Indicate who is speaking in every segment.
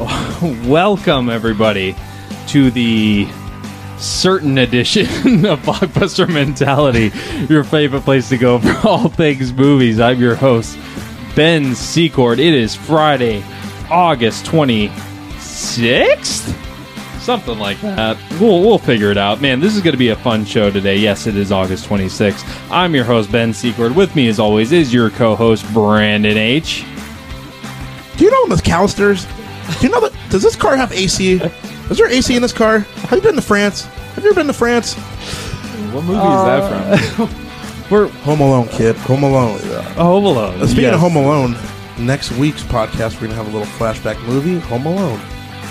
Speaker 1: Welcome, everybody, to the certain edition of Blockbuster Mentality, your favorite place to go for all things movies. I'm your host, Ben Secord. It is Friday, August 26th? Something like that. We'll, we'll figure it out. Man, this is going to be a fun show today. Yes, it is August 26th. I'm your host, Ben Secord. With me, as always, is your co host, Brandon H.
Speaker 2: Do you know McAllister's? Do you know that? Does this car have AC? Is there AC in this car? Have you been to France? Have you ever been to France?
Speaker 3: What movie is that from?
Speaker 1: We're
Speaker 2: Home Alone, kid. Home Alone.
Speaker 1: Home Alone.
Speaker 2: Uh, Speaking
Speaker 1: Yes.
Speaker 2: of Home Alone, next week's podcast we're gonna have a little flashback movie, Home Alone.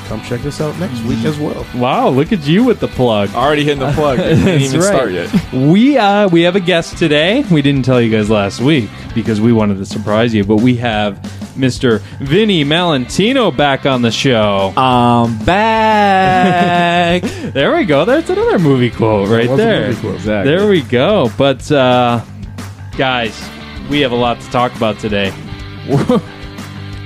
Speaker 2: Come check us out next week as well.
Speaker 1: Wow, look at you with the plug.
Speaker 3: Already hitting the plug. It didn't
Speaker 1: That's
Speaker 3: even
Speaker 1: right.
Speaker 3: start yet.
Speaker 1: We uh, we have a guest today. We didn't tell you guys last week because we wanted to surprise you, but we have Mr. Vinny Malentino back on the show.
Speaker 3: I'm back.
Speaker 1: There we go. That's another movie quote right
Speaker 2: was a
Speaker 1: there.
Speaker 2: movie quote.
Speaker 3: Exactly.
Speaker 1: There we go. But uh, guys, we have a lot to talk about today.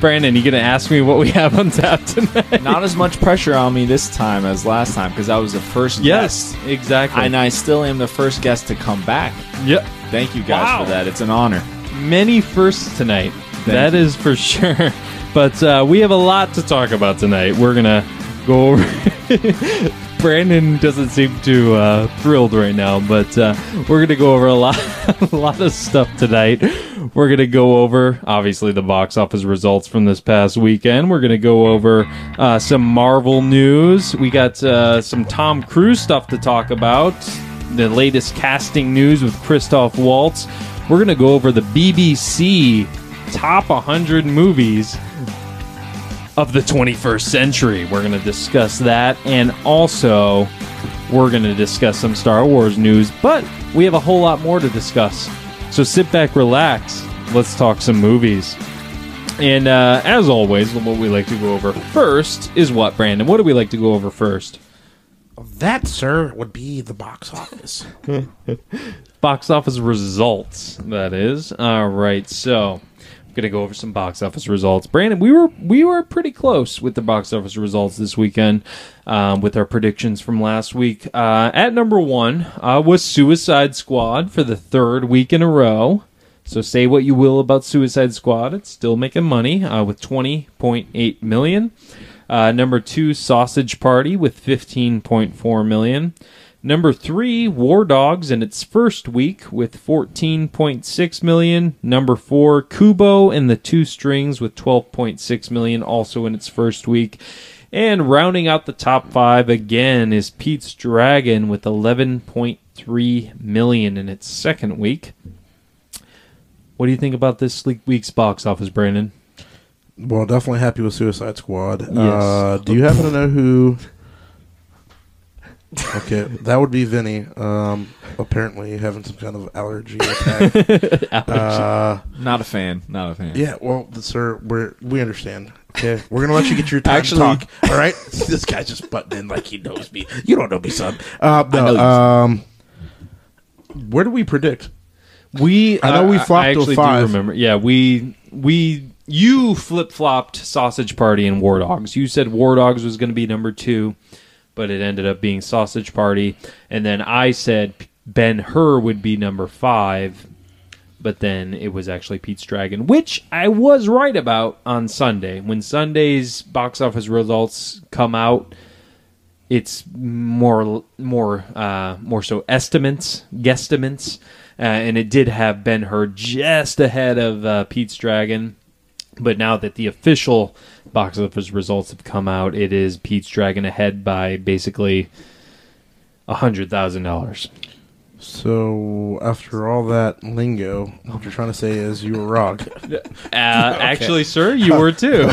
Speaker 1: Brandon, you gonna ask me what we have on tap tonight?
Speaker 3: Not as much pressure on me this time as last time because I was the first
Speaker 1: Yes,
Speaker 3: guest.
Speaker 1: exactly.
Speaker 3: And I still am the first guest to come back.
Speaker 1: Yep.
Speaker 3: Thank you guys
Speaker 1: Wow.
Speaker 3: for that. It's an honor.
Speaker 1: many firsts tonight. that
Speaker 3: you.
Speaker 1: is for sure. But uh, we have a lot to talk about tonight. We're gonna go. over... Brandon doesn't seem too uh, thrilled right now, but uh, we're gonna go over a lot, a lot of stuff tonight. We're gonna go over obviously the box office results from this past weekend. We're gonna go over uh, some Marvel news. We got uh, some Tom Cruise stuff to talk about the latest casting news with Christoph Waltz. We're going to go over the BBC top 100 movies of the 21st century. We're going to discuss that and also we're going to discuss some Star Wars news, but we have a whole lot more to discuss. So sit back, relax. Let's talk some movies. And uh, as always, what we like to go over first is what, Brandon? What do we like to go over first?
Speaker 2: That, sir, would be the box office.
Speaker 1: box office results that is all right so i'm gonna go over some box office results brandon we were we were pretty close with the box office results this weekend um, with our predictions from last week uh, at number one uh, was suicide squad for the third week in a row so say what you will about suicide squad it's still making money uh, with 20.8 million uh, number two sausage party with 15.4 million Number three, War Dogs in its first week with 14.6 million. Number four, Kubo and the Two Strings with 12.6 million, also in its first week. And rounding out the top five again is Pete's Dragon with 11.3 million in its second week. What do you think about this le- week's box office, Brandon?
Speaker 2: well, definitely happy with Suicide Squad. Uh, do you happen to know who? Okay, that would be Vinny. Um, apparently having some kind of allergy attack.
Speaker 3: Not a fan. Not a fan.
Speaker 2: Yeah, well, th- sir, we're we understand. Okay, we're gonna let you get your time
Speaker 3: Actually-
Speaker 2: to talk. All right, this guy's just butting in like he knows me. You don't know me, son. Uh,
Speaker 3: know
Speaker 2: no,
Speaker 3: you.
Speaker 2: um, where do we predict?
Speaker 1: We
Speaker 2: I know we flopped to a
Speaker 1: actually do
Speaker 2: five.
Speaker 1: remember. Yeah, we we you flip flopped Sausage Party and War Dogs. You said War Dogs was going to be number two, but it ended up being Sausage Party, and then I said Ben Hur would be number five, but then it was actually Pete's Dragon, which I was right about on Sunday. When Sunday's box office results come out, it's more more uh, more so estimates guesstimates uh, and it did have ben hur just ahead of uh, pete's dragon but now that the official box office results have come out it is pete's dragon ahead by basically a hundred thousand dollars
Speaker 2: So after all that lingo, what you're trying to say is you were wrong.
Speaker 1: Uh, Actually, sir, you were too.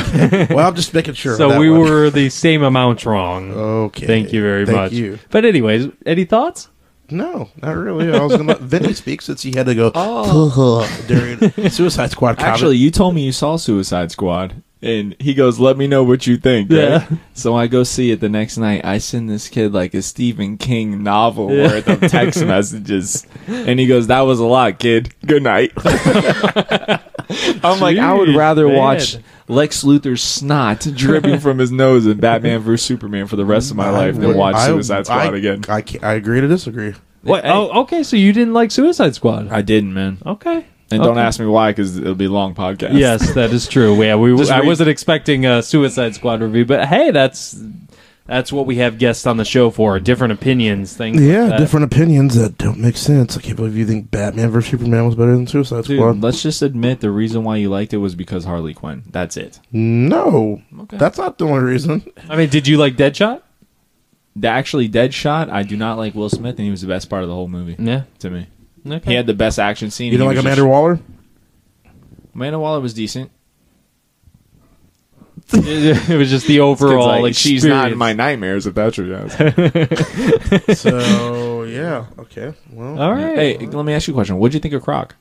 Speaker 2: well, I'm just making sure. on
Speaker 1: so
Speaker 2: that
Speaker 1: we
Speaker 2: one.
Speaker 1: were the same amount wrong.
Speaker 2: Okay.
Speaker 1: Thank you very
Speaker 2: Thank
Speaker 1: much.
Speaker 2: you.
Speaker 1: But anyways, any thoughts?
Speaker 2: No, not really. I was gonna. then he speaks since he had to go during Suicide Squad. Comment.
Speaker 3: Oh. Actually, you told me you saw Suicide Squad, and he goes, "Let me know what you think." right?
Speaker 1: Yeah.
Speaker 3: So I go see it the next night. I send this kid like a Stephen King novel worth of text messages, and he goes, "That was a lot, kid. Good night." I'm like, I would
Speaker 1: Jeez,
Speaker 3: rather
Speaker 1: man.
Speaker 3: watch Lex Luthor's snot dripping from his nose in Batman vs Superman for the rest of my life than
Speaker 2: would-
Speaker 3: watch
Speaker 2: I-
Speaker 3: Suicide Squad
Speaker 2: I-
Speaker 3: again.
Speaker 2: I, can't- I agree to disagree.
Speaker 1: What? Oh, okay. So you didn't like Suicide Squad?
Speaker 3: I didn't, man.
Speaker 1: okay.
Speaker 3: And don't
Speaker 1: Okay.
Speaker 3: ask me why, because it'll be a long podcast.
Speaker 1: Yes, that is true. Yeah, we.
Speaker 3: Just
Speaker 1: I
Speaker 3: read-
Speaker 1: wasn't expecting a Suicide Squad review, but hey, that's that's what we have guests on the show for. Different opinions, things. like
Speaker 2: Yeah,
Speaker 1: that.
Speaker 2: different opinions that don't make sense. I can't believe you think Batman versus Superman was better than Suicide
Speaker 3: Dude,
Speaker 2: Squad.
Speaker 3: let's just admit the reason why you liked it was because Harley Quinn. That's it.
Speaker 2: No,
Speaker 3: Okay.
Speaker 2: that's not the only reason.
Speaker 1: I mean, did you like Deadshot?
Speaker 3: The actually Deadshot, I do not like Will Smith, and he was the best part of the whole movie
Speaker 1: Yeah.
Speaker 3: to me.
Speaker 1: Okay.
Speaker 3: He had the best action scene.
Speaker 2: You
Speaker 3: and
Speaker 2: don't
Speaker 3: he
Speaker 2: like
Speaker 3: was
Speaker 2: Amanda Waller?
Speaker 3: Just, Amanda Waller was decent.
Speaker 1: it was just the overall.
Speaker 3: Like, she's not in
Speaker 1: experience.
Speaker 3: my nightmares if that's what you're asking.
Speaker 2: so yeah, okay. Well,
Speaker 1: All right.
Speaker 3: hey, let me ask you a question. What'd you think of Croc?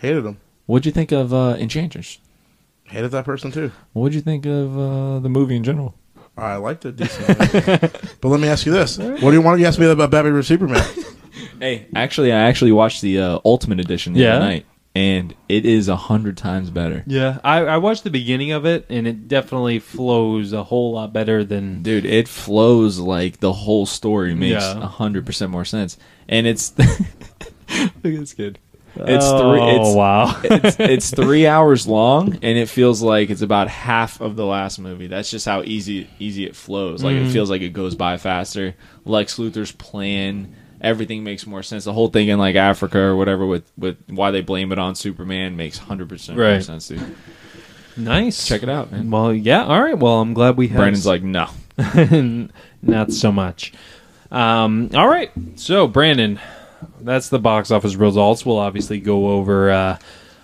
Speaker 2: hated him.
Speaker 3: What'd you think of uh, Enchantress?
Speaker 2: Hated that person too.
Speaker 3: What'd you think of uh, the movie in general?
Speaker 2: I liked it decently. but let me ask you this: What do you want to ask me about Batman versus Superman?
Speaker 3: Hey, actually, I actually watched the uh, Ultimate Edition the
Speaker 1: Yeah?
Speaker 3: other night, and it is a hundred times better.
Speaker 1: Yeah, I, I watched the beginning of it, and it definitely flows a whole lot better than.
Speaker 3: Dude, it flows like the whole story makes
Speaker 1: Yeah.
Speaker 3: a hundred percent more sense, and it's look at this kid. It's three.
Speaker 1: Oh
Speaker 3: It's,
Speaker 1: wow!
Speaker 3: it's it's three hours long, and it feels like it's about half of the last movie. That's just how easy easy it flows. Like
Speaker 1: Mm.
Speaker 3: it feels like it goes by faster. Lex Luthor's plan, everything makes more sense. The whole thing in like Africa or whatever with with why they blame it on Superman makes hundred percent more
Speaker 1: Right. Mm,
Speaker 3: sense. Dude,
Speaker 1: nice.
Speaker 3: check it out, man.
Speaker 1: Well, yeah. All right. Well, I'm glad we have.
Speaker 3: Brandon's like, no.
Speaker 1: not so much. Um, all right. So, Brandon, that's the box office results. We'll obviously go over uh,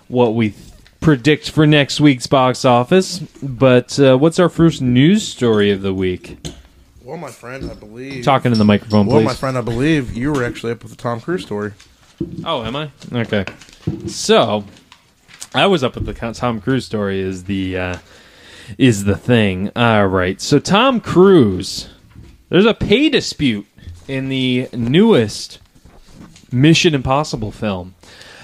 Speaker 1: what we th- predict for next week's box office. But uh, what's our first news story of the week?
Speaker 2: well, my friend, I believe.
Speaker 1: Talking in the microphone,
Speaker 2: well,
Speaker 1: please.
Speaker 2: my friend, I believe you were actually up with the Tom Cruise story.
Speaker 1: Oh, am I? Okay. So, I was up at the Con- Tom Cruise story is the uh, is the thing. All right. So Tom Cruise, there's a pay dispute in the newest Mission Impossible film.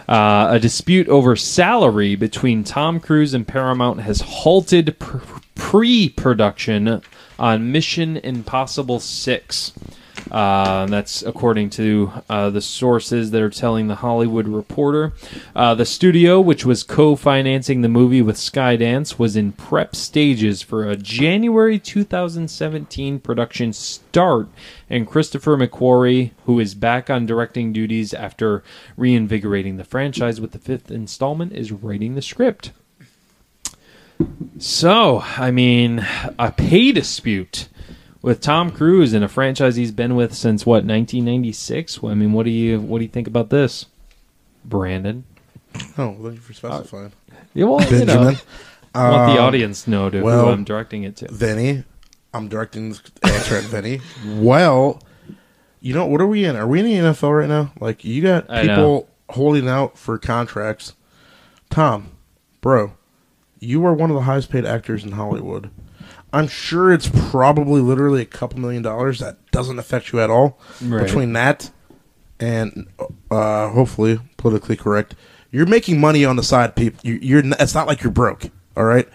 Speaker 1: Uh, a dispute over salary between Tom Cruise and Paramount has halted pr- pre-production on Mission Impossible Six. Uh, and that's according to uh, the sources that are telling the Hollywood Reporter. Uh, the studio, which was co financing the movie with Skydance, was in prep stages for a January 2017 production start. And Christopher McQuarrie, who is back on directing duties after reinvigorating the franchise with the fifth installment, is writing the script. So, I mean, a pay dispute with Tom Cruise and a franchise he's been with since what 1996. Well, I mean, what do you what do you think about this, Brandon?
Speaker 2: Oh, thank you for specifying.
Speaker 1: Yeah, well, you know,
Speaker 2: Benjamin.
Speaker 1: I want the
Speaker 2: Um,
Speaker 1: audience to know to
Speaker 2: well,
Speaker 1: who I'm directing it to.
Speaker 2: Vinny. I'm directing this answer at Vinny. Well, you know what are we in? Are we in the NFL right now? Like you got
Speaker 1: I
Speaker 2: people holding out for contracts. Tom, bro, you are one of the highest paid actors in Hollywood. I'm sure it's probably literally a couple million dollars that doesn't affect you at all.
Speaker 1: Right.
Speaker 2: Between that and uh, hopefully politically correct, you're making money on the side, people. You, you're n- it's not like you're broke. All right,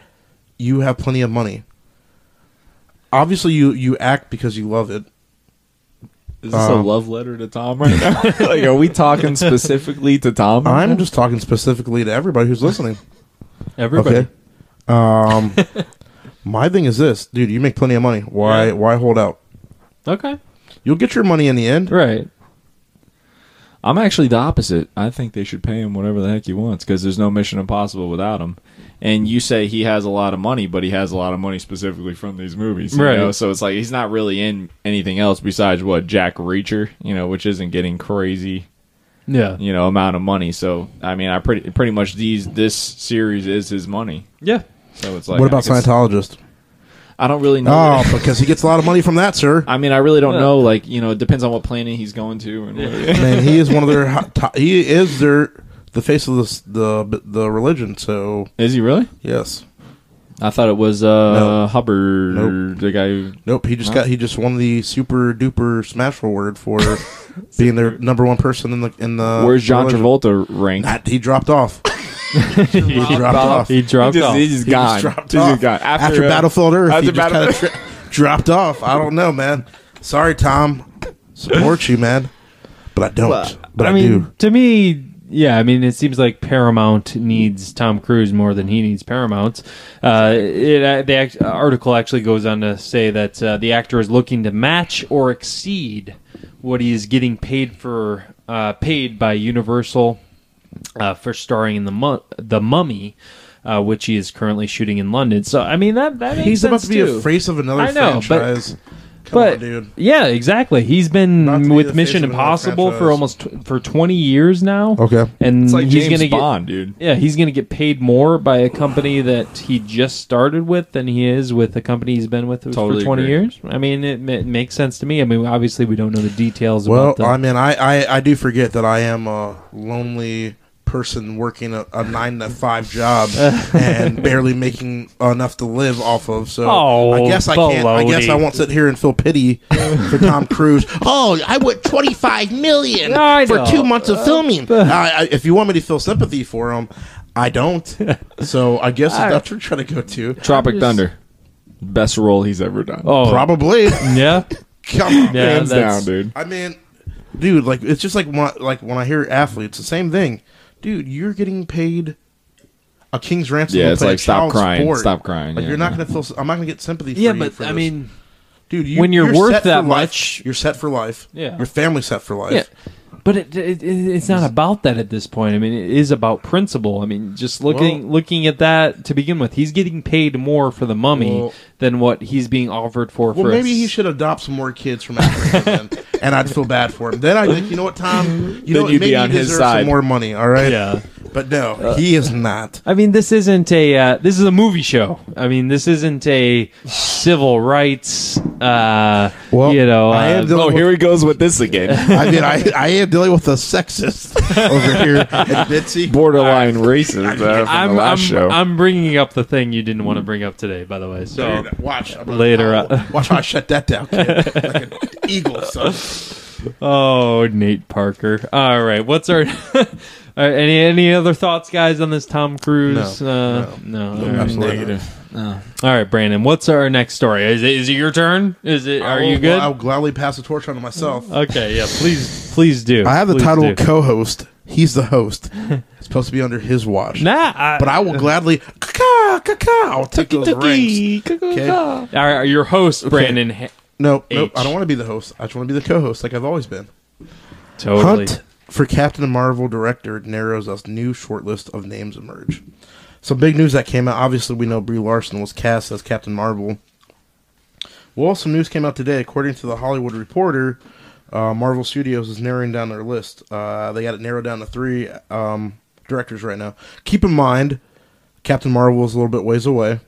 Speaker 2: you have plenty of money obviously you you act because you love it.
Speaker 3: Is this a love letter to Tom right now? Um, like, are we talking specifically to Tom?
Speaker 1: Mm-hmm.
Speaker 2: I'm just talking specifically to everybody who's listening.
Speaker 1: Everybody,
Speaker 2: Okay. Um, my thing is this, dude. You make plenty of money. Why
Speaker 1: Yeah.
Speaker 2: why hold out?
Speaker 1: okay,
Speaker 2: You'll get your money in the end.
Speaker 1: right?
Speaker 3: I'm actually the opposite. I think they should pay him whatever the heck he wants because there's no Mission Impossible without him. And you say he has a lot of money, but he has a lot of money specifically from these movies, you
Speaker 1: Right.
Speaker 3: know? So it's like he's not really in anything else besides what Jack Reacher, you know, which isn't getting crazy
Speaker 1: Yeah.
Speaker 3: you know amount of money. So I mean, I pretty pretty much these this series is his money.
Speaker 1: Yeah.
Speaker 3: So it's like
Speaker 2: what about
Speaker 3: I guess-
Speaker 2: Scientologist?
Speaker 3: I don't really know.
Speaker 2: Oh, because he gets a lot of money from that, sir.
Speaker 3: I mean, I really don't
Speaker 1: Yeah.
Speaker 3: know. Like you know, it depends on what planet he's going to. And what,
Speaker 2: Man, he is one of their. hot to- He is their the face of this, the the religion. So
Speaker 3: is he really?
Speaker 2: yes,
Speaker 3: I thought it was uh,
Speaker 2: No.
Speaker 3: Hubbard,
Speaker 2: Nope.
Speaker 3: the guy. Who,
Speaker 2: nope. He just got he just won the super duper smash award for being their number one person in the in the.
Speaker 3: where's John
Speaker 2: religion.
Speaker 3: Travolta ranked?
Speaker 2: That- he dropped off.
Speaker 1: He
Speaker 2: dropped off.
Speaker 1: He dropped off.
Speaker 3: just
Speaker 2: He just dropped off. After,
Speaker 3: uh,
Speaker 2: Battlefield Earth,
Speaker 3: after
Speaker 2: he just
Speaker 3: Battle-
Speaker 2: kinda tri- dropped off. I don't know, man. Sorry, Tom. Support you, man. But I don't.
Speaker 3: Well,
Speaker 2: but I,
Speaker 1: mean,
Speaker 2: do.
Speaker 1: to me, yeah, I mean, it seems like Paramount needs Tom Cruise more than he needs Paramount. Uh, it, uh, the act- article actually goes on to say that uh, the actor is looking to match or exceed what he is getting paid for, uh, paid by Universal uh, for starring in the mu- the Mummy. Uh, which he is currently shooting in London. So I mean that that makes
Speaker 2: He's about
Speaker 1: sense,
Speaker 2: to be
Speaker 1: too.
Speaker 2: a face of another
Speaker 1: I know, but-
Speaker 2: franchise. Come
Speaker 1: but
Speaker 2: on, dude.
Speaker 1: yeah, exactly. He's
Speaker 2: Not to
Speaker 1: been
Speaker 2: be
Speaker 1: with
Speaker 2: the
Speaker 1: Mission
Speaker 2: face of another
Speaker 1: Impossible for
Speaker 2: franchise.
Speaker 1: almost tw- for twenty years now.
Speaker 2: Okay.
Speaker 1: and
Speaker 2: mm,
Speaker 3: It's like
Speaker 1: he's
Speaker 3: James
Speaker 1: gonna
Speaker 3: Bond,
Speaker 1: get,
Speaker 3: dude.
Speaker 1: Yeah, he's gonna get paid more by a company that he just started with than he is with a company he's been with
Speaker 3: Totally
Speaker 1: for twenty
Speaker 3: agree.
Speaker 1: years. I mean, it, ma- makes sense to me. I mean, obviously we don't know the details
Speaker 2: Well,
Speaker 1: about the
Speaker 2: I mean, I, I I do forget that I am a lonely person working a, a nine to five job and barely making enough to live off of. So
Speaker 1: Oh,
Speaker 2: I guess I can't. I guess I
Speaker 1: baloney.
Speaker 2: won't sit here and feel pity for Tom Cruise. Oh, I would twenty five million
Speaker 1: I
Speaker 2: for
Speaker 1: know.
Speaker 2: two months of filming. I, I, if you want me to feel sympathy for him, I don't. So I guess
Speaker 1: I-
Speaker 2: that's what you're trying to go to.
Speaker 3: Tropic Thunder, best role he's ever done.
Speaker 1: oh
Speaker 2: Probably.
Speaker 1: yeah
Speaker 2: Come on.
Speaker 1: yeah
Speaker 3: hands
Speaker 1: that's-
Speaker 3: down, dude.
Speaker 2: I mean, dude, like it's just like when, like when I hear athletes, the same thing. Dude, you're getting paid a king's ransom.
Speaker 3: Yeah,
Speaker 2: to
Speaker 3: it's
Speaker 2: play a
Speaker 3: like, stop
Speaker 2: child's
Speaker 3: crying,
Speaker 2: sport.
Speaker 3: stop crying,
Speaker 2: Like
Speaker 3: yeah.
Speaker 2: you're not gonna feel. I'm not gonna get sympathy. For
Speaker 1: yeah,
Speaker 2: you
Speaker 1: but
Speaker 2: for
Speaker 1: I
Speaker 2: this.
Speaker 1: mean.
Speaker 2: dude, you,
Speaker 1: when you're worth
Speaker 2: set for
Speaker 1: that
Speaker 2: life.
Speaker 1: much-
Speaker 2: you're set for life.
Speaker 1: Yeah.
Speaker 2: your family's set for life.
Speaker 1: Yeah, but it, it, it- it's not about that at this point. I mean, it is about principle. I mean, just looking
Speaker 2: Well-
Speaker 1: looking at that to begin with, he's getting paid more for the mummy
Speaker 2: Well-
Speaker 1: than what he's being offered for.
Speaker 2: Well,
Speaker 1: for a
Speaker 2: maybe he
Speaker 1: s-
Speaker 2: should adopt some more kids from Africa, then, and I'd feel bad for him. Then I'd be like, you know what, Tom? You know, what,
Speaker 3: you'd be
Speaker 2: maybe you
Speaker 3: on his
Speaker 2: deserve
Speaker 3: side. Uh,
Speaker 2: some more money. All right.
Speaker 1: Yeah.
Speaker 2: But no, he is not.
Speaker 1: I mean, this isn't a uh, this is a movie show. I mean, this isn't a civil rights. Uh,
Speaker 2: Well,
Speaker 1: you know,
Speaker 2: I am
Speaker 1: uh,
Speaker 2: the-
Speaker 3: Oh, here he goes with this again.
Speaker 2: I mean, I, I am dealing with a sexist over here at Bitsy.
Speaker 3: Borderline racist uh, from
Speaker 1: I'm,
Speaker 3: the last
Speaker 1: I'm,
Speaker 3: show.
Speaker 1: I'm bringing up the thing you didn't want to bring up today, by the way. So
Speaker 2: Dude, watch I'm
Speaker 1: later uh,
Speaker 2: I'll-
Speaker 1: on.
Speaker 2: Watch how I shut that down, kid. like an eagle. Son.
Speaker 1: Oh, Nate Parker. All right, what's our all right, any any other thoughts, guys, on this Tom Cruise?
Speaker 2: No.
Speaker 1: uh, no. all, right. Uh,
Speaker 2: Absolutely.
Speaker 1: All right, Brandon. What's our next story? Is it is it your turn? Is it? Are
Speaker 2: I
Speaker 1: you
Speaker 2: will-
Speaker 1: good?
Speaker 2: I'll gladly pass the torch on to myself.
Speaker 1: okay, yeah. Please, please do.
Speaker 2: I have the
Speaker 1: Please
Speaker 2: title
Speaker 1: do.
Speaker 2: co-host. He's the host. It's supposed to be under his watch.
Speaker 1: Nah, I,
Speaker 2: But I will gladly caw, caw, caw, I'll take those rings. Okay.
Speaker 1: All right, your host, Brandon. Ha-
Speaker 2: No, no,
Speaker 1: H.
Speaker 2: I don't want to be the host. I just want to be the co-host, like I've always been.
Speaker 1: totally.
Speaker 2: Hunt for Captain Marvel director narrows us new shortlist of names emerge. Some big news that came out. Obviously, we know Brie Larson was cast as Captain Marvel. Well, some news came out today. According to the Hollywood Reporter, uh, Marvel Studios is narrowing down their list. Uh, they got it narrowed down to three um, directors right now. Keep in mind, Captain Marvel is a little bit ways away,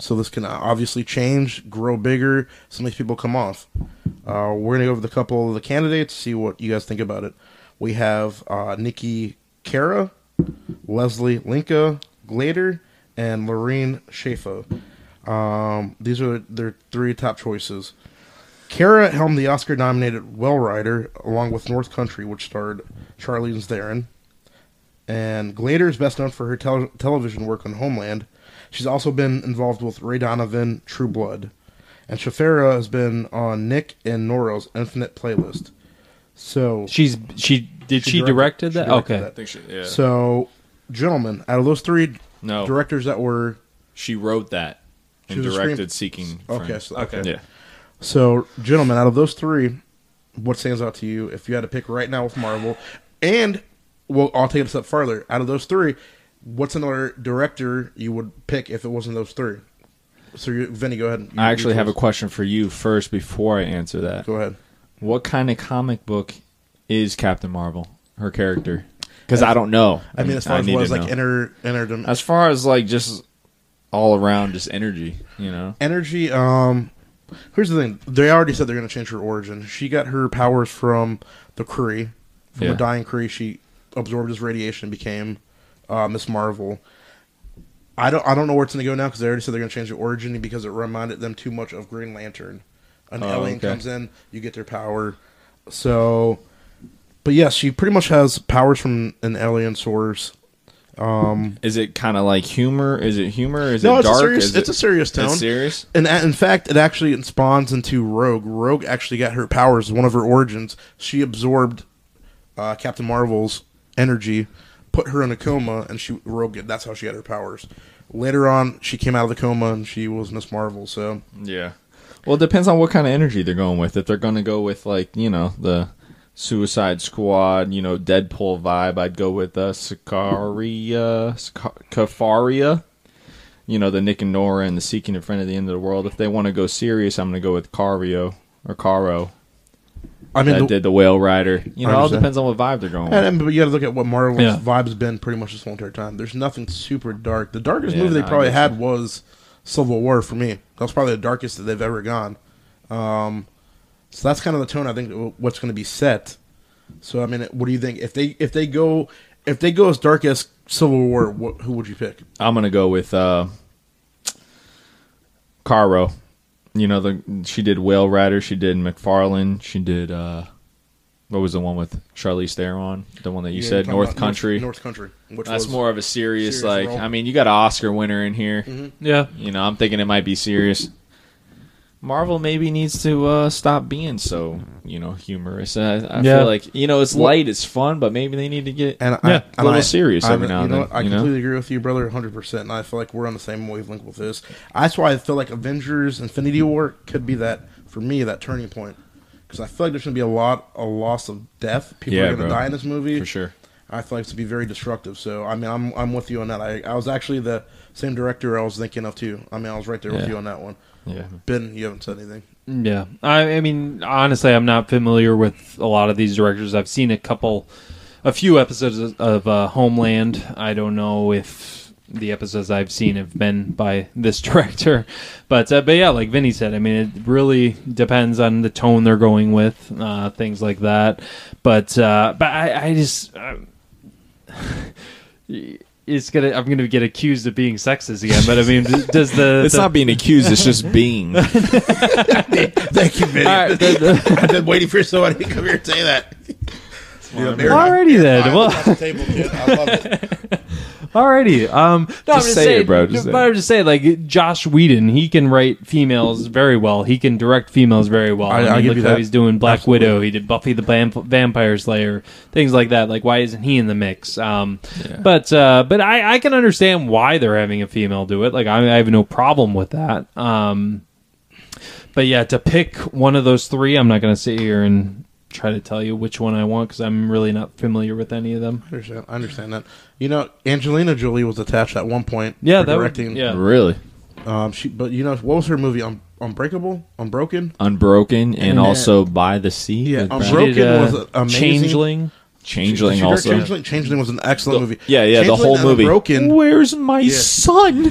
Speaker 2: so this can obviously change, grow bigger. Some of these people come off. Uh, we're gonna go over the couple of the candidates, see what you guys think about it. We have uh, Nikki Kara, Leslie Linka Glader, and Lorene Shafo. Um, these are their three top choices. Kara helmed the Oscar-nominated Well Rider along with North Country, which starred Charlize Theron. And Glader is best known for her tel- television work on Homeland. She's also been involved with Ray Donovan, True Blood. And Shafera has been on Nick and Noro's Infinite Playlist. So
Speaker 1: She's she did she, directed,
Speaker 2: she
Speaker 1: that?
Speaker 2: directed
Speaker 1: okay.
Speaker 2: that.
Speaker 3: think she, yeah.
Speaker 2: So, gentlemen, out of those three
Speaker 3: No.
Speaker 2: directors that were
Speaker 3: she wrote that
Speaker 2: She
Speaker 3: and
Speaker 2: was a scream-
Speaker 3: directed Seeking.
Speaker 2: Okay,
Speaker 3: Friends.
Speaker 2: so- okay.
Speaker 3: Yeah.
Speaker 2: so gentlemen, out of those three, what stands out to you if you had to pick right now with Marvel? And well, I'll take it a step farther. Out of those three, what's another director you would pick if it wasn't those three? So, you, Vinny, go ahead. You-
Speaker 3: I actually
Speaker 2: you
Speaker 3: have a
Speaker 2: choose.
Speaker 3: question for you first before I answer that.
Speaker 2: Go ahead.
Speaker 3: What kind of comic book is Captain Marvel? her character because Mm, I don't know.
Speaker 2: I mean, as far as
Speaker 3: need
Speaker 2: what
Speaker 3: to
Speaker 2: is like
Speaker 3: know.
Speaker 2: inner inner dim-
Speaker 3: as far as like just all around just energy, you know.
Speaker 2: energy. Um, here's the thing: they already said they're going to change her origin. She got her powers from the Kree, from
Speaker 3: Yeah.
Speaker 2: a dying Kree. She absorbed his radiation and became uh, Miss Marvel. I don't I don't know where it's going to go now because they already said they're going to change the origin because it reminded them too much of Green Lantern. An alien
Speaker 3: Oh, okay.
Speaker 2: comes in, you get their power. So, but yes, she pretty much has powers from an alien source.
Speaker 3: Is it kind of like humor? Is it humor? Is
Speaker 2: No,
Speaker 3: it
Speaker 2: it's
Speaker 3: dark?
Speaker 2: a serious.
Speaker 3: Is
Speaker 2: it's
Speaker 3: it-
Speaker 2: a serious tone.
Speaker 3: It's serious.
Speaker 2: And a- in fact, it actually spawns into Rogue. Rogue actually got her powers. One of her origins, she absorbed uh, Captain Marvel's energy, put her in a coma, and she Rogue. That's how she got her powers. Later on, she came out of the coma and she was Miss Marvel. So
Speaker 3: Yeah. Well, it depends on what kind of energy they're going with. If they're going to go with like you know the Suicide Squad, you know Deadpool vibe, I'd go with uh, Sicaria, Sica- Kafaria. You know the Nick and Nora and the Seeking in Friend of the End of the World. If they want to go serious, I'm going to go with Cario or Caro.
Speaker 2: I mean,
Speaker 3: that
Speaker 2: the,
Speaker 3: did the Whale Rider. You know, it all
Speaker 2: understand.
Speaker 3: depends on what vibe they're going with.
Speaker 2: and, and- but you got to look at what Marvel's
Speaker 1: Yeah.
Speaker 2: vibe's been pretty much this whole entire time. There's nothing super dark. The darkest
Speaker 3: Yeah,
Speaker 2: movie
Speaker 3: no,
Speaker 2: they
Speaker 3: I
Speaker 2: probably
Speaker 3: get
Speaker 2: had was Civil War for me. That was probably the darkest that they've ever gone. Um, so that's kind of the tone I think w- what's going to be set. So I mean, what do you think if they if they go if they go as dark as Civil War? What, who would you pick?
Speaker 3: I'm gonna go with uh, Caro. You know, the she did Whale Rider, she did McFarlane, she did uh, what was the one with Charlize Theron? The one that you
Speaker 2: Yeah, you're
Speaker 3: said
Speaker 2: talking
Speaker 3: North
Speaker 2: about
Speaker 3: Country.
Speaker 2: North, Country. Which
Speaker 3: That's
Speaker 2: was,
Speaker 3: more of a serious,
Speaker 2: serious
Speaker 3: like.
Speaker 2: role. Mm-hmm.
Speaker 3: I mean, you got an Oscar winner in here.
Speaker 1: Yeah.
Speaker 3: You know, I'm thinking it might be serious. Marvel maybe needs to uh, stop being so you know humorous. I, I
Speaker 1: Yeah.
Speaker 3: feel like you know it's light, it's fun, but maybe they need to get
Speaker 2: And
Speaker 1: Yeah,
Speaker 2: I,
Speaker 1: a
Speaker 2: and
Speaker 3: little
Speaker 2: I-
Speaker 3: serious
Speaker 2: I-
Speaker 3: every now
Speaker 2: you
Speaker 3: and
Speaker 2: know
Speaker 3: then,
Speaker 2: what? I
Speaker 3: you know?
Speaker 2: completely agree with you, brother, 100%. And I feel like we're on the same wavelength with this. That's why I feel like Avengers Infinity War could be that, for me, that turning point. Because I feel like there's going to be a lot, a loss of death. People
Speaker 3: Yeah,
Speaker 2: are going
Speaker 3: bro.
Speaker 2: to die in this movie.
Speaker 3: for sure.
Speaker 2: I feel like it's to be very destructive. So, I mean, I'm, I'm with you on that. I, I was actually the same director I was thinking of, too. I mean, I was right there with
Speaker 3: Yeah.
Speaker 2: you on that one.
Speaker 3: Yeah.
Speaker 2: Ben, you haven't said anything.
Speaker 1: Yeah, I, I mean, honestly, I'm not familiar with a lot of these directors. I've seen a couple, a few episodes of, of uh, Homeland. I don't know if the episodes I've seen have been by this director, but uh, but yeah, like Vinny said, I mean, it really depends on the tone they're going with, uh, things like that. But uh, but I, I just. Uh, it's gonna. I'm gonna get accused of being sexist again, but I mean, does the
Speaker 3: It's
Speaker 1: the-
Speaker 3: not being accused; it's just being.
Speaker 2: Thank you, Ben.
Speaker 1: all right, the- the-
Speaker 2: I've been waiting for somebody to come here and say that. Dude, I'm
Speaker 1: Alrighty then.
Speaker 2: I'm
Speaker 1: Well-
Speaker 2: across the table, kid. I love it.
Speaker 1: Alrighty. Um, no, I'm
Speaker 3: Just
Speaker 1: just
Speaker 3: say it,
Speaker 1: saying,
Speaker 3: bro, just
Speaker 1: but
Speaker 3: say it.
Speaker 1: I'm just saying, like Josh Whedon, he can write females very well. He can direct females very well.
Speaker 2: I-
Speaker 1: mean,
Speaker 2: I'll give
Speaker 1: look
Speaker 2: you
Speaker 1: how
Speaker 2: that.
Speaker 1: he's doing Black
Speaker 2: Absolutely.
Speaker 1: Widow. He did Buffy the Vamp- Vampire Slayer, things like that. Like, why isn't he in the mix? Um, but uh, but I, I can understand why they're having a female do it. Like, I, I have no problem with that. Um, but yeah, to pick one of those three, I'm not going to sit here and try to tell you which one I want because I'm really not familiar with any of them.
Speaker 2: I understand. I understand that. You know, Angelina Jolie was attached at one point.
Speaker 1: Yeah,
Speaker 2: for
Speaker 1: that would-
Speaker 2: directing.
Speaker 1: yeah.
Speaker 3: Really?
Speaker 2: Um, she, but you know, what was her movie? Un- Unbreakable, Unbroken.
Speaker 3: Unbroken and,
Speaker 2: And, uh,
Speaker 3: also By the Sea.
Speaker 2: yeah,
Speaker 3: with
Speaker 2: um,
Speaker 3: Brad-
Speaker 2: Bro- Broken
Speaker 1: She did,
Speaker 2: was amazing.
Speaker 1: Changeling.
Speaker 3: uh, Changeling
Speaker 2: She directed
Speaker 3: also.
Speaker 2: Changeling, Changeling was an excellent movie.
Speaker 3: Yeah, yeah, the
Speaker 2: Changeling
Speaker 3: whole
Speaker 2: and
Speaker 3: movie.
Speaker 2: Unbroken.
Speaker 3: Where's my son?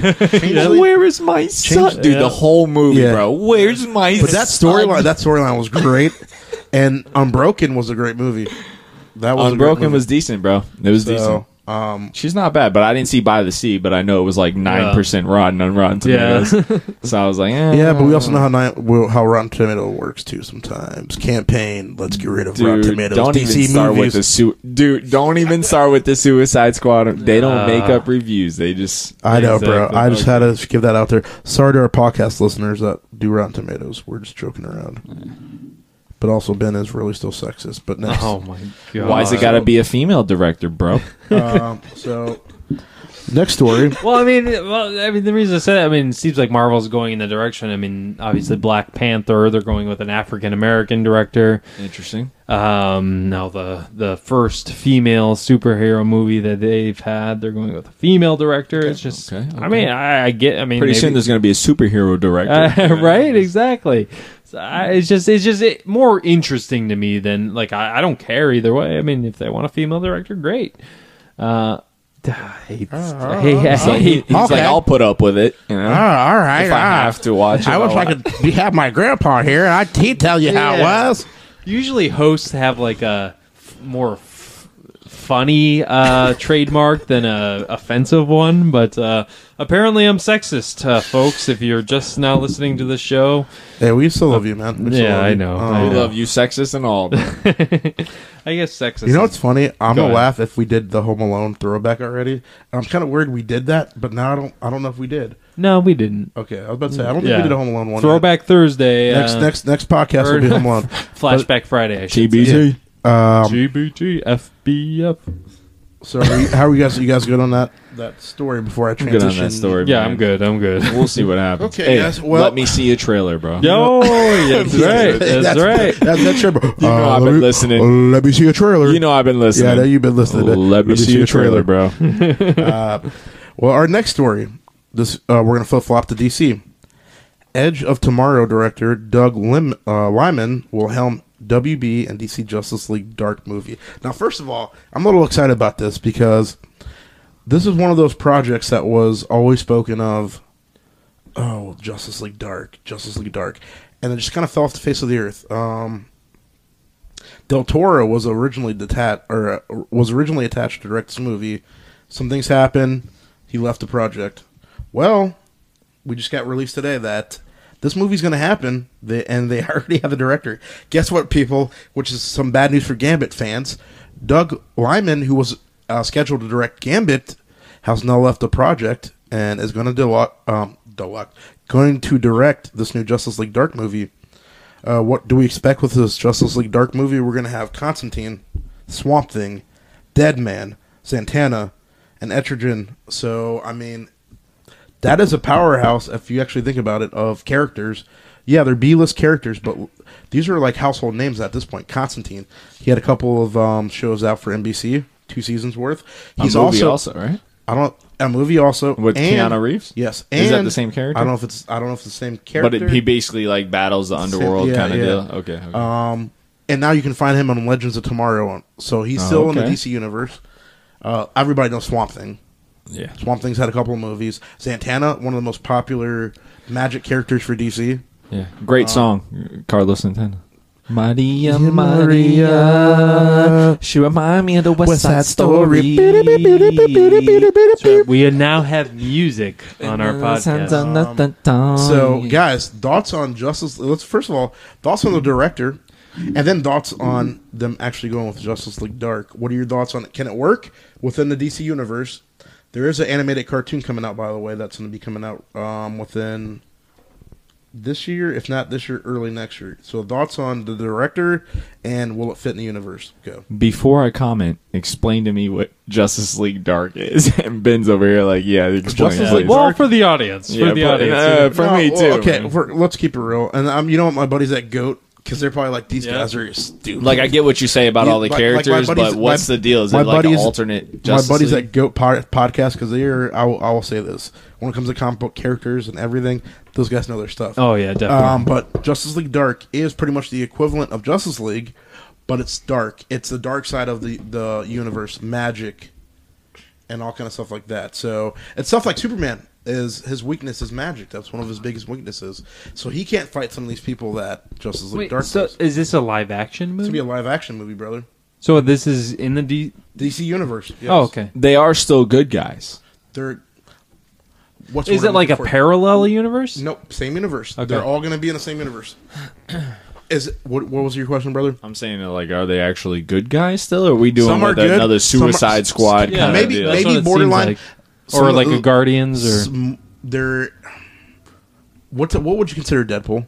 Speaker 2: Changeling-
Speaker 3: Where is my son? Dude, the whole movie,
Speaker 2: Yeah.
Speaker 3: bro. Where's my
Speaker 2: But that storyline, that storyline was great, and Unbroken was a great movie. That was a great
Speaker 3: Unbroken
Speaker 2: movie.
Speaker 3: was decent, bro. It was
Speaker 2: So,
Speaker 3: decent.
Speaker 2: um,
Speaker 3: She's not bad, but I didn't see By the Sea, but I know it was like 9% rotten on Rotten
Speaker 1: Yeah.
Speaker 3: Tomatoes. so I was like, eh,
Speaker 2: yeah, but we also know how ni- well, how Rotten Tomato works too. Sometimes campaign, let's get rid of Rotten
Speaker 3: Dude,
Speaker 2: Tomatoes.
Speaker 3: don't
Speaker 2: DC
Speaker 3: even start
Speaker 2: movies.
Speaker 3: with the su- dude. Don't even start with the Suicide Squad. They don't make up reviews. They just
Speaker 2: I know,
Speaker 1: Exactly.
Speaker 2: bro. I just had to give that out there. Sorry to our podcast listeners that do Rotten Tomatoes. We're just joking around. But also, Ben is really still sexist. But next,
Speaker 1: Oh my god!
Speaker 3: why's it got to be a female director, bro?
Speaker 2: um, so next story.
Speaker 1: Well, I mean, well, I mean, the reason I said, that, I mean, it seems like Marvel's going in the direction. I mean, obviously, Black Panther, they're going with an African American director.
Speaker 3: Interesting.
Speaker 1: Um, now the the first female superhero movie that they've had, they're going with a female director. It's just,
Speaker 3: okay,
Speaker 1: I
Speaker 3: okay.
Speaker 1: mean, I, I get, I mean,
Speaker 3: Pretty soon
Speaker 1: maybe-
Speaker 3: there's going to be a superhero director.
Speaker 1: Uh, right, exactly. it's I, it's just it's just it, more interesting to me than like I, I don't care either way. I mean, if they want a female director, great. Uh, I hate,
Speaker 2: Uh,
Speaker 1: I hate, I hate-
Speaker 3: He's
Speaker 2: Okay.
Speaker 3: like, I'll put up with it. You know,
Speaker 2: Oh, all right.
Speaker 3: if I
Speaker 2: all right.
Speaker 3: have to watch it,
Speaker 2: I wish
Speaker 3: I'll
Speaker 2: I could be, have my grandpa here. and I he'd tell you how it
Speaker 1: Yeah.
Speaker 2: was.
Speaker 1: Usually hosts have like a f- more f- funny uh, trademark than a offensive one, but uh, apparently I'm sexist, uh, folks. If you're just now listening to the show,
Speaker 2: Hey, we still love you, man. We still
Speaker 1: Yeah,
Speaker 2: love
Speaker 1: I
Speaker 2: you.
Speaker 1: know.
Speaker 2: Um,
Speaker 1: I
Speaker 3: We
Speaker 1: know.
Speaker 3: love you, sexist and all. but
Speaker 1: I guess sexist.
Speaker 2: You know
Speaker 1: is-
Speaker 2: what's funny? I'm
Speaker 1: Go
Speaker 2: gonna
Speaker 1: ahead.
Speaker 2: laugh if we did the Home Alone throwback already. And I'm kind of worried we did that, but now I don't. I don't know if we did.
Speaker 1: no, we didn't.
Speaker 2: Okay, I was about to say I don't think we did a Home Alone one.
Speaker 1: Throwback Thursday.
Speaker 2: Next,
Speaker 1: uh,
Speaker 2: next, next podcast will be Home Alone.
Speaker 1: Flashback Friday. I should
Speaker 3: TBT.
Speaker 2: Um,
Speaker 1: GBT
Speaker 2: so, are you- how are you guys? You guys good on that that story before I
Speaker 3: good
Speaker 2: transition?
Speaker 3: on that story.
Speaker 1: Yeah,
Speaker 3: man.
Speaker 1: I'm good. I'm good.
Speaker 3: We'll see what happens.
Speaker 2: Okay,
Speaker 3: Hey,
Speaker 2: guys, well-
Speaker 3: let me see a trailer, bro.
Speaker 1: Yo, that's right. That's, right.
Speaker 2: That's, that's your. You
Speaker 3: know I've been listening.
Speaker 2: Uh, Let me see a trailer.
Speaker 3: You know I've been listening.
Speaker 2: Yeah, I know you've been listening. to-
Speaker 3: Let, me see, a trailer, bro.
Speaker 2: Well, our next story, this uh, we're gonna flip flop to DC. Edge of Tomorrow director Doug Lim, uh, Lyman will helm WB and DC Justice League Dark movie. Now, first of all, I'm a little excited about this because this is one of those projects that was always spoken of. Oh, Justice League Dark, Justice League Dark, and it just kind of fell off the face of the earth. Um, Del Toro was originally detached or uh, was originally attached to direct this movie. Some things happened. He left the project. Well, we just got released today that this movie's going to happen, they, and they already have a director. Guess what, people? Which is some bad news for Gambit fans. Doug Lyman, who was uh, scheduled to direct Gambit, has now left the project and is going to delu- um, delu- going to direct this new Justice League Dark movie. Uh, what do we expect with this Justice League Dark movie? We're going to have Constantine, Swamp Thing, Deadman, Santana, and Etrigan. So, I mean, that is a powerhouse if you actually think about it of characters yeah they're b-list characters but these are like household names at this point constantine he had a couple of um, shows out for nbc two seasons worth he's
Speaker 3: a movie
Speaker 2: also,
Speaker 3: also right.
Speaker 2: i don't a movie also
Speaker 3: With
Speaker 2: and-
Speaker 3: Keanu Reeves?
Speaker 2: yes
Speaker 3: Is that
Speaker 2: and-
Speaker 3: the same character?
Speaker 2: i don't know if it's i don't know if it's the same
Speaker 3: But
Speaker 2: character
Speaker 3: it, he basically like battles the underworld
Speaker 2: yeah,
Speaker 3: kind of
Speaker 2: yeah. Um,
Speaker 3: deal. Okay. okay.
Speaker 2: and now you can find him on legends of tomorrow so he's still in the
Speaker 3: okay.
Speaker 2: dc universe uh, everybody knows swamp thing
Speaker 3: yeah.
Speaker 2: swamp thing's had a couple of movies santana one of the most popular magic characters for dc
Speaker 3: Yeah.
Speaker 2: um,
Speaker 3: Great song, Carlos Santana. Maria,
Speaker 2: Maria,
Speaker 3: she remind me of the West,
Speaker 2: Side Story.
Speaker 1: We now have music on our podcast.
Speaker 2: So, guys, thoughts on Justice? Let's first of all thoughts on the director, and then thoughts on them actually going with Justice League Dark. What are your thoughts on it? Can it work within the DC universe? There is an animated cartoon coming out, by the way, that's going to be coming out um, within this year, if not this year, early next year. So, thoughts on the director and will it fit in the universe? Go.
Speaker 3: Before I comment, explain to me what Justice League Dark is. and Ben's over here like, yeah, explain.
Speaker 2: Justice
Speaker 3: please.
Speaker 2: League
Speaker 1: Well, for the audience,
Speaker 3: Yeah,
Speaker 1: for the
Speaker 3: but-
Speaker 1: audience.
Speaker 3: uh, for
Speaker 2: No,
Speaker 3: me
Speaker 2: well,
Speaker 3: too.
Speaker 2: Okay, for, let's keep it real. And um, you know what, my buddies at Goat, because they're probably like these
Speaker 1: Yeah.
Speaker 2: guys are stupid.
Speaker 3: Like I get what you say about all the
Speaker 2: Like- like my
Speaker 3: characters,
Speaker 2: buddies-
Speaker 3: but what's
Speaker 2: my-
Speaker 3: the deal? Is
Speaker 2: my
Speaker 3: it like an
Speaker 2: buddies-
Speaker 3: alternate Justice
Speaker 2: my buddies
Speaker 3: League?
Speaker 2: at Goat Pod- Podcast because they are. I will, I will say this: when it comes to comic book characters and everything, those guys know their stuff.
Speaker 1: Oh, yeah, definitely.
Speaker 2: Um, but Justice League Dark is pretty much the equivalent of Justice League, but it's dark. It's the dark side of the the universe, magic, and all kind of stuff like that. So it's stuff like Superman is his weakness is magic. That's one of his biggest weaknesses. So he can't fight some of these people that Justice League Dark
Speaker 1: so
Speaker 2: does. It's
Speaker 1: is this a live action
Speaker 2: gonna
Speaker 1: movie?
Speaker 2: be a live action movie, brother.
Speaker 1: so this is in the D.
Speaker 2: DC Universe. yes.
Speaker 1: Oh, okay.
Speaker 3: they are still good guys.
Speaker 2: They're. What's the
Speaker 1: Is
Speaker 2: word
Speaker 1: it
Speaker 2: I'm
Speaker 1: like a
Speaker 2: looking for?
Speaker 1: parallel universe?
Speaker 2: Nope, same universe.
Speaker 1: Okay.
Speaker 2: They're all going to be in the same universe. Is what, what was your question, brother?
Speaker 3: I'm saying that like, are they actually good guys still? Or are we doing
Speaker 2: Some are
Speaker 3: like
Speaker 2: good,
Speaker 3: another
Speaker 2: some are-
Speaker 3: Suicide Squad?
Speaker 1: Yeah,
Speaker 3: kind
Speaker 2: maybe-
Speaker 3: of deal?
Speaker 1: that's
Speaker 2: maybe
Speaker 1: what it seems
Speaker 2: borderline-
Speaker 1: like.
Speaker 2: some
Speaker 1: or
Speaker 2: of
Speaker 1: like
Speaker 2: the-
Speaker 1: a Guardians, or
Speaker 2: Some- They're what's what would you consider Deadpool?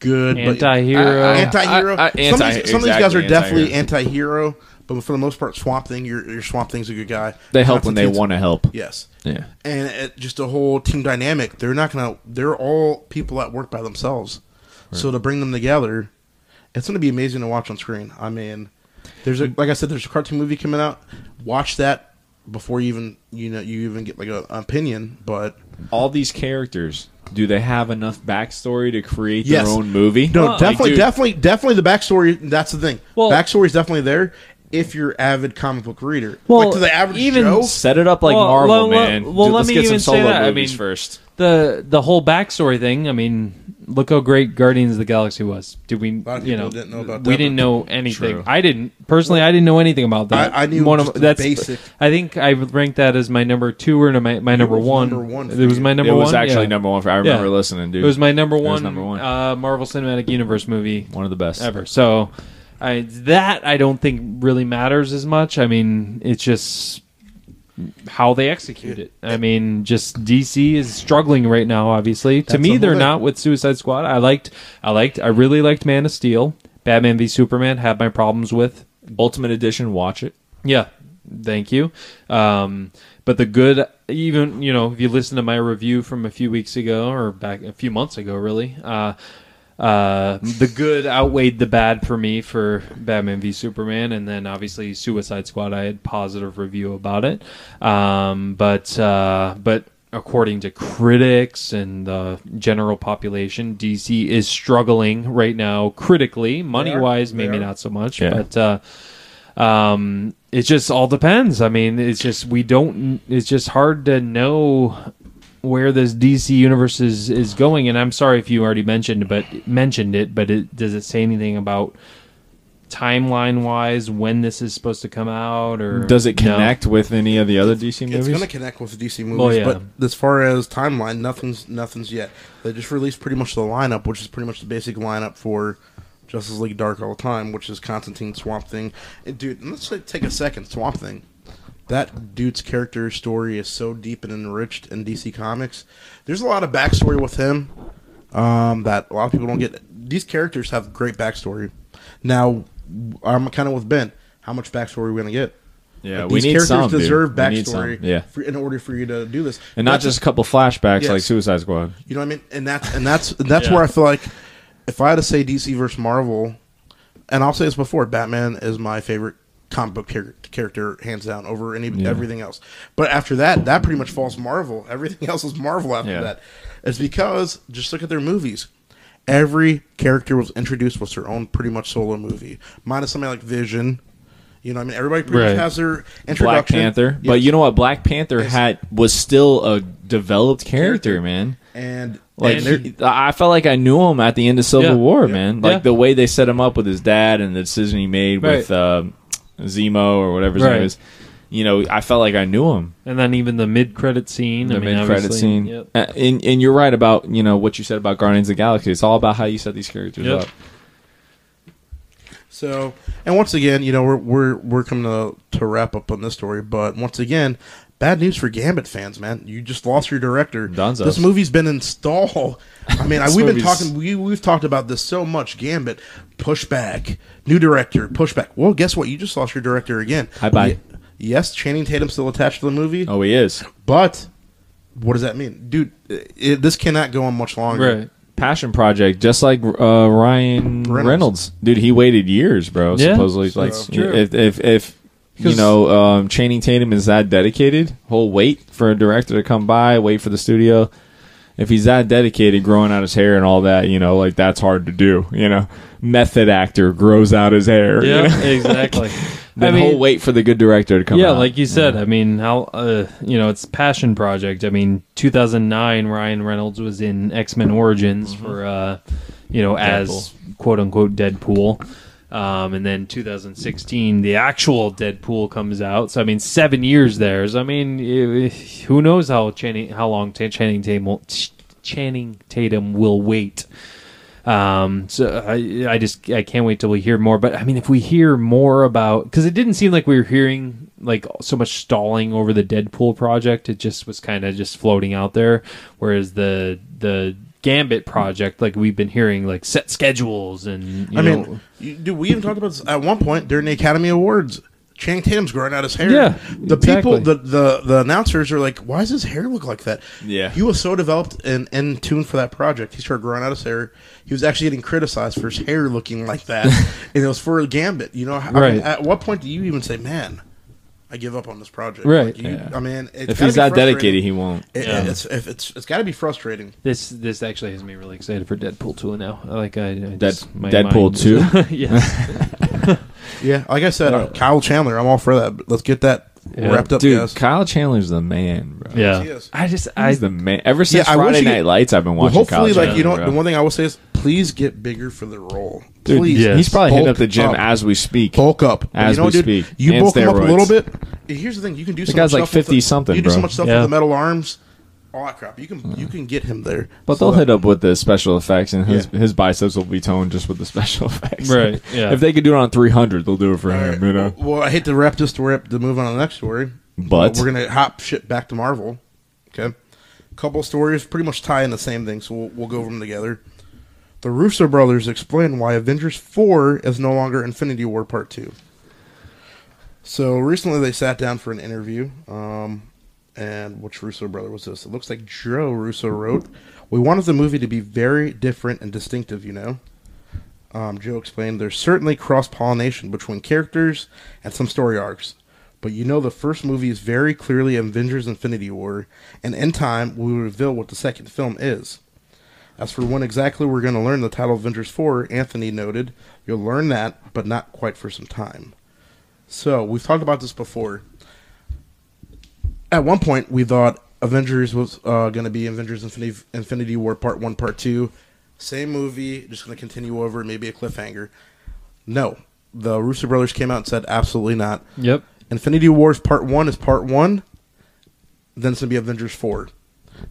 Speaker 2: Good but-
Speaker 1: Anti-hero.
Speaker 3: I- I-
Speaker 2: Anti-hero.
Speaker 3: I- I-
Speaker 2: some, of
Speaker 3: anti-
Speaker 2: these, some of these guys are
Speaker 3: exactly,
Speaker 2: definitely anti-hero, but for the most part, Swamp Thing. Your, your Swamp Thing's a good guy.
Speaker 3: they help when they
Speaker 2: Constantine's-
Speaker 3: want to help.
Speaker 2: Yes.
Speaker 3: Yeah.
Speaker 2: and it, just the whole team dynamic. They're not gonna. They're all people that work by themselves. So to bring them together, it's gonna be amazing to watch on screen. I mean, there's a like I said, there's a cartoon movie coming out. Watch that. before you even you know you even get like a, an opinion. But
Speaker 3: all these characters do they have enough backstory to create
Speaker 2: Yes.
Speaker 3: their own movie
Speaker 2: no,
Speaker 3: Like,
Speaker 2: definitely,
Speaker 3: dude,
Speaker 2: definitely, definitely the backstory. That's the thing.
Speaker 1: Well-
Speaker 2: backstory is definitely there if you're avid comic book reader.
Speaker 1: Well,
Speaker 2: like to the average
Speaker 1: even
Speaker 2: Joe,
Speaker 3: set it up like
Speaker 1: Well,
Speaker 3: marvel
Speaker 1: well, well,
Speaker 3: man
Speaker 1: well,
Speaker 3: Dude,
Speaker 1: let
Speaker 3: let's
Speaker 1: me
Speaker 3: get
Speaker 1: even
Speaker 3: some
Speaker 1: say
Speaker 3: solo
Speaker 1: that. I
Speaker 3: movies
Speaker 1: mean-
Speaker 3: first
Speaker 1: the the whole backstory thing. I mean, look how great Guardians of the Galaxy was. Did we?
Speaker 2: lot of
Speaker 1: you
Speaker 2: people
Speaker 1: know,
Speaker 2: didn't know about
Speaker 1: we
Speaker 2: that.
Speaker 1: didn't know anything.
Speaker 3: True.
Speaker 1: I didn't personally. I didn't know anything about that.
Speaker 2: I- I knew just the basic.
Speaker 1: I think I would rank that as my number two or my, my number
Speaker 2: was
Speaker 1: one.
Speaker 2: number one for
Speaker 1: It was
Speaker 2: you.
Speaker 1: my number
Speaker 3: it
Speaker 1: one.
Speaker 3: was actually
Speaker 1: yeah.
Speaker 3: number one for i
Speaker 1: Yeah.
Speaker 3: remember listening dude
Speaker 1: It was my number one.
Speaker 3: number one.
Speaker 1: Uh, Marvel Cinematic Universe movie
Speaker 3: one of the best
Speaker 1: ever. So I, that I don't think really matters as much. I mean, it's just how they execute it. I mean, just DC is struggling right now. Obviously, to
Speaker 2: That's the
Speaker 1: me,
Speaker 2: whole
Speaker 1: they're
Speaker 2: thing.
Speaker 1: not with Suicide Squad. I liked, I liked, I really liked Man of Steel. Batman v Superman had my problems with.
Speaker 3: ultimate edition watch it
Speaker 1: Yeah, thank you. Um, but the good, even you know, if you listen to my review from a few weeks ago or back a few months ago, really, uh, uh, the good outweighed the bad for me for Batman v Superman, and then obviously Suicide Squad. I had positive review about it, um, but uh, but according to critics and the general population, DC is struggling right now critically, money wise,
Speaker 2: They
Speaker 1: maybe
Speaker 2: are.
Speaker 1: not so much,
Speaker 3: Yeah.
Speaker 1: but. Uh, um, it just all depends. I mean, it's just we don't. It's just hard to know where this DC universe is is going. And I'm sorry if you already mentioned, but mentioned it. But it does it say anything about timeline wise when this is supposed to come out or
Speaker 3: does it
Speaker 1: No.
Speaker 3: connect with any of the other dc movies
Speaker 2: It's going to connect with the DC movies,
Speaker 1: Well, yeah.
Speaker 2: but as far as timeline, nothing's nothing's yet. They just released pretty much the lineup, which is pretty much the basic lineup for Justice League Dark all the time, which is Constantine Swamp Thing. And dude, and let's like, take a second. Swamp Thing, that dude's character story is so deep and enriched in DC Comics. There's a lot of backstory with him um, that a lot of people don't get. These characters have great backstory. Now, I'm kind of with Ben. How much backstory are we going to get?
Speaker 3: yeah
Speaker 2: Like,
Speaker 3: we
Speaker 2: these
Speaker 3: need
Speaker 2: characters
Speaker 3: some, dude.
Speaker 2: deserve
Speaker 3: We need some.
Speaker 2: backstory
Speaker 3: yeah
Speaker 2: for, in order for you to do this
Speaker 3: and not just a couple flashbacks
Speaker 2: Yes.
Speaker 3: like suicide squad
Speaker 2: you know what i mean and that's and that's and that's where i feel like if i had to say dc versus marvel and i'll say this before batman is my favorite comic book char- character hands down over any everything else but after that that pretty much falls marvel everything else is marvel after
Speaker 3: Yeah.
Speaker 2: that it's because just look at their movies every character was introduced with their own pretty much solo movie minus somebody like vision you know what i mean everybody pretty
Speaker 1: Right.
Speaker 2: much has their introduction
Speaker 3: Black Panther. But
Speaker 2: Yes.
Speaker 3: you know what? Black Panther
Speaker 2: Yes.
Speaker 3: had was still a developed character, man.
Speaker 2: and
Speaker 3: Like
Speaker 2: and
Speaker 1: they're-
Speaker 3: he- I felt like I knew him at the end of Civil
Speaker 1: Yeah.
Speaker 3: War, man. Like
Speaker 1: Yeah.
Speaker 3: the way they set him up with his dad and the decision he made with
Speaker 1: Right.
Speaker 3: um Zemo or whatever his
Speaker 1: Right.
Speaker 3: name is. You know, I felt like I knew him.
Speaker 1: And then even the mid credit scene.
Speaker 3: The
Speaker 1: I mean,
Speaker 3: mid-credit
Speaker 1: obviously-
Speaker 3: scene,
Speaker 1: Yep.
Speaker 3: Uh, and and you're right about you know what you said about Guardians of the Galaxy. It's all about how you set these characters
Speaker 1: Yep.
Speaker 3: up.
Speaker 2: So, and once again, you know, we're we're we're coming to to wrap up on this story, but once again, bad news for Gambit fans, man. You just lost your director.
Speaker 3: Dunzo.
Speaker 2: This movie's been in stall. I mean, I,
Speaker 3: This
Speaker 2: we've been
Speaker 3: movie's-
Speaker 2: talking we we've talked about this so much. Gambit pushback, new director pushback. Well, guess what? You just lost your director again.
Speaker 3: Bye bye.
Speaker 2: Ye- Yes, Channing Tatum's still attached to the movie,
Speaker 3: Oh, he is
Speaker 2: but what does that mean, dude? It, this cannot go on much longer.
Speaker 1: Right.
Speaker 3: passion project, just like uh, Ryan
Speaker 2: Reynolds.
Speaker 3: Reynolds. dude. He waited years, bro.
Speaker 1: Yeah,
Speaker 3: supposedly, like
Speaker 1: that's true.
Speaker 3: if if if you
Speaker 1: Because-
Speaker 3: know, um, Channing Tatum is that dedicated. He'll wait for a director to come by, wait for the studio. If he's that dedicated, growing out his hair and all that, you know, like that's hard to do. You know, method actor grows out his hair. you know?
Speaker 1: Yeah. Exactly.
Speaker 3: then he'll wait for the good director to come.
Speaker 1: yeah,
Speaker 3: out.
Speaker 1: like you said, I mean, how uh, you know, it's passion project. I mean, 2009, Ryan Reynolds was in X Men Origins for uh, you know as quote unquote Deadpool, um, and then 2016, the actual Deadpool comes out. So I mean, seven years there. So I mean, i- i- who knows how Channing how long Ta- Channing Tatum will, Channing Tatum will wait. Um, so I, I just I can't wait till we hear more. But I mean, if we hear more about because it didn't seem like we were hearing like so much stalling over the Deadpool project. It just was kind of just floating out there. Whereas the the Gambit project, like we've been hearing, like set schedules and you
Speaker 2: I
Speaker 1: know,
Speaker 2: mean, you, dude, we even talked about this at one point during the Academy Awards. Channing Tatum's growing out his hair.
Speaker 1: Yeah,
Speaker 2: the
Speaker 1: exactly.
Speaker 2: people, the, the the announcers are like, "Why does his hair look like that?"
Speaker 3: Yeah.
Speaker 2: he was so developed and in tune for that project. He started growing out his hair. He was actually getting criticized for his hair looking like that, and it was for a gambit. You know, I mean,
Speaker 1: Right.
Speaker 2: at what point do you even say, "Man, I give up on this project.
Speaker 1: Right.
Speaker 2: Like, you-
Speaker 3: Yeah.
Speaker 2: I mean, it's
Speaker 3: If
Speaker 2: gotta
Speaker 3: he's
Speaker 2: be
Speaker 3: not
Speaker 2: frustrating.
Speaker 3: dedicated, he won't.
Speaker 2: It-
Speaker 1: Yeah.
Speaker 2: it's if it's it's got to be frustrating.
Speaker 1: This this actually has me really excited for Deadpool two now. Like I, I just- my
Speaker 3: Deadpool
Speaker 1: mind is-
Speaker 3: 2?
Speaker 1: yes.
Speaker 2: Yeah, like I said, uh, Kyle Chandler, I'm all for that. but Let's get that
Speaker 1: Yeah.
Speaker 2: wrapped up,
Speaker 3: Dude,
Speaker 2: guys.
Speaker 3: Kyle Chandler's the man, bro.
Speaker 1: yeah.
Speaker 2: Yes.
Speaker 1: I just I
Speaker 3: He's the man. Ever since
Speaker 2: I wish
Speaker 3: Friday
Speaker 2: he-
Speaker 3: Night Lights, I've been
Speaker 2: Well,
Speaker 3: watching.
Speaker 2: hopefully,
Speaker 3: Kyle
Speaker 2: like you know, what-
Speaker 3: Chandler, bro.
Speaker 2: the one thing I will say is, please get bigger for the role.
Speaker 3: Dude,
Speaker 2: please,
Speaker 1: yeah.
Speaker 3: he's probably hitting
Speaker 2: Bulk
Speaker 3: up the gym
Speaker 2: up.
Speaker 3: as we speak.
Speaker 2: bulk up.
Speaker 3: As
Speaker 2: you know,
Speaker 3: we
Speaker 2: dude,
Speaker 3: speak.
Speaker 2: you
Speaker 3: And
Speaker 2: bulk him up a
Speaker 3: steroids.
Speaker 2: little bit. Here's the thing: you can do. The so
Speaker 3: guy's
Speaker 2: much
Speaker 3: like
Speaker 2: stuff with the-
Speaker 3: 50-something,
Speaker 2: You do so
Speaker 3: bro.
Speaker 2: much stuff
Speaker 1: Yeah.
Speaker 2: with the metal arms, all that crap. You can you can get him there.
Speaker 3: But they'll hit up with the special effects, and his,
Speaker 2: Yeah.
Speaker 3: his biceps will be toned just with the special effects.
Speaker 1: Right, yeah.
Speaker 3: if they could do it on 300, they'll do it for
Speaker 2: All
Speaker 3: him.
Speaker 2: right.
Speaker 3: You know.
Speaker 2: Well, I hate to wrap this story up to move on to the next story,
Speaker 3: But-
Speaker 2: we're gonna hop shit back to Marvel. Okay, couple stories pretty much tie in the same thing, so we'll, we'll go over them together. The Russo brothers explain why Avengers Four is no longer Infinity War Part Two. So recently, they sat down for an interview. Um, and which Russo brother was this? It looks like Joe Russo wrote, "We wanted the movie to be very different and distinctive, you know." Um, Joe explained, "There's certainly cross pollination between characters and some story arcs, but you know the first movie is very clearly Avengers: Infinity War, and in time we will reveal what the second film is." As for when exactly we're going to learn the title of Avengers 4, Anthony noted, you'll learn that, but not quite for some time. So, we've talked about this before. At one point, we thought Avengers was uh, going to be Avengers Infinity, Infinity War Part 1, Part 2. Same movie, just going to continue over, maybe a cliffhanger. No. The Russo brothers came out and said, absolutely not.
Speaker 1: Yep.
Speaker 2: Infinity Wars Part One is Part One. Then it's gonna be Avengers Four.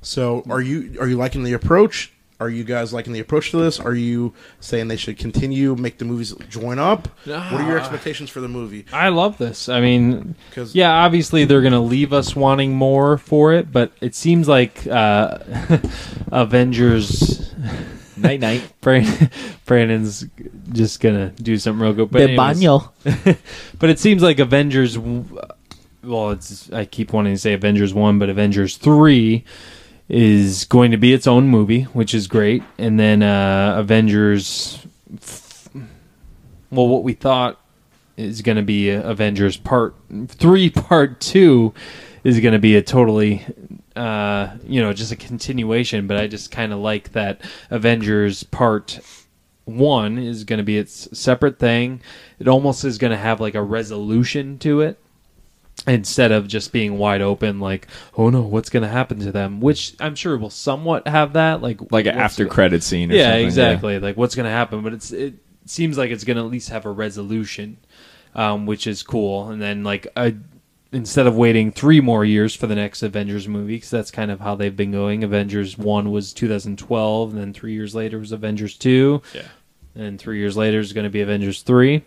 Speaker 2: So are you are you liking the approach? Are you guys liking the approach to this? Are you saying they should continue, make the movies join up? What are your expectations for the movie?
Speaker 1: I love this. I mean,
Speaker 2: 'Cause-
Speaker 1: yeah, obviously they're going to leave us wanting more for it, but it seems like uh, Avengers.
Speaker 3: Night night.
Speaker 1: Brandon, Brandon's just gonna do something real good. But anyways, but it seems like Avengers. w- Well, it's I keep wanting to say Avengers one, but Avengers three is going to be its own movie, which is great. And then uh, Avengers. f- Well, what we thought is going to be Avengers part three, part two is going to be a totally. Uh, you know, just a continuation, but I just kind of like that Avengers Part one is going to be its separate thing. It almost is going to have like a resolution to it instead of just being wide open like oh no what's going to happen to them which i'm sure will somewhat have that like
Speaker 3: Like an
Speaker 1: what's
Speaker 3: after
Speaker 1: the-
Speaker 3: credit scene. Or
Speaker 1: yeah
Speaker 3: something,
Speaker 1: exactly like what's going to happen but it's it seems like it's going to at least have a resolution um, which is cool and then like a instead of waiting three more years for the next avengers movie because that's kind of how they've been going avengers 1 was 2012 and then three years later was avengers 2
Speaker 3: Yeah.
Speaker 1: and three years later is going to be Avengers three.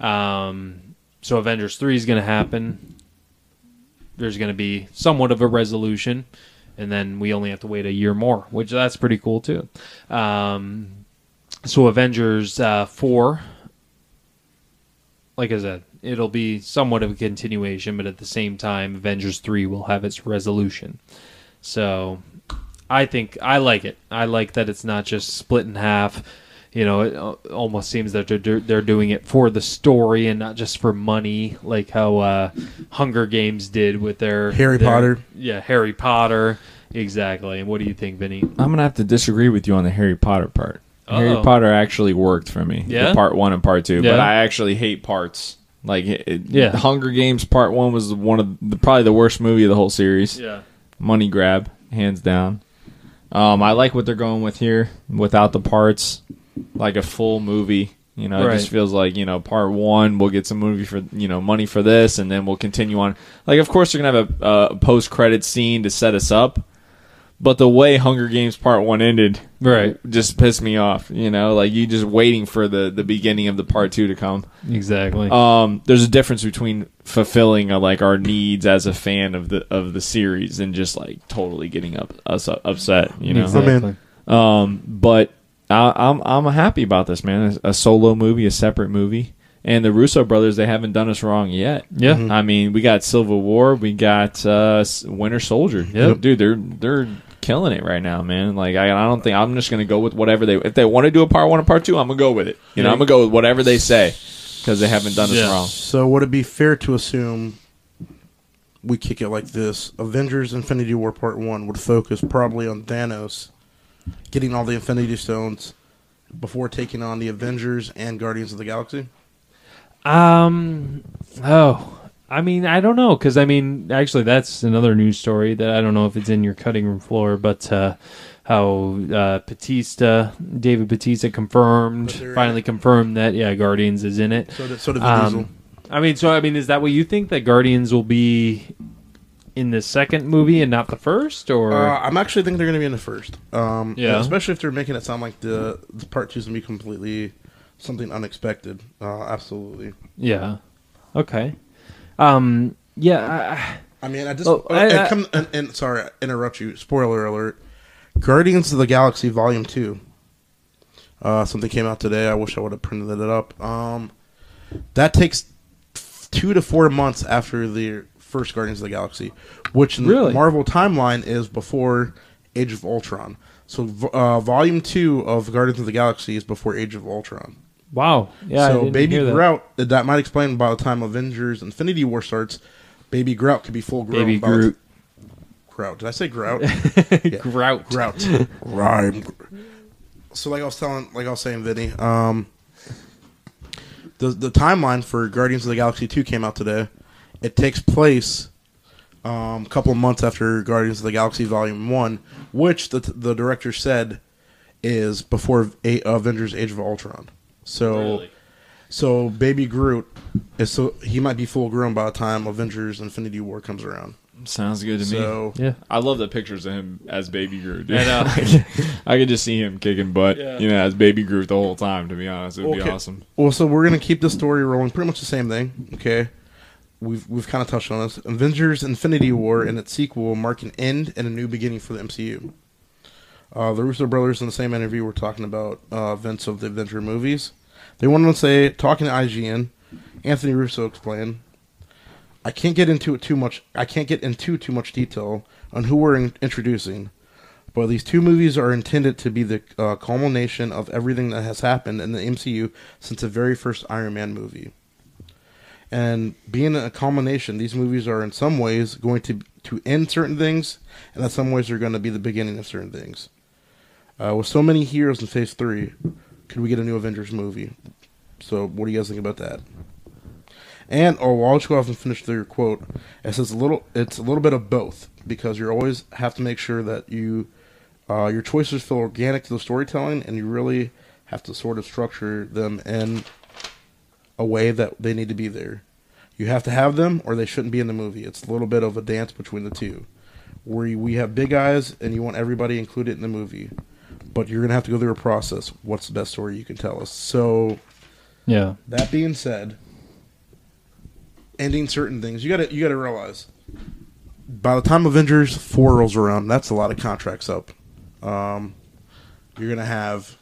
Speaker 1: Um, so Avengers three is going to happen. There's going to be somewhat of a resolution, and then we only have to wait a year more, which that's pretty cool too. Um, so Avengers uh, four, like I said, it'll be somewhat of a continuation, but at the same time, Avengers three will have its resolution. So I think I like it. I like that it's not just split in half. You know, it al- almost seems that they're do- they're doing it for the story and not just for money, like how uh, Hunger Games did with their
Speaker 2: Harry
Speaker 1: their-
Speaker 2: Potter.
Speaker 1: Yeah, Harry Potter. Exactly. And what do you think, Vinny?
Speaker 3: I'm gonna have to disagree with you on the Harry Potter part.
Speaker 1: Uh-oh.
Speaker 3: Harry Potter actually worked for me.
Speaker 1: Yeah?
Speaker 3: the part one and part two,
Speaker 1: Yeah.
Speaker 3: but I actually hate parts. Like, it,
Speaker 1: Yeah.
Speaker 3: the Hunger Games part one was one of the, probably the worst movie of the whole series. money grab, hands down. Um, I like what they're going with here without the parts, like a full movie. You know, it
Speaker 1: Right.
Speaker 3: just feels like you know, part one we'll get some movie for you know money for this, and then we'll continue on. Like, of course, they're gonna have a, a post credit scene to set us up, but the way Hunger Games Part One ended,
Speaker 1: Right.
Speaker 3: just pissed me off. You know, like you just waiting for the the beginning of the part two to come
Speaker 1: Exactly.
Speaker 2: Uh,
Speaker 3: um, there's a difference between fulfilling uh, like our needs as a fan of the of the series and just like totally getting up us up, upset, you know.
Speaker 2: Exactly.
Speaker 3: Um, but I, I'm I'm happy about this, man. A, a solo movie, a separate movie, and the Russo brothers they haven't done us wrong yet.
Speaker 1: Yeah. Mhm.
Speaker 3: I mean we got Civil War, we got uh, S- Winter Soldier.
Speaker 1: Yep.
Speaker 3: dude, they're they're killing it right now, man. Like I, I don't think I'm just gonna go with whatever they if they want to do a part one or part two, I'm gonna go with it. You know, I'm gonna go with whatever they say because they haven't done us
Speaker 1: Yeah.
Speaker 3: wrong.
Speaker 2: So would it be fair to assume we kick it like this Avengers Infinity War Part 1 would focus probably on Thanos getting all the Infinity Stones before taking on the Avengers and Guardians of the Galaxy.
Speaker 1: Um. Oh, I mean, I don't know because I mean, actually, that's another news story that I don't know if it's in your cutting room floor, but uh, how uh, Batista, David Batista, confirmed,
Speaker 2: That they're in
Speaker 1: finally confirmed that yeah, Guardians is in it.
Speaker 2: So did, so did Vin Diesel.
Speaker 1: Um, I mean, so I mean, is that what you think that Guardians will be in the second movie and not the first, or
Speaker 2: Uh, I'm actually thinking they're going to be in the first. Um,
Speaker 1: Yeah.
Speaker 2: and Especially if they're making it sound like the, the part two is going to be completely something unexpected. Uh, absolutely.
Speaker 1: yeah? Okay. Um. Yeah.
Speaker 2: I mean, I just
Speaker 1: Oh,
Speaker 2: uh,
Speaker 1: I-
Speaker 2: and
Speaker 1: I-
Speaker 2: come and, and sorry, I interrupt you. Spoiler alert: Guardians of the Galaxy Volume Two. Uh, something came out today. I wish I would have printed it up. Um, that takes two to four months after the first Guardians of the Galaxy, which in
Speaker 1: Really?
Speaker 2: the Marvel timeline is before Age of Ultron. So, v- uh, Volume Two of Guardians of the Galaxy is before Age of Ultron.
Speaker 1: wow. Yeah. I
Speaker 2: so
Speaker 1: didn't
Speaker 2: Baby
Speaker 1: hear that.
Speaker 2: Grout, uh, that. that might explain by the time Avengers Infinity War starts, Baby Grout could be full grown.
Speaker 1: Baby
Speaker 2: by the-
Speaker 1: Groot.
Speaker 2: Grout. Did I say Grout?
Speaker 1: Grout.
Speaker 2: Grout. Rhyme. So like I was telling, like I was saying, Vinny, um, the the timeline for Guardians of the Galaxy two came out today. It takes place um, a couple of months after Guardians of the Galaxy Volume One, which the the director said is before a- Avengers: Age of Ultron. So. So baby Groot is so he might be full grown by the time Avengers Infinity War comes around.
Speaker 3: Sounds good to me.
Speaker 2: So
Speaker 1: Yeah.
Speaker 3: I love the pictures of him as Baby Groot. Dude.
Speaker 1: I know.
Speaker 3: I could just see him kicking butt,
Speaker 1: Yeah.
Speaker 3: you know, as Baby Groot the whole time. To be honest, it would be
Speaker 2: Okay.
Speaker 3: awesome.
Speaker 2: Well, so we're gonna keep this story rolling. Pretty much the same thing. Okay, we've we've kind of touched on this. Avengers: Infinity War and its sequel mark an end and a new beginning for the MCU. Uh, the Russo brothers in the same interview were talking about uh, events of the Avenger movies. They wanted to say, talking to IGN, Anthony Russo explained, "I can't get into it too much. I can't get into too much detail on who we're in- introducing." But these two movies are intended to be the uh, culmination of everything that has happened in the MCU since the very first Iron Man movie. And being a culmination, these movies are in some ways going to to end certain things, and in some ways are going to be the beginning of certain things. Uh, with so many heroes in Phase Three, could we get a new Avengers movie? So, what do you guys think about that? And oh, I'll just go off and finish their quote. It says a little. It's a little bit of both because you always have to make sure that you uh, your choices feel organic to the storytelling, and you really have to sort of structure them in a way that they need to be there. You have to have them, or they shouldn't be in the movie. It's a little bit of a dance between the two, where you, we have big eyes, and you want everybody included in the movie, but you're gonna have to go through a process. What's the best story you can tell us? So
Speaker 1: Yeah.
Speaker 2: that being said, ending certain things, you gotta you gotta realize by the time Avengers four rolls around, that's a lot of contracts up. Um, you're gonna have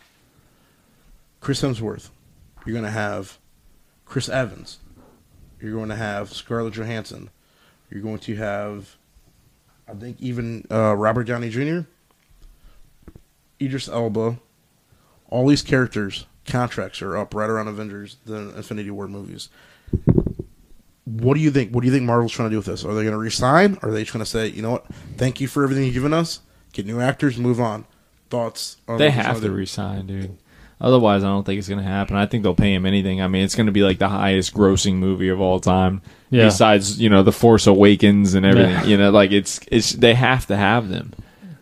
Speaker 2: Chris Hemsworth. You're gonna have Chris Evans. You're going to have Scarlett Johansson. You're going to have, I think, even uh, Robert Downey Jr. Idris Elba, all these characters contracts are up right around Avengers, the Infinity War movies. What do you think? What do you think Marvel's trying to do with this? Are they going to resign? Are they just going to say, you know what? Thank you for everything you've given us. Get new actors, move on. Thoughts? on
Speaker 3: They
Speaker 2: what they're
Speaker 3: have
Speaker 2: trying
Speaker 3: to
Speaker 2: do?
Speaker 3: resign, dude. Otherwise, I don't think it's gonna happen. I think they'll pay him anything. I mean, it's gonna be like the highest grossing movie of all time.
Speaker 1: Yeah.
Speaker 3: Besides, you know, The Force Awakens and everything.
Speaker 1: Yeah.
Speaker 3: You know, like it's it's they have to have them.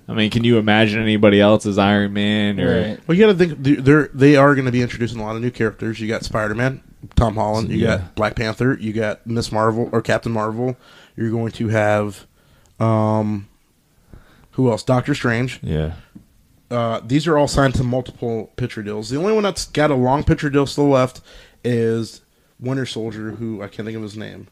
Speaker 3: I mean, can you imagine anybody else as Iron Man or
Speaker 1: Right.
Speaker 2: Well, you got to think th- they're they are going to be introducing a lot of new characters. You got Spider Man, Tom Holland. You
Speaker 3: Yeah.
Speaker 2: got Black Panther. You got Miss Marvel or Captain Marvel. You're going to have, um, who else? Doctor Strange.
Speaker 3: yeah?
Speaker 2: Uh, these are all signed to multiple picture deals. The only one that's got a long picture deal still left is Winter Soldier, who I can't think of his name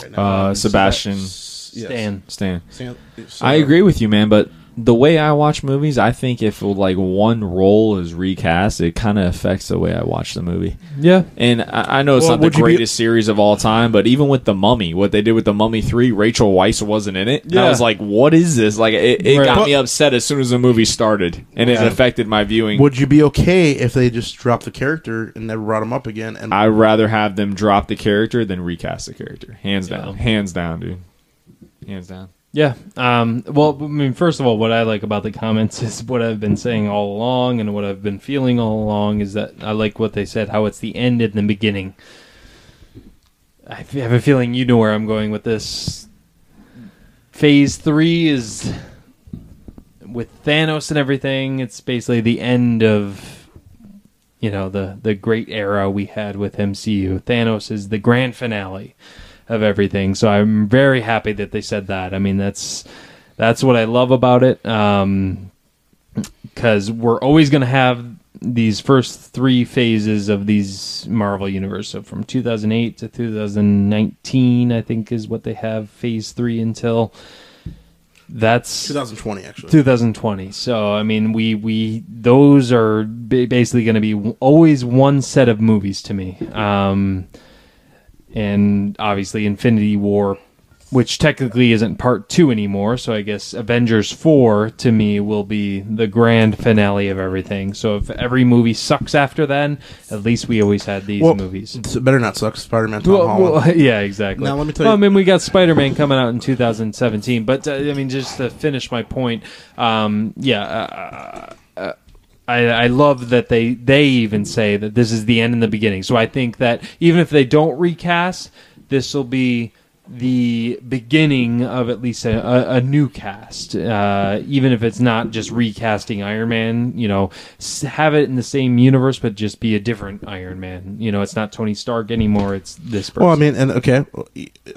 Speaker 2: right now.
Speaker 3: Uh, Sebastian
Speaker 2: Sebas- yes.
Speaker 1: Stan.
Speaker 3: Stan.
Speaker 2: Stan- so-
Speaker 3: I agree with you, man. But the way I watch movies, I think if like one role is recast, it kind of affects the way I watch the movie.
Speaker 1: Yeah.
Speaker 3: And I, I know it's
Speaker 2: Well,
Speaker 3: not the
Speaker 2: would you be-
Speaker 3: greatest series of all time, but even with the Mummy, what they did with the Mummy Three, Rachel Weisz wasn't in it. And I
Speaker 1: Yeah.
Speaker 3: was like, "What is this?" Like it, it
Speaker 1: Right.
Speaker 3: got
Speaker 1: But-
Speaker 3: me upset as soon as the movie started, and it
Speaker 1: Yeah.
Speaker 3: affected my viewing.
Speaker 2: Would you be okay if they just dropped the character and never brought him up again? And
Speaker 3: I'd rather have them drop the character than recast the character, hands down, hands down, dude. hands down.
Speaker 1: Yeah. Um, well, I mean, first of all, what I like about the comments is what I've been saying all along and what I've been feeling all along is that I like what they said, how it's the end and the beginning. I f- have a feeling you know where I'm going with this. Phase three is with Thanos and everything. It's basically the end of you know the the great era we had with MCU. Thanos is the grand finale of everything. So I'm very happy that they said that. I mean, that's that's what I love about it. Um, because we're always going to have these first three phases of these Marvel universe. So from 2008 to 2019, I think is what they have phase three until. That's
Speaker 2: 2020, actually.
Speaker 1: 2020. So I mean, we we those are ba- basically going to be w- always one set of movies to me. Um, and obviously, Infinity War, which technically isn't part two anymore. So I guess Avengers four to me will be the grand finale of everything. So if every movie sucks after then, at least we always had these
Speaker 2: Well,
Speaker 1: movies.
Speaker 2: it's- better not suck. Spider Man.
Speaker 1: Well, well, yeah, exactly.
Speaker 2: Now, let me tell
Speaker 1: Well, I
Speaker 2: you-
Speaker 1: mean, we got Spider Man coming out in 2017, but uh, I mean, just to finish my point, um, yeah, uh, uh, I, I love that they they even say that this is the end and the beginning. So I think that even if they don't recast, this will be the beginning of at least a, a, a new cast uh, even if it's not just recasting iron man you know s- have it in the same universe but just be a different iron man you know it's not tony stark anymore it's this person
Speaker 2: Well, I mean, and okay,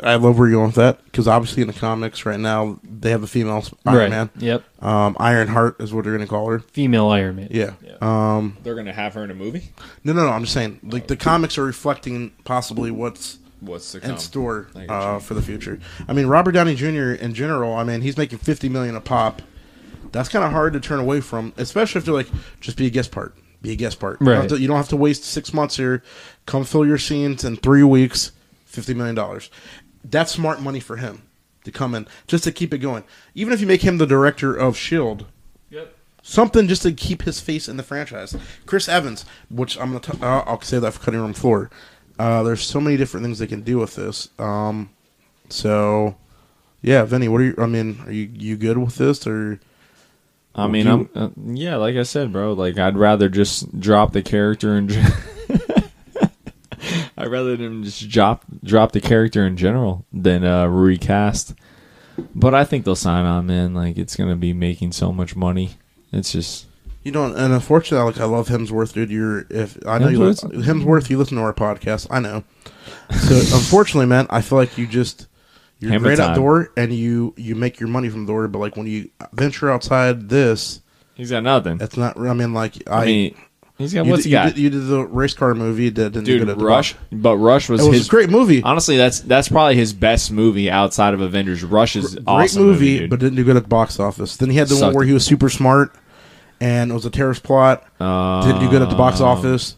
Speaker 2: I love where you're going with that because obviously in the comics right now they have a female Iron
Speaker 1: right.
Speaker 2: Man.
Speaker 1: Yep.
Speaker 2: Um, Iron Heart is what they're gonna call her.
Speaker 1: Female Iron Man.
Speaker 2: Yeah. Um,
Speaker 3: They're gonna have her in a movie.
Speaker 2: no, no, no. I'm just saying, like the comics are reflecting possibly what's
Speaker 3: What's the
Speaker 2: in store
Speaker 3: I got
Speaker 2: uh, for the future. I mean, Robert Downey Jr. in general. I mean, he's making 50 million a pop. That's kind of hard to turn away from, especially if they're like, just be a guest part, be a guest part. You don't,
Speaker 1: Right.
Speaker 2: have to, you don't have to waste six months here. Come fill your scenes in three weeks, 50 million dollars. That's smart money for him to come in just to keep it going. Even if you make him the director of Shield,
Speaker 1: Yep.
Speaker 2: E something just to keep his face in the franchise. Chris Evans, which I'm gonna, t- uh, I'll say that for cutting room floor. Uh, there's so many different things they can do with this. Um, so, yeah, Vinny, what are you? I mean, are you you good with this or?
Speaker 3: I mean,
Speaker 2: You-
Speaker 3: I'm uh, yeah, like I said, bro. Like I'd rather just drop the character and. I'd rather them just drop drop the character in general than uh, recast. But I think they'll sign on, man. Like it's gonna be making so much money. It's just
Speaker 2: You know, and unfortunately, like I love Hemsworth, dude. You're if I know you li-
Speaker 3: Hemsworth's-
Speaker 2: Hemsworth, you listen to our podcast. I know. So unfortunately, man, I feel like you just you're
Speaker 3: Hammer
Speaker 2: great
Speaker 3: time.
Speaker 2: outdoor and you you make your money from the door, but like when you venture outside this,
Speaker 3: he's got nothing.
Speaker 2: that's not. I mean, like I,
Speaker 3: I mean, he's got
Speaker 2: You
Speaker 3: what's
Speaker 2: did,
Speaker 3: he got,
Speaker 2: You did, you did the race car movie. That didn't
Speaker 3: dude?
Speaker 2: get a
Speaker 3: Rush, but Rush was,
Speaker 2: It was
Speaker 3: his
Speaker 2: a great movie.
Speaker 3: Honestly, that's that's probably his best movie outside of Avengers. Rush is
Speaker 2: great
Speaker 3: awesome
Speaker 2: movie,
Speaker 3: movie, dude.
Speaker 2: but didn't do good at the box office. Then he had the one
Speaker 3: Sucked.
Speaker 2: where he was super smart, and it was a terrorist plot.
Speaker 3: Uh,
Speaker 2: didn't do good at the box office.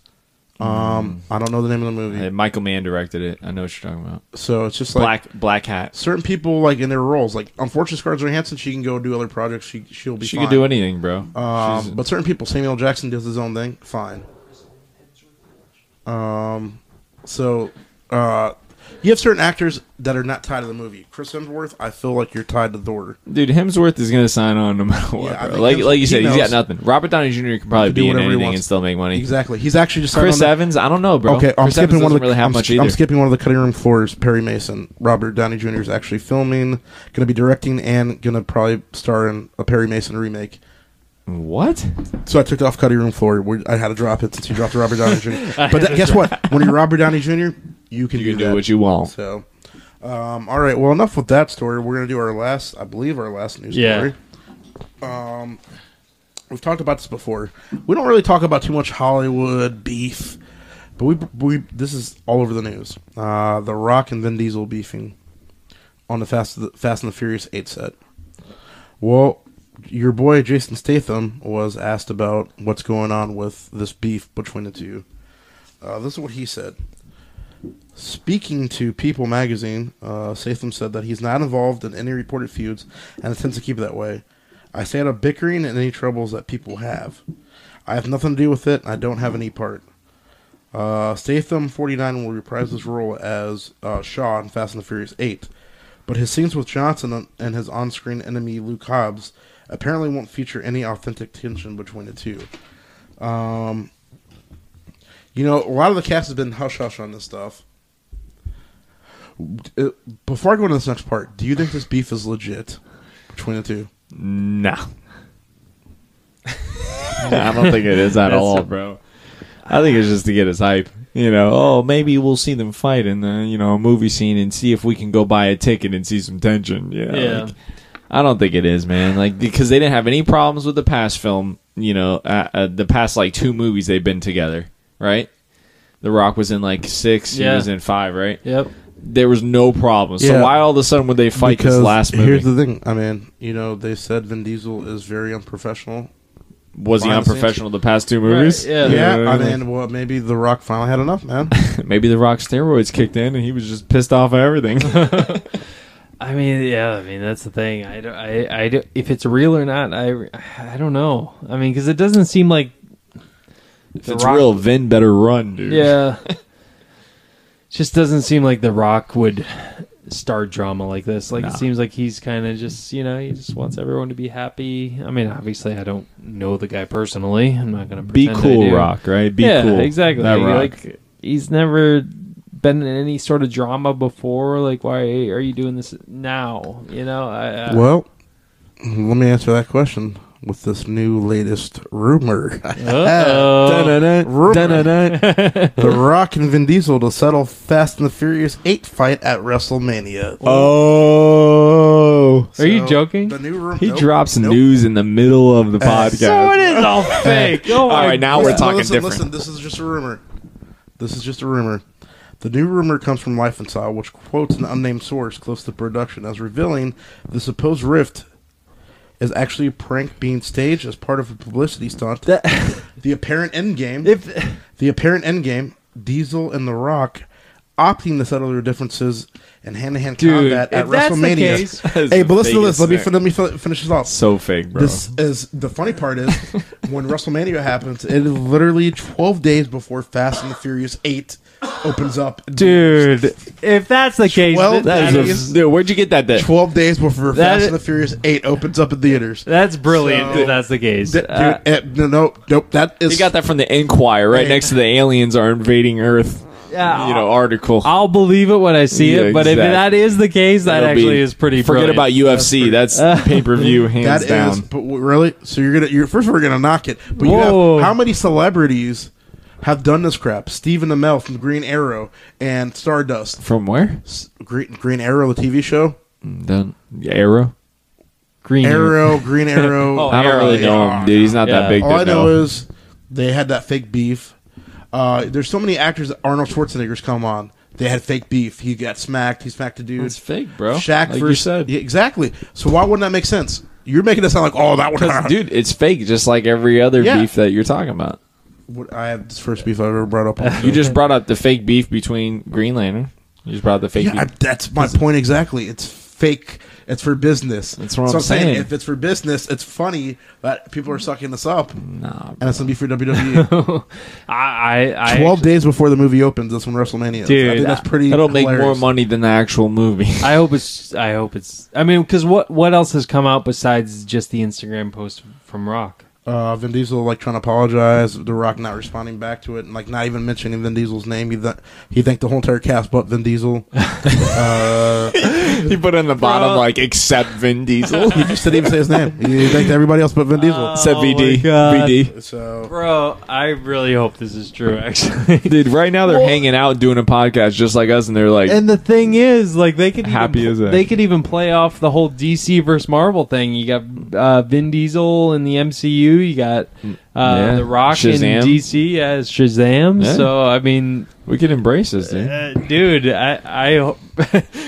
Speaker 2: Um, I don't know the name of the movie,
Speaker 3: Uh, Michael Mann directed it. I know what you're talking about.
Speaker 2: so it's just like
Speaker 3: Black Black Hat.
Speaker 2: certain people like in their roles. Like unfortunately, Scarlett Johansson, she can go do other projects. She she'll be
Speaker 3: She
Speaker 2: fine.
Speaker 3: could do anything, bro. She's-
Speaker 2: Um, but certain people, Samuel Jackson does his own thing. Fine. Um, so uh, you have certain actors that are not tied to the movie. Chris Hemsworth, I feel like you're tied to Thor.
Speaker 3: dude, Hemsworth is gonna sign on no matter what.
Speaker 2: Yeah, I
Speaker 3: bro.
Speaker 2: think
Speaker 3: Like
Speaker 2: Hemsworth-
Speaker 3: like you said,
Speaker 2: he
Speaker 3: he's got
Speaker 2: knows.
Speaker 3: nothing. Robert Downey Jr. could probably
Speaker 2: He can do
Speaker 3: be in
Speaker 2: whatever he
Speaker 3: anything
Speaker 2: wants.
Speaker 3: and still make money.
Speaker 2: Exactly. He's actually just
Speaker 3: Chris
Speaker 2: signed on
Speaker 3: Evans, I don't know,
Speaker 2: the-
Speaker 3: bro.
Speaker 2: Okay, I'm
Speaker 3: Chris
Speaker 2: skipping one of
Speaker 3: Evans doesn't
Speaker 2: the.
Speaker 3: really have
Speaker 2: I'm,
Speaker 3: much
Speaker 2: sk- I'm
Speaker 3: either.
Speaker 2: skipping one of the cutting room floors. Perry Mason, Robert Downey Jr. is actually filming, going to be directing, and going to probably star in a Perry Mason remake.
Speaker 3: What?
Speaker 2: So I took it off cutting room floor. Where I had to drop it since you dropped Robert Downey Jr. But that, guess what? When you're Robert Downey Jr., you can
Speaker 3: You
Speaker 2: do
Speaker 3: can do
Speaker 2: that.
Speaker 3: what you want.
Speaker 2: So, um, all right. Well, enough with that story. We're gonna do our last, I believe, our last news
Speaker 1: Yeah.
Speaker 2: story. Um, we've talked about this before. We don't really talk about too much Hollywood beef, but we we this is all over the news. Uh, the Rock and Vin Diesel beefing on the Fast Fast and the Furious Eight set. Well, your boy Jason Statham was asked about what's going on with this beef between the two. Uh, this is what he said. Speaking to People magazine, uh, Satham said that he's not involved in any reported feuds and intends to keep it that way. I stay out of bickering and any troubles that people have. I have nothing to do with it, and I don't have any part. Uh, Statham 49 will reprise his role as uh, Shaw in Fast and the Furious 8. but his scenes with Johnson on- and his on screen enemy Luke Hobbs apparently won't feature any authentic tension between the two. Um, you know, a lot of the cast has been hush hush on this stuff. Uh, Before I go into this next part, do you think this beef is legit between the two?
Speaker 3: No. I don't think it is at all, bro. I think it's just to get us hype. You know, oh, maybe we'll see them fight in the you know movie scene and see if we can go buy a ticket and see some tension. Yeah,
Speaker 1: Yeah.
Speaker 3: like, I don't think it is, man. Like because they didn't have any problems with the past film. You know, uh, uh, the past like two movies they've been together, right? The Rock was in like six.
Speaker 1: Yeah.
Speaker 3: He was in five, right?
Speaker 1: Yep.
Speaker 3: There was no problem. So
Speaker 2: Yeah.
Speaker 3: why all of a sudden would they fight this last movie?
Speaker 2: here's the thing. I mean, you know, they said Vin Diesel is very unprofessional.
Speaker 3: was he
Speaker 2: behind the scenes.
Speaker 3: unprofessional the past two movies?
Speaker 1: yeah.
Speaker 2: Yeah,
Speaker 3: You know
Speaker 2: I
Speaker 3: what
Speaker 2: mean, well, maybe The Rock finally had enough, man.
Speaker 3: Maybe the rock steroids kicked in and he was just pissed off at everything.
Speaker 1: I mean, yeah. I mean, that's the thing. I, don't- I, I don't- if it's real or not, I, I don't know. I mean, because it doesn't seem like
Speaker 3: if
Speaker 1: The
Speaker 3: it's
Speaker 1: Rock-
Speaker 3: real, Vin better run, dude.
Speaker 1: Yeah. just doesn't seem like The Rock would start drama like this. Like
Speaker 3: Nah.
Speaker 1: it seems like he's kind of just, you know, he just wants everyone to be happy. I mean, obviously I don't know the guy personally. I'm not going to
Speaker 3: Be cool, Rock, right? Be
Speaker 1: yeah,
Speaker 3: cool.
Speaker 1: exactly.
Speaker 3: That rock.
Speaker 1: Like he's never been in any sort of drama before. Like why are you doing this now? You know, I, I,
Speaker 2: well, let me answer that question with this new latest rumor.
Speaker 1: Uh-oh.
Speaker 2: Rumor. the Rock and Vin Diesel to settle Fast and the Furious 8 fight at WrestleMania.
Speaker 3: oh.
Speaker 1: Are you joking?
Speaker 2: The new rumor.
Speaker 3: He drops news in the middle of the podcast.
Speaker 1: So it is all fake. Oh
Speaker 3: all
Speaker 1: my
Speaker 3: right, now we're talking
Speaker 2: listen,
Speaker 3: different.
Speaker 2: Listen, this is just a rumor. This is just a rumor. The new rumor comes from Life and Style, which quotes an unnamed source close to production as revealing the supposed rift is actually a prank being staged as part of a publicity stunt. the apparent endgame.
Speaker 1: If
Speaker 2: The apparent endgame, Diesel and The Rock opting to settle their differences in hand-to-hand
Speaker 1: Dude,
Speaker 2: combat at
Speaker 1: if that's the
Speaker 2: WrestleMania.
Speaker 1: case-
Speaker 3: That is
Speaker 2: hey,
Speaker 3: the
Speaker 2: but listen to this.
Speaker 3: biggest
Speaker 2: Let me,
Speaker 3: thing.
Speaker 2: fin- let me fi- finish this off.
Speaker 3: So fake, bro.
Speaker 2: This is the funny part is when WrestleMania happens, it is literally 12 days before Fast and the Furious 8 opens up.
Speaker 1: dude, if that's the case,
Speaker 2: Well,
Speaker 1: th-
Speaker 3: that
Speaker 2: that
Speaker 3: is
Speaker 2: is-
Speaker 3: a, dude, where'd you get that? That
Speaker 2: 12 days before
Speaker 1: That
Speaker 2: Fast
Speaker 1: is-
Speaker 2: and the Furious 8 opens up in theaters.
Speaker 1: that's brilliant.
Speaker 2: So-
Speaker 1: if that's the case,
Speaker 2: That- dude,
Speaker 1: Uh,
Speaker 2: eh, no, no, nope. That is
Speaker 3: you got that from the Enquirer, right
Speaker 2: Hey.
Speaker 3: next to the aliens are invading Earth.
Speaker 1: Yeah. uh,
Speaker 3: you know, article.
Speaker 1: I'll believe it when I see
Speaker 3: Yeah,
Speaker 1: it. But
Speaker 3: exactly.
Speaker 1: if that is the case, that
Speaker 3: It'll be-
Speaker 1: actually is pretty.
Speaker 3: Forget
Speaker 1: brilliant.
Speaker 3: about UFC. That's, pay per view,
Speaker 2: That
Speaker 3: hands
Speaker 2: is,
Speaker 3: down.
Speaker 2: but w- really. So you're gonna, you're first we're gonna knock it. But you
Speaker 1: Whoa.
Speaker 2: have how many celebrities have done this crap? Stephen Amell from Green Arrow and Stardust.
Speaker 3: From where?
Speaker 2: S- Green, Green Arrow, the TV show.
Speaker 3: Done. Arrow.
Speaker 1: Green
Speaker 2: Arrow, Green Arrow.
Speaker 1: Mm. Oh,
Speaker 3: I don't
Speaker 1: Arrow,
Speaker 3: really know
Speaker 2: yeah.
Speaker 3: him, dude. He's not that
Speaker 1: Yeah.
Speaker 3: big.
Speaker 2: All I
Speaker 3: to
Speaker 2: know is they had that fake beef. Uh, there's so many actors that Arnold Schwarzenegger's come on. They had fake beef. He got smacked. He smacked a dude.
Speaker 3: That's fake, bro.
Speaker 2: Shaq
Speaker 3: Like you
Speaker 2: versus
Speaker 3: said.
Speaker 2: Yeah, exactly. So why wouldn't that make sense? You're making it sound like oh that
Speaker 3: Because,
Speaker 2: would
Speaker 3: dude, it's fake, just like every other
Speaker 2: Yeah.
Speaker 3: beef that you're talking about.
Speaker 2: What- I have this first beef I've ever brought up. on
Speaker 3: You just brought up the fake beef between Green Lantern. You just brought up the fake
Speaker 2: Yeah, I,
Speaker 3: beef.
Speaker 2: that's my point exactly. It's fake. It's for business.
Speaker 3: That's what
Speaker 2: so
Speaker 3: I'm saying.
Speaker 2: If it's for business, it's funny that people are sucking this up, and
Speaker 3: nah,
Speaker 2: it's gonna be for WWE.
Speaker 1: I, I, I
Speaker 2: Twelve days before the movie opens, that's when WrestleMania. Is. I
Speaker 1: Dude,
Speaker 2: think that's pretty.
Speaker 3: That'll make more
Speaker 2: hilarious.
Speaker 3: money than the actual movie.
Speaker 1: I hope it's. I hope it's. I mean, because what what else has come out besides just the Instagram post from Rock?
Speaker 2: Uh, Vin Diesel like trying to apologize. The Rock not responding back to it, and like not even mentioning Vin Diesel's name. He th- he thanked the whole entire cast, but Vin Diesel. Uh,
Speaker 3: he put in the bottom like, except Vin Diesel.
Speaker 2: he just didn't even say his name. He thanked everybody else, but Vin Diesel.
Speaker 3: Except
Speaker 1: Oh my
Speaker 3: VD.
Speaker 1: God.
Speaker 3: VD.
Speaker 2: so
Speaker 1: Bro, I really hope this is true. Actually,
Speaker 3: Dude, right now they're hanging out doing a podcast just like us, and they're like,
Speaker 1: and the thing is, like they could
Speaker 3: Happy
Speaker 1: even,
Speaker 3: as a-
Speaker 1: they could even play off the whole DC versus Marvel thing. You got uh, Vin Diesel in the MCU. You got uh,
Speaker 3: Mm, Yeah.
Speaker 1: the Rock
Speaker 3: Shazam.
Speaker 1: in DC as Shazam.
Speaker 3: Yeah.
Speaker 1: So I mean,
Speaker 3: we can embrace this, dude.
Speaker 1: uh, dude, I I. ho-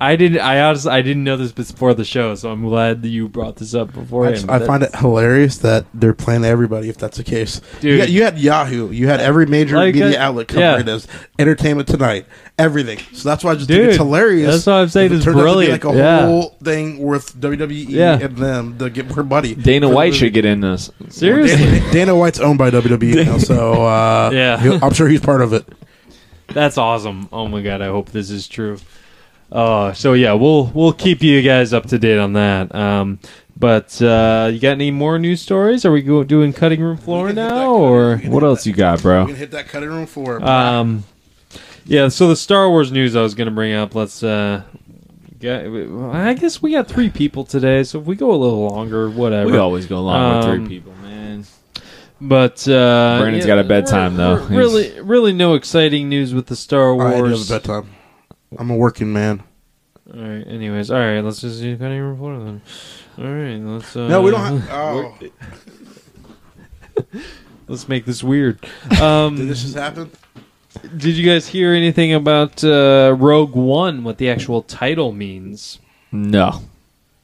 Speaker 1: I didn't. I honestly, I didn't know this before the show, so I'm glad that you brought this up
Speaker 2: I,
Speaker 1: beforehand.
Speaker 2: I find it hilarious that they're playing everybody. If that's the case,
Speaker 1: Dude.
Speaker 2: You, had, you had Yahoo, you had every major
Speaker 1: Like,
Speaker 2: media
Speaker 1: uh,
Speaker 2: outlet covering
Speaker 1: yeah.
Speaker 2: this, Entertainment Tonight, everything. So that's why I just think
Speaker 1: Dude,
Speaker 2: it's hilarious.
Speaker 1: that's what I'm saying
Speaker 2: if it
Speaker 1: is
Speaker 2: turned out to be,
Speaker 1: brilliant.
Speaker 2: like a
Speaker 1: Yeah.
Speaker 2: whole thing worth WWE
Speaker 1: Yeah.
Speaker 2: and them to get her buddy
Speaker 3: Dana
Speaker 2: for the
Speaker 3: White
Speaker 2: movie.
Speaker 3: should get in this.
Speaker 1: Seriously,
Speaker 2: Dana, Dana White's owned by WWE now, so uh,
Speaker 1: Yeah.
Speaker 2: he'll- I'm sure he's part of it.
Speaker 1: that's awesome. Oh my god, I hope this is true. Uh, so yeah, we'll we'll keep you guys up to date on that. Um, but uh, you got any more news stories? Are we go, doing cutting room floor
Speaker 2: can hit that
Speaker 1: now,
Speaker 2: cutting-
Speaker 1: or
Speaker 2: we can
Speaker 3: What else you got,
Speaker 2: We
Speaker 3: bro?
Speaker 2: can hit that cutting room floor.
Speaker 1: Um, yeah. So the Star Wars news I was going to bring up. Let's. Uh, get, I guess we got three people today, so if we go a little longer, whatever.
Speaker 3: We always go along with
Speaker 1: Um,
Speaker 3: three people, man.
Speaker 1: But uh,
Speaker 3: Brandon's got a bedtime,
Speaker 1: we're-
Speaker 3: though.
Speaker 1: we're Really, really, no exciting news with the Star
Speaker 2: I do have
Speaker 1: Wars.
Speaker 2: a bedtime. I'm a working man.
Speaker 1: all right. Anyways, all right. Let's just do cutting room floor then. All right. Let's. Uh,
Speaker 2: No, we don't. Have, oh, did
Speaker 1: Let's make this weird. Um,
Speaker 2: this just happen?
Speaker 1: did you guys hear anything about uh, Rogue One? What the actual title means?
Speaker 3: No.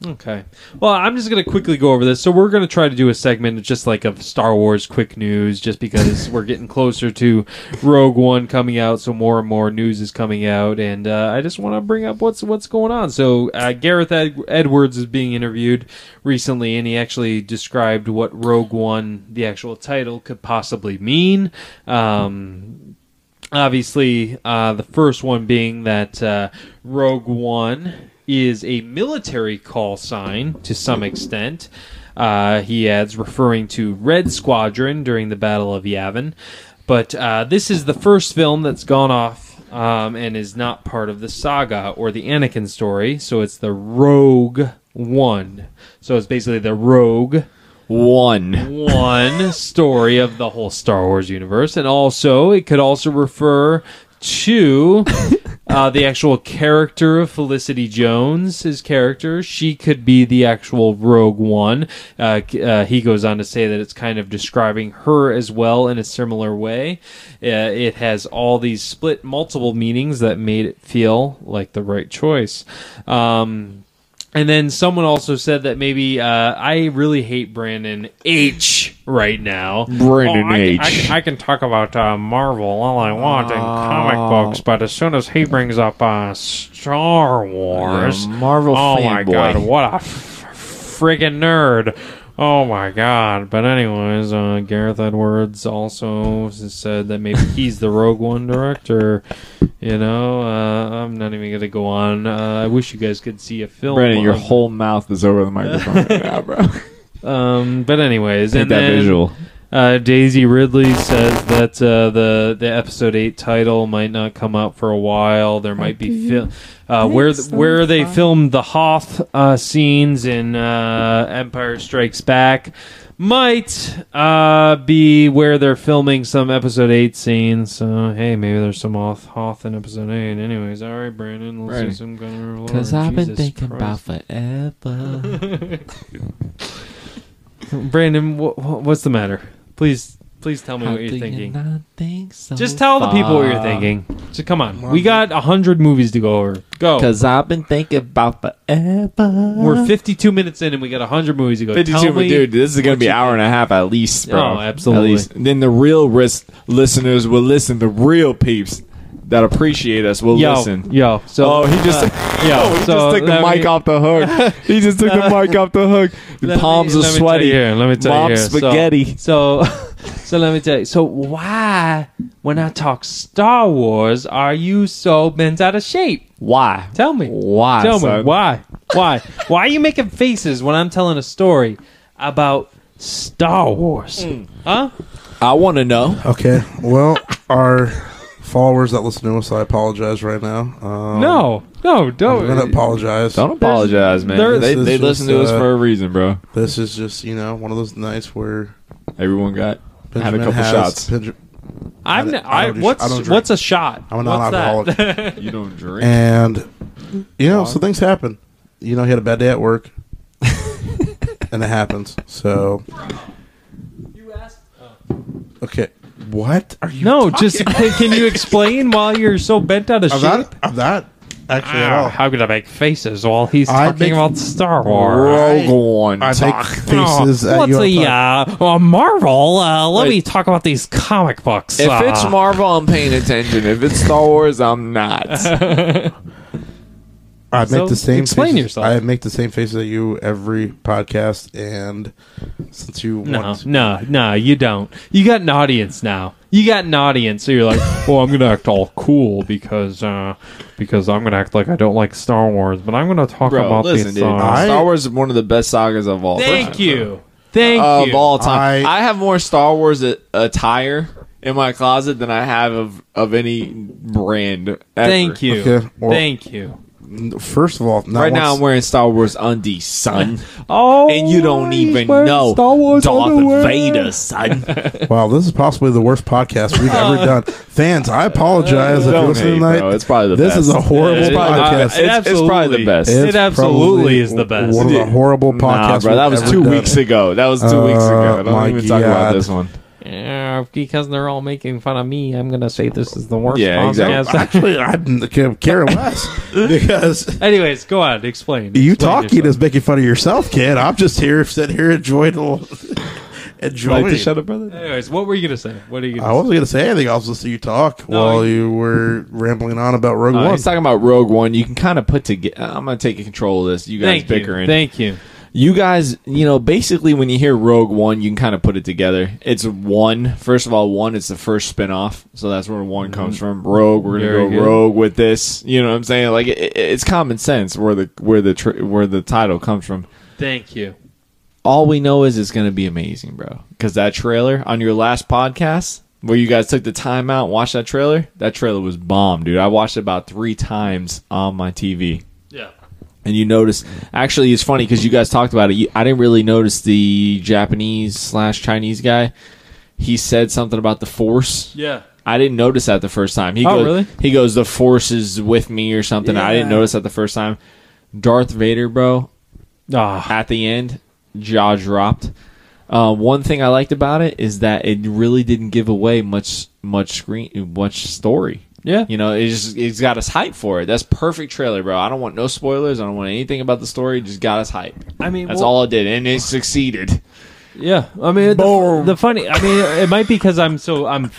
Speaker 1: Okay. Well, I'm just gonna quickly go over this. So we're gonna try to do a segment just like of Star Wars quick news, just because we're getting closer to Rogue One coming out, so more and more news is coming out, and uh, I just want to bring up what's what's going on. So uh, Gareth Ed- Edwards is being interviewed recently, and he actually described what Rogue One, the actual title, could possibly mean. Um, obviously uh, the first one being that uh, rogue one is a military call sign to some extent uh, he adds referring to red squadron during the battle of yavin but uh, this is the first film that's gone off um, and is not part of the saga or the anakin story so it's the rogue one so it's basically the rogue
Speaker 3: One.
Speaker 1: one story of the whole Star Wars universe, and also it could also refer to uh, the actual character of Felicity Jones. His character, she could be the actual Rogue One. Uh, c- uh, he goes on to say that it's kind of describing her as well in a similar way. Uh, it has all these split multiple meanings that made it feel like the right choice. Um, and then someone also said that maybe uh, I really hate Brandon H right now.
Speaker 3: Brandon
Speaker 1: Oh, I can- I
Speaker 3: H.
Speaker 1: can- I can talk about uh, Marvel all I want and
Speaker 3: Ah.
Speaker 1: comic books, but as soon as he brings up uh, Star Wars,
Speaker 3: You're a Marvel
Speaker 1: oh my
Speaker 3: fanboy.
Speaker 1: god, what a f- friggin' nerd! Oh my god! But anyways, uh, Gareth Edwards also said that maybe he's the Rogue One director. You know, uh, I'm not even gonna go on. Uh, I wish you guys could see a film.
Speaker 3: Brandon, your
Speaker 1: of-
Speaker 3: whole mouth is over the microphone right now, bro.
Speaker 1: um, but anyways,
Speaker 3: Take
Speaker 1: and
Speaker 3: that
Speaker 1: then,
Speaker 3: visual.
Speaker 1: Uh, Daisy Ridley says that uh, the the episode eight title might not come out for a while. There might be fil- uh, where th- where they filmed the Hoth uh, scenes in uh, Empire Strikes Back might uh, be where they're filming some episode eight scenes. So hey, maybe there's some Hoth Hoth in episode eight. Anyways, all right, Brandon, let's do some
Speaker 3: Brandon.
Speaker 1: kind of
Speaker 4: Because I've been
Speaker 1: Jesus
Speaker 4: thinking
Speaker 1: Christ.
Speaker 4: about forever.
Speaker 1: Brandon, wh- wh- what's the matter? Please, please tell me
Speaker 4: How
Speaker 1: what you're
Speaker 4: do
Speaker 1: thinking.
Speaker 4: You not think so
Speaker 1: Just tell the people what you're
Speaker 4: far?
Speaker 1: thinking. So come on, we got a hundred movies to go over. Go.
Speaker 4: Cause I've been thinking about forever.
Speaker 1: We're 52 minutes in, and we got a hundred movies to go.
Speaker 3: 52
Speaker 1: Tell
Speaker 3: but
Speaker 1: me-
Speaker 3: dude this is gonna be an hour and a half at least bro
Speaker 1: Oh, absolutely.
Speaker 3: at least then the real risk listeners will listen the real peeps that appreciate us will
Speaker 1: yo,
Speaker 3: listen
Speaker 1: yo. So, uh,
Speaker 3: oh he just
Speaker 1: yo,
Speaker 3: oh, he
Speaker 1: so
Speaker 3: just took the
Speaker 1: let
Speaker 3: mic
Speaker 1: me-
Speaker 3: off the hook he just took the mic off the hook the
Speaker 1: Let
Speaker 3: palms
Speaker 1: me-
Speaker 3: are
Speaker 1: let me tell
Speaker 3: sweaty
Speaker 1: you here, let me tell
Speaker 3: Mom
Speaker 1: you here. So-
Speaker 3: spaghetti
Speaker 1: So, so let me tell you. So why, when I talk Star Wars, are you so bent out of shape?
Speaker 3: why
Speaker 1: Tell me.
Speaker 3: why
Speaker 1: Tell me
Speaker 3: son?
Speaker 1: why? Why? why are you making faces when I'm telling a story about Star Wars? Huh?
Speaker 3: i want to know
Speaker 2: Okay. Well, our followers that listen to us, I apologize right now. Um,
Speaker 1: no, no,
Speaker 2: I'm gonna
Speaker 1: don't.
Speaker 2: apologize.
Speaker 3: don't apologize
Speaker 1: there-
Speaker 3: man they,
Speaker 2: This
Speaker 3: they
Speaker 2: is
Speaker 3: listen
Speaker 2: just,
Speaker 3: to us
Speaker 2: uh,
Speaker 3: for a reason bro
Speaker 2: This is just you know one of those nights where
Speaker 3: everyone got had a
Speaker 2: Benjamin
Speaker 3: couple
Speaker 2: has-
Speaker 3: shots
Speaker 2: Benja-
Speaker 1: I'm.
Speaker 2: I
Speaker 1: n-
Speaker 2: don't-
Speaker 1: I,
Speaker 2: I don't do-
Speaker 1: what's
Speaker 2: I don't drink.
Speaker 1: what's a shot?
Speaker 2: I'm a
Speaker 1: What's that?
Speaker 2: non-alcoholic,
Speaker 3: you don't drink
Speaker 2: and you know so things happen. You know, he had a bad day at work, and it happens. So Oh. okay, what are you?
Speaker 1: no, just can, can you explain why you're so bent out of
Speaker 2: I'm
Speaker 1: shape?
Speaker 2: not. I'm not actually at
Speaker 1: Ah,
Speaker 2: all.
Speaker 1: how could I make faces while he's
Speaker 2: I
Speaker 1: talking
Speaker 2: make-
Speaker 1: about Star Wars?
Speaker 3: Rogue One
Speaker 2: I
Speaker 3: talk.
Speaker 2: make faces
Speaker 1: Oh,
Speaker 2: at
Speaker 1: what's
Speaker 2: you. all
Speaker 1: a
Speaker 2: the time.
Speaker 1: uh, uh, Marvel? Uh, let
Speaker 3: Wait.
Speaker 1: me talk about these comic books.
Speaker 3: If
Speaker 1: uh,
Speaker 3: it's Marvel, I'm paying attention. If it's Star Wars, I'm not.
Speaker 2: I make
Speaker 1: So,
Speaker 2: the same.
Speaker 1: explain
Speaker 2: faces,
Speaker 1: yourself.
Speaker 2: I make the same faces at you every podcast, and since you
Speaker 1: no,
Speaker 2: want,
Speaker 1: no, no, you don't. You got an audience now. you got an audience, so you're like, well, I'm gonna act all cool because uh, because I'm gonna act like I don't like Star Wars, but I'm gonna talk
Speaker 3: Bro,
Speaker 1: about uh,
Speaker 3: listen,
Speaker 1: these
Speaker 3: dude.
Speaker 1: songs.
Speaker 2: I-
Speaker 3: Star Wars is one of the best sagas of all time.
Speaker 1: Thank you, thank
Speaker 3: of
Speaker 1: you.
Speaker 3: all time.
Speaker 2: I-
Speaker 3: I, have more Star Wars a- attire in my closet than I have of, of any brand. Ever.
Speaker 1: Thank you,
Speaker 2: Okay, well-
Speaker 1: thank you.
Speaker 2: First of all, not
Speaker 3: Right now,
Speaker 2: once-
Speaker 3: I'm wearing Star Wars undies, son,
Speaker 1: Oh,
Speaker 3: and you don't
Speaker 1: he's
Speaker 3: even
Speaker 1: wearing
Speaker 3: know
Speaker 1: Star Wars
Speaker 3: Darth
Speaker 1: underwear.
Speaker 3: Vader, son.
Speaker 2: Wow, this is possibly the worst podcast we've ever done. Fans, I apologize if you're
Speaker 3: Don't
Speaker 2: listening
Speaker 3: hate,
Speaker 2: tonight.
Speaker 3: bro. It's probably the
Speaker 2: This is
Speaker 3: best.
Speaker 2: a horrible
Speaker 3: It's probably the
Speaker 2: podcast.
Speaker 3: best. It's- it's probably the best.
Speaker 2: It's
Speaker 1: It absolutely
Speaker 2: probably
Speaker 1: is the best.
Speaker 2: One of the horrible podcasts.
Speaker 3: nah, bro, that
Speaker 2: we've
Speaker 3: was
Speaker 2: ever
Speaker 3: two
Speaker 2: done.
Speaker 3: weeks ago. That was two weeks ago. I
Speaker 2: my
Speaker 3: don't even talk about
Speaker 2: God.
Speaker 3: this one.
Speaker 1: Yeah, because they're all making fun of me, I'm gonna say this is the worst.
Speaker 3: Yeah, exactly.
Speaker 1: podcast.
Speaker 2: Actually, I didn't care less because
Speaker 1: Anyways, go on, explain.
Speaker 2: you
Speaker 1: Explain
Speaker 2: talking
Speaker 1: yourself.
Speaker 2: is making fun of yourself, kid. I'm just here sitting here enjoying the- enjoying.
Speaker 3: up, brother.
Speaker 1: Anyways, what were you gonna say? What are you?
Speaker 2: I
Speaker 1: Gonna
Speaker 2: wasn't gonna say anything. I was listening to you talk
Speaker 1: No,
Speaker 2: while
Speaker 1: you-
Speaker 2: you were rambling on about Rogue
Speaker 3: Uh,
Speaker 2: One.
Speaker 3: he's talking about Rogue One. You can kind of put together. I'm gonna take control of this. You
Speaker 1: say?
Speaker 3: guys
Speaker 1: Thank
Speaker 3: bickering.
Speaker 1: you. Thank you.
Speaker 3: you guys, you know, basically when you hear Rogue One, you can kind of put it together. It's one. First of all, one it's the first spin-off, so that's where one comes from. Rogue, we're gonna
Speaker 1: Very
Speaker 3: go
Speaker 1: good.
Speaker 3: rogue with this. You know what I'm saying? Like it, it- it's common sense where the where the tr- where the title comes from.
Speaker 1: Thank you.
Speaker 3: All we know is it's gonna be amazing, bro. Because that trailer on your last podcast where you guys took the time out and watched that trailer, that trailer was bomb, dude. I watched it about three times on my TV
Speaker 1: Yeah.
Speaker 3: and you notice actually it's funny because you guys talked about it you, i didn't really notice the japanese slash chinese guy he said something about the force
Speaker 1: Yeah.
Speaker 3: i didn't notice that the first time he
Speaker 1: Oh,
Speaker 3: goes
Speaker 1: really?
Speaker 3: he goes the force is with me or something i didn't
Speaker 1: Yeah.
Speaker 3: notice that the first time darth vader bro
Speaker 1: Ah.
Speaker 3: at the end jaw dropped uh, one thing i liked about it is that it really didn't give away much much screen much story
Speaker 1: Yeah.
Speaker 3: you know, it's just it's got us hype for it. That's perfect trailer, bro. I don't want no spoilers. I don't want anything about the story. It Just got us hype.
Speaker 1: I mean,
Speaker 3: That's
Speaker 1: well-
Speaker 3: all it did, and it succeeded.
Speaker 1: Yeah. I mean, the, the funny. I mean, it might be because I'm so I'm.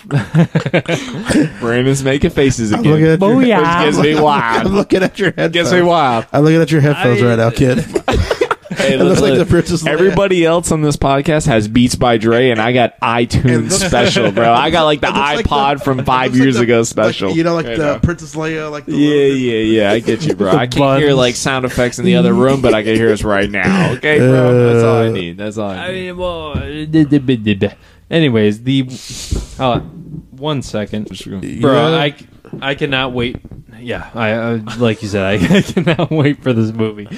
Speaker 3: Brandon's making faces
Speaker 2: I'm looking
Speaker 3: again.
Speaker 2: at your-
Speaker 1: Booyah.
Speaker 3: It gets me
Speaker 2: I'm
Speaker 3: wild.
Speaker 2: looking at your headphones.
Speaker 3: Gets me wild.
Speaker 2: I'm looking at your headphones
Speaker 1: I-
Speaker 2: right now, kid.
Speaker 3: Hey,
Speaker 2: looks like
Speaker 3: look,
Speaker 2: the Princess Leia.
Speaker 3: Everybody else on this podcast has Beats by Dre, and I got iTunes
Speaker 2: looks-
Speaker 3: special, bro. I got like the
Speaker 2: It looks like
Speaker 3: iPod
Speaker 2: the-
Speaker 3: from
Speaker 2: it
Speaker 3: five
Speaker 2: looks like
Speaker 3: years
Speaker 2: the-
Speaker 3: ago
Speaker 2: like,
Speaker 3: special.
Speaker 2: you know, like
Speaker 3: I
Speaker 2: the
Speaker 3: know.
Speaker 2: Princess Leia, like the
Speaker 3: Yeah,
Speaker 2: little-
Speaker 3: yeah, yeah. I get you, bro. I can't hear
Speaker 1: buttons.
Speaker 3: like sound effects in the other room, but I can hear us right now. Okay, bro. That's all I need. That's all I
Speaker 1: I
Speaker 3: need.
Speaker 1: mean, well. Anyways, the. Uh, one second, bro.
Speaker 2: Yeah.
Speaker 1: I I cannot wait. Yeah, I uh, like you said, I, I cannot wait for this movie.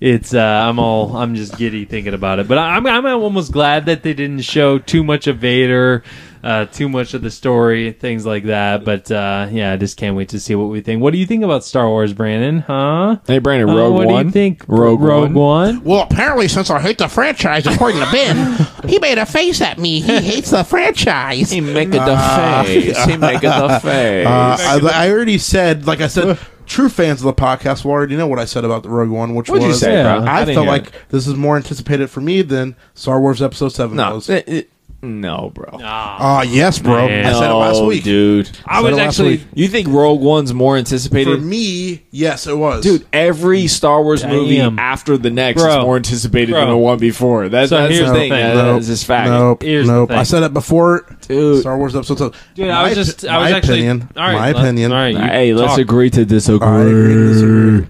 Speaker 1: It's uh, I'm all I'm just giddy thinking about it, but I, I'm I'm almost glad that they didn't show too much of Vader, uh, too much of the story, things like that. But uh, yeah, I just can't wait to see what we think. What do you think about Star Wars, Brandon? Huh?
Speaker 3: Hey Brandon,
Speaker 1: Uh,
Speaker 3: Rogue
Speaker 1: what
Speaker 3: One.
Speaker 1: do you think?
Speaker 3: Rogue,
Speaker 1: Rogue
Speaker 3: One.
Speaker 1: One.
Speaker 5: Well, apparently, since I hate the franchise, according to Ben, he made a face at me. He hates the franchise.
Speaker 3: He make it the face. He make it the face.
Speaker 2: Uh, I, I already said, like I said, true fans of the podcast will already know what I said about the Rogue One, which
Speaker 3: What'd you
Speaker 2: was
Speaker 3: say,
Speaker 1: bro?
Speaker 2: I,
Speaker 3: I didn't
Speaker 2: felt
Speaker 3: hear
Speaker 2: like this is more anticipated for me than Star Wars Episode Seven
Speaker 3: no,
Speaker 2: was.
Speaker 3: it- it- no, bro. No,
Speaker 2: Ah, yes, bro. I said it last week.
Speaker 3: dude.
Speaker 1: I was
Speaker 2: Said it last
Speaker 1: actually
Speaker 2: week.
Speaker 3: You think Rogue One's more
Speaker 2: For
Speaker 3: anticipated?
Speaker 2: me, yes, it was,
Speaker 3: Dude, every Star Wars movie
Speaker 1: Damn.
Speaker 3: after the next
Speaker 1: Bro.
Speaker 3: is more anticipated than
Speaker 1: Bro.
Speaker 3: the one before. That,
Speaker 1: So
Speaker 3: that's
Speaker 1: here's
Speaker 3: the
Speaker 1: the
Speaker 3: thing.
Speaker 1: thing.
Speaker 3: That-
Speaker 2: Nope,
Speaker 3: That's just fact.
Speaker 2: Nope,
Speaker 1: Here's the
Speaker 2: nope.
Speaker 1: thing.
Speaker 2: I said it before.
Speaker 3: Dude.
Speaker 2: Star Wars Episode Seven.
Speaker 1: Dude,
Speaker 2: My
Speaker 1: I was just
Speaker 2: opi-
Speaker 1: I was
Speaker 2: my
Speaker 1: actually
Speaker 2: opinion.
Speaker 1: All right,
Speaker 2: my
Speaker 1: let's-
Speaker 2: opinion.
Speaker 1: All right, you
Speaker 3: Hey, let's
Speaker 1: talk.
Speaker 3: agree to disagree.
Speaker 2: I agree and disagree.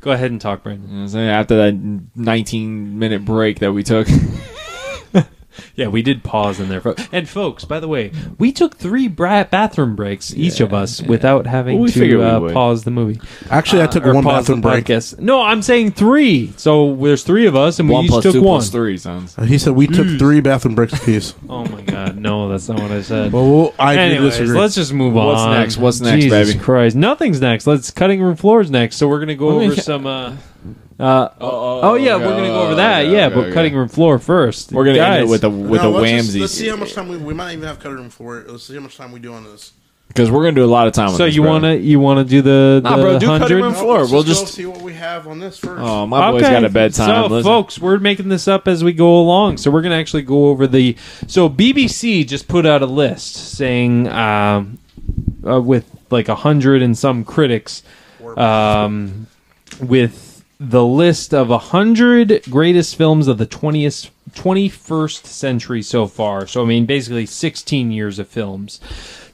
Speaker 1: Go ahead and talk, Brandon.
Speaker 3: You know what I'm saying? After that 19 minute break that we took,
Speaker 1: Yeah, we did pause in there. fo- And folks, by the way, we took three bra- bathroom breaks each of us without having
Speaker 3: Well, we figured
Speaker 1: to
Speaker 3: we
Speaker 1: uh,
Speaker 3: would.
Speaker 1: pause the movie.
Speaker 2: Actually, I took
Speaker 1: Or
Speaker 2: one
Speaker 1: pause the
Speaker 2: bathroom break.
Speaker 1: podcast. No, I'm saying three. So there's three of us, and we
Speaker 3: one
Speaker 1: each
Speaker 3: plus
Speaker 1: took
Speaker 3: two
Speaker 1: one.
Speaker 3: plus three sounds.
Speaker 2: Uh, He said we took three bathroom breaks apiece.
Speaker 1: Oh my god, no, that's not what I said.
Speaker 2: well, I
Speaker 1: Anyways,
Speaker 2: disagree.
Speaker 1: let's just move
Speaker 3: What's
Speaker 1: on.
Speaker 3: next? What's next,
Speaker 1: Jesus
Speaker 3: baby? Oh,
Speaker 1: Christ, nothing's next. Let's cutting room floors next. So we're gonna go
Speaker 3: me
Speaker 1: over
Speaker 3: check-
Speaker 1: some. Uh, uh, oh, yeah, we're gonna go over that.
Speaker 3: okay,
Speaker 1: yeah,
Speaker 3: Oh, okay,
Speaker 1: but
Speaker 3: okay.
Speaker 1: cutting room floor first.
Speaker 3: We're gonna
Speaker 1: Guys,
Speaker 3: end it with a with
Speaker 2: No,
Speaker 3: a
Speaker 2: let's just-
Speaker 3: whamsies.
Speaker 2: let's see how much time we, we might even have cutting room floor. Let's see how much time we do on this.
Speaker 3: Because we're gonna do a lot of time. on
Speaker 1: So
Speaker 3: this,
Speaker 1: you
Speaker 3: bro.
Speaker 1: wanna you wanna do the
Speaker 3: Nah,
Speaker 1: the
Speaker 3: bro, do cutting
Speaker 1: hundred?
Speaker 3: room floor.
Speaker 2: let's
Speaker 3: We'll
Speaker 2: just go
Speaker 3: just-
Speaker 2: see what we have on this first.
Speaker 3: Oh, my boy's got a bedtime.
Speaker 1: So,
Speaker 3: Listen.
Speaker 1: folks, we're making this up as we go along. So, we're going to actually go over the. So, BBC just put out a list saying, um, uh, with like a hundred and some critics, um, with the list of a hundred greatest films of the twentieth 21st century so far. So, I mean, basically 16 years of films.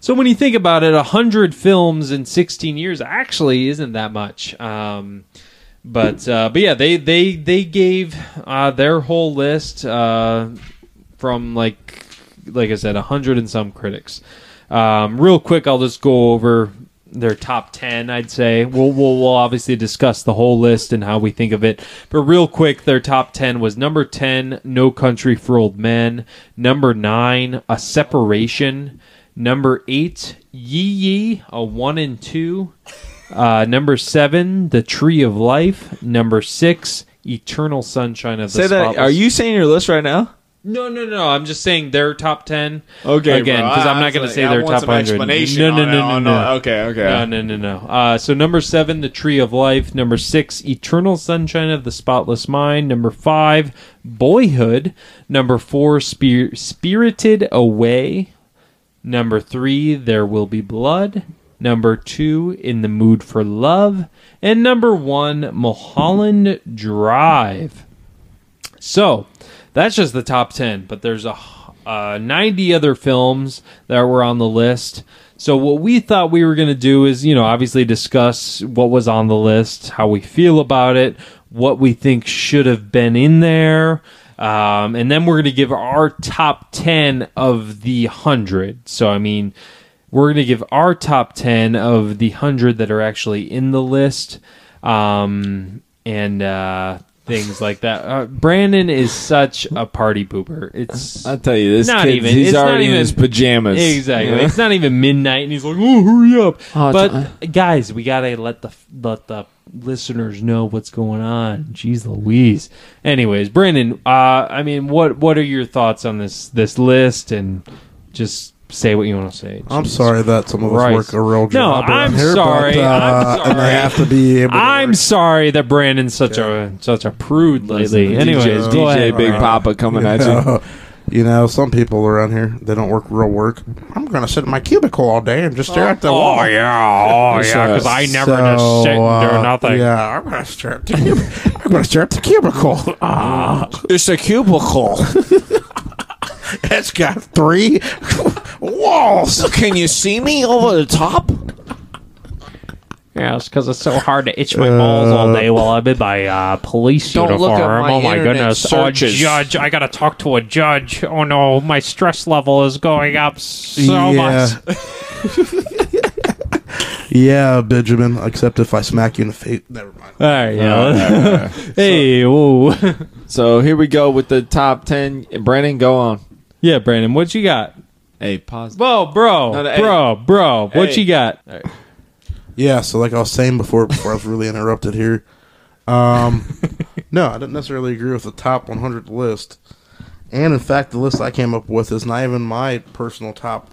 Speaker 1: So, when you think about it, 100 films in 16 years actually isn't that much. Um, but uh, but yeah, they they they gave uh, their whole list uh, from like like I said, a hundred and some critics. Um, real quick, I'll just go over their top ten. I'd say we'll, we'll we'll obviously discuss the whole list and how we think of it. But real quick, their top ten was number ten, No Country for Old Men. Number nine, A Separation. Number eight, Yee Yee, a one and two. Uh, number seven, The Tree of Life. Number six, Eternal Sunshine of the
Speaker 3: Say that.
Speaker 1: Spotless
Speaker 3: Are you saying your list right now?
Speaker 1: no, no, no. I'm just saying their top ten.
Speaker 3: Okay,
Speaker 1: again,
Speaker 3: bro.
Speaker 1: because
Speaker 3: I-
Speaker 1: I'm
Speaker 3: I
Speaker 1: not
Speaker 3: was
Speaker 1: going
Speaker 3: like,
Speaker 1: to say
Speaker 3: I
Speaker 1: their
Speaker 3: want
Speaker 1: top
Speaker 3: some
Speaker 1: hundred.
Speaker 3: explanation
Speaker 1: No, no,
Speaker 3: on it.
Speaker 1: no, no,
Speaker 3: Oh,
Speaker 1: no.
Speaker 3: no. Okay, okay.
Speaker 1: No, no, no, no. Uh, so number seven, The Tree of Life. Number six, Eternal Sunshine of the Spotless Mind. Number five, Boyhood. Number four, Spir- Spirited Away. Number three, There Will Be Blood. Number two, In the Mood for Love. And number one, Mulholland Drive. So that's just the top 10, but there's a, h- uh, 90 other films that were on the list. So what we thought we were going to do is, you know, obviously discuss what was on the list, how we feel about it, what we think should have been in there. Um, and then we're going to give our top 10 of the 100. So, I mean, we're going to give our top 10 of the 100 that are actually in the list um, and uh, things like that. Uh, Brandon is such a party pooper. It's
Speaker 3: I'll tell you this.
Speaker 1: not
Speaker 3: kid,
Speaker 1: even.
Speaker 3: He's
Speaker 1: it's
Speaker 3: already
Speaker 1: not even,
Speaker 3: in his pajamas.
Speaker 1: Exactly. It's not even midnight, and he's like, "Oh, hurry up!"
Speaker 4: Oh,
Speaker 1: but
Speaker 4: it's-
Speaker 1: guys, we gotta let the let the listeners know what's going on. Jeez Louise. Anyways, Brandon, uh, I mean, what what are your thoughts on this this list? And just say what you want to say.
Speaker 2: I'm sorry that some of us
Speaker 1: Christ.
Speaker 2: work a real
Speaker 1: No,
Speaker 2: job. around
Speaker 1: I'm
Speaker 2: here,
Speaker 1: sorry.
Speaker 2: But, uh,
Speaker 1: I'm
Speaker 2: And
Speaker 1: sorry.
Speaker 2: they have to be able. To
Speaker 1: I'm
Speaker 2: work.
Speaker 1: sorry that Brandon's such a such a prude lately. Anyways,
Speaker 3: DJ,
Speaker 1: go ahead.
Speaker 3: Big
Speaker 1: Brandon.
Speaker 3: Papa coming at you.
Speaker 2: You know, some people around here they don't work real work. I'm gonna sit in my cubicle all day and just stare at the wall.
Speaker 6: Oh, yeah, oh yeah, because I never just sit and do
Speaker 2: uh,
Speaker 6: nothing.
Speaker 2: Yeah, I'm gonna stare at the cubicle. I'm gonna stare at the cubicle. Ah,
Speaker 3: It's a cubicle.
Speaker 2: it's got three walls.
Speaker 3: Can you see me over the top?
Speaker 6: Yeah, it's because it's so hard to itch my balls all day while I'm in my uh, police
Speaker 3: Don't look at
Speaker 6: uniform.
Speaker 3: my
Speaker 6: oh my
Speaker 3: internet
Speaker 6: goodness!
Speaker 3: searches.
Speaker 6: Oh, judge, I gotta talk to a judge. Oh no, my stress level is going up so much.
Speaker 2: yeah. yeah, Benjamin. Except if I smack you in the face. Never mind.
Speaker 1: All right, yeah. hey, whoa.
Speaker 3: So here we go with the top ten. Brandon, go on.
Speaker 1: yeah, Brandon, what you got?
Speaker 3: Hey, pause.
Speaker 1: Whoa, bro,
Speaker 3: No, no, hey.
Speaker 1: bro, bro, what
Speaker 3: Hey.
Speaker 1: you got?
Speaker 2: Yeah, so like I was saying before, before I was really interrupted here. Um, no, I didn't necessarily agree with the top 100 list, and in fact, the list I came up with is not even my personal top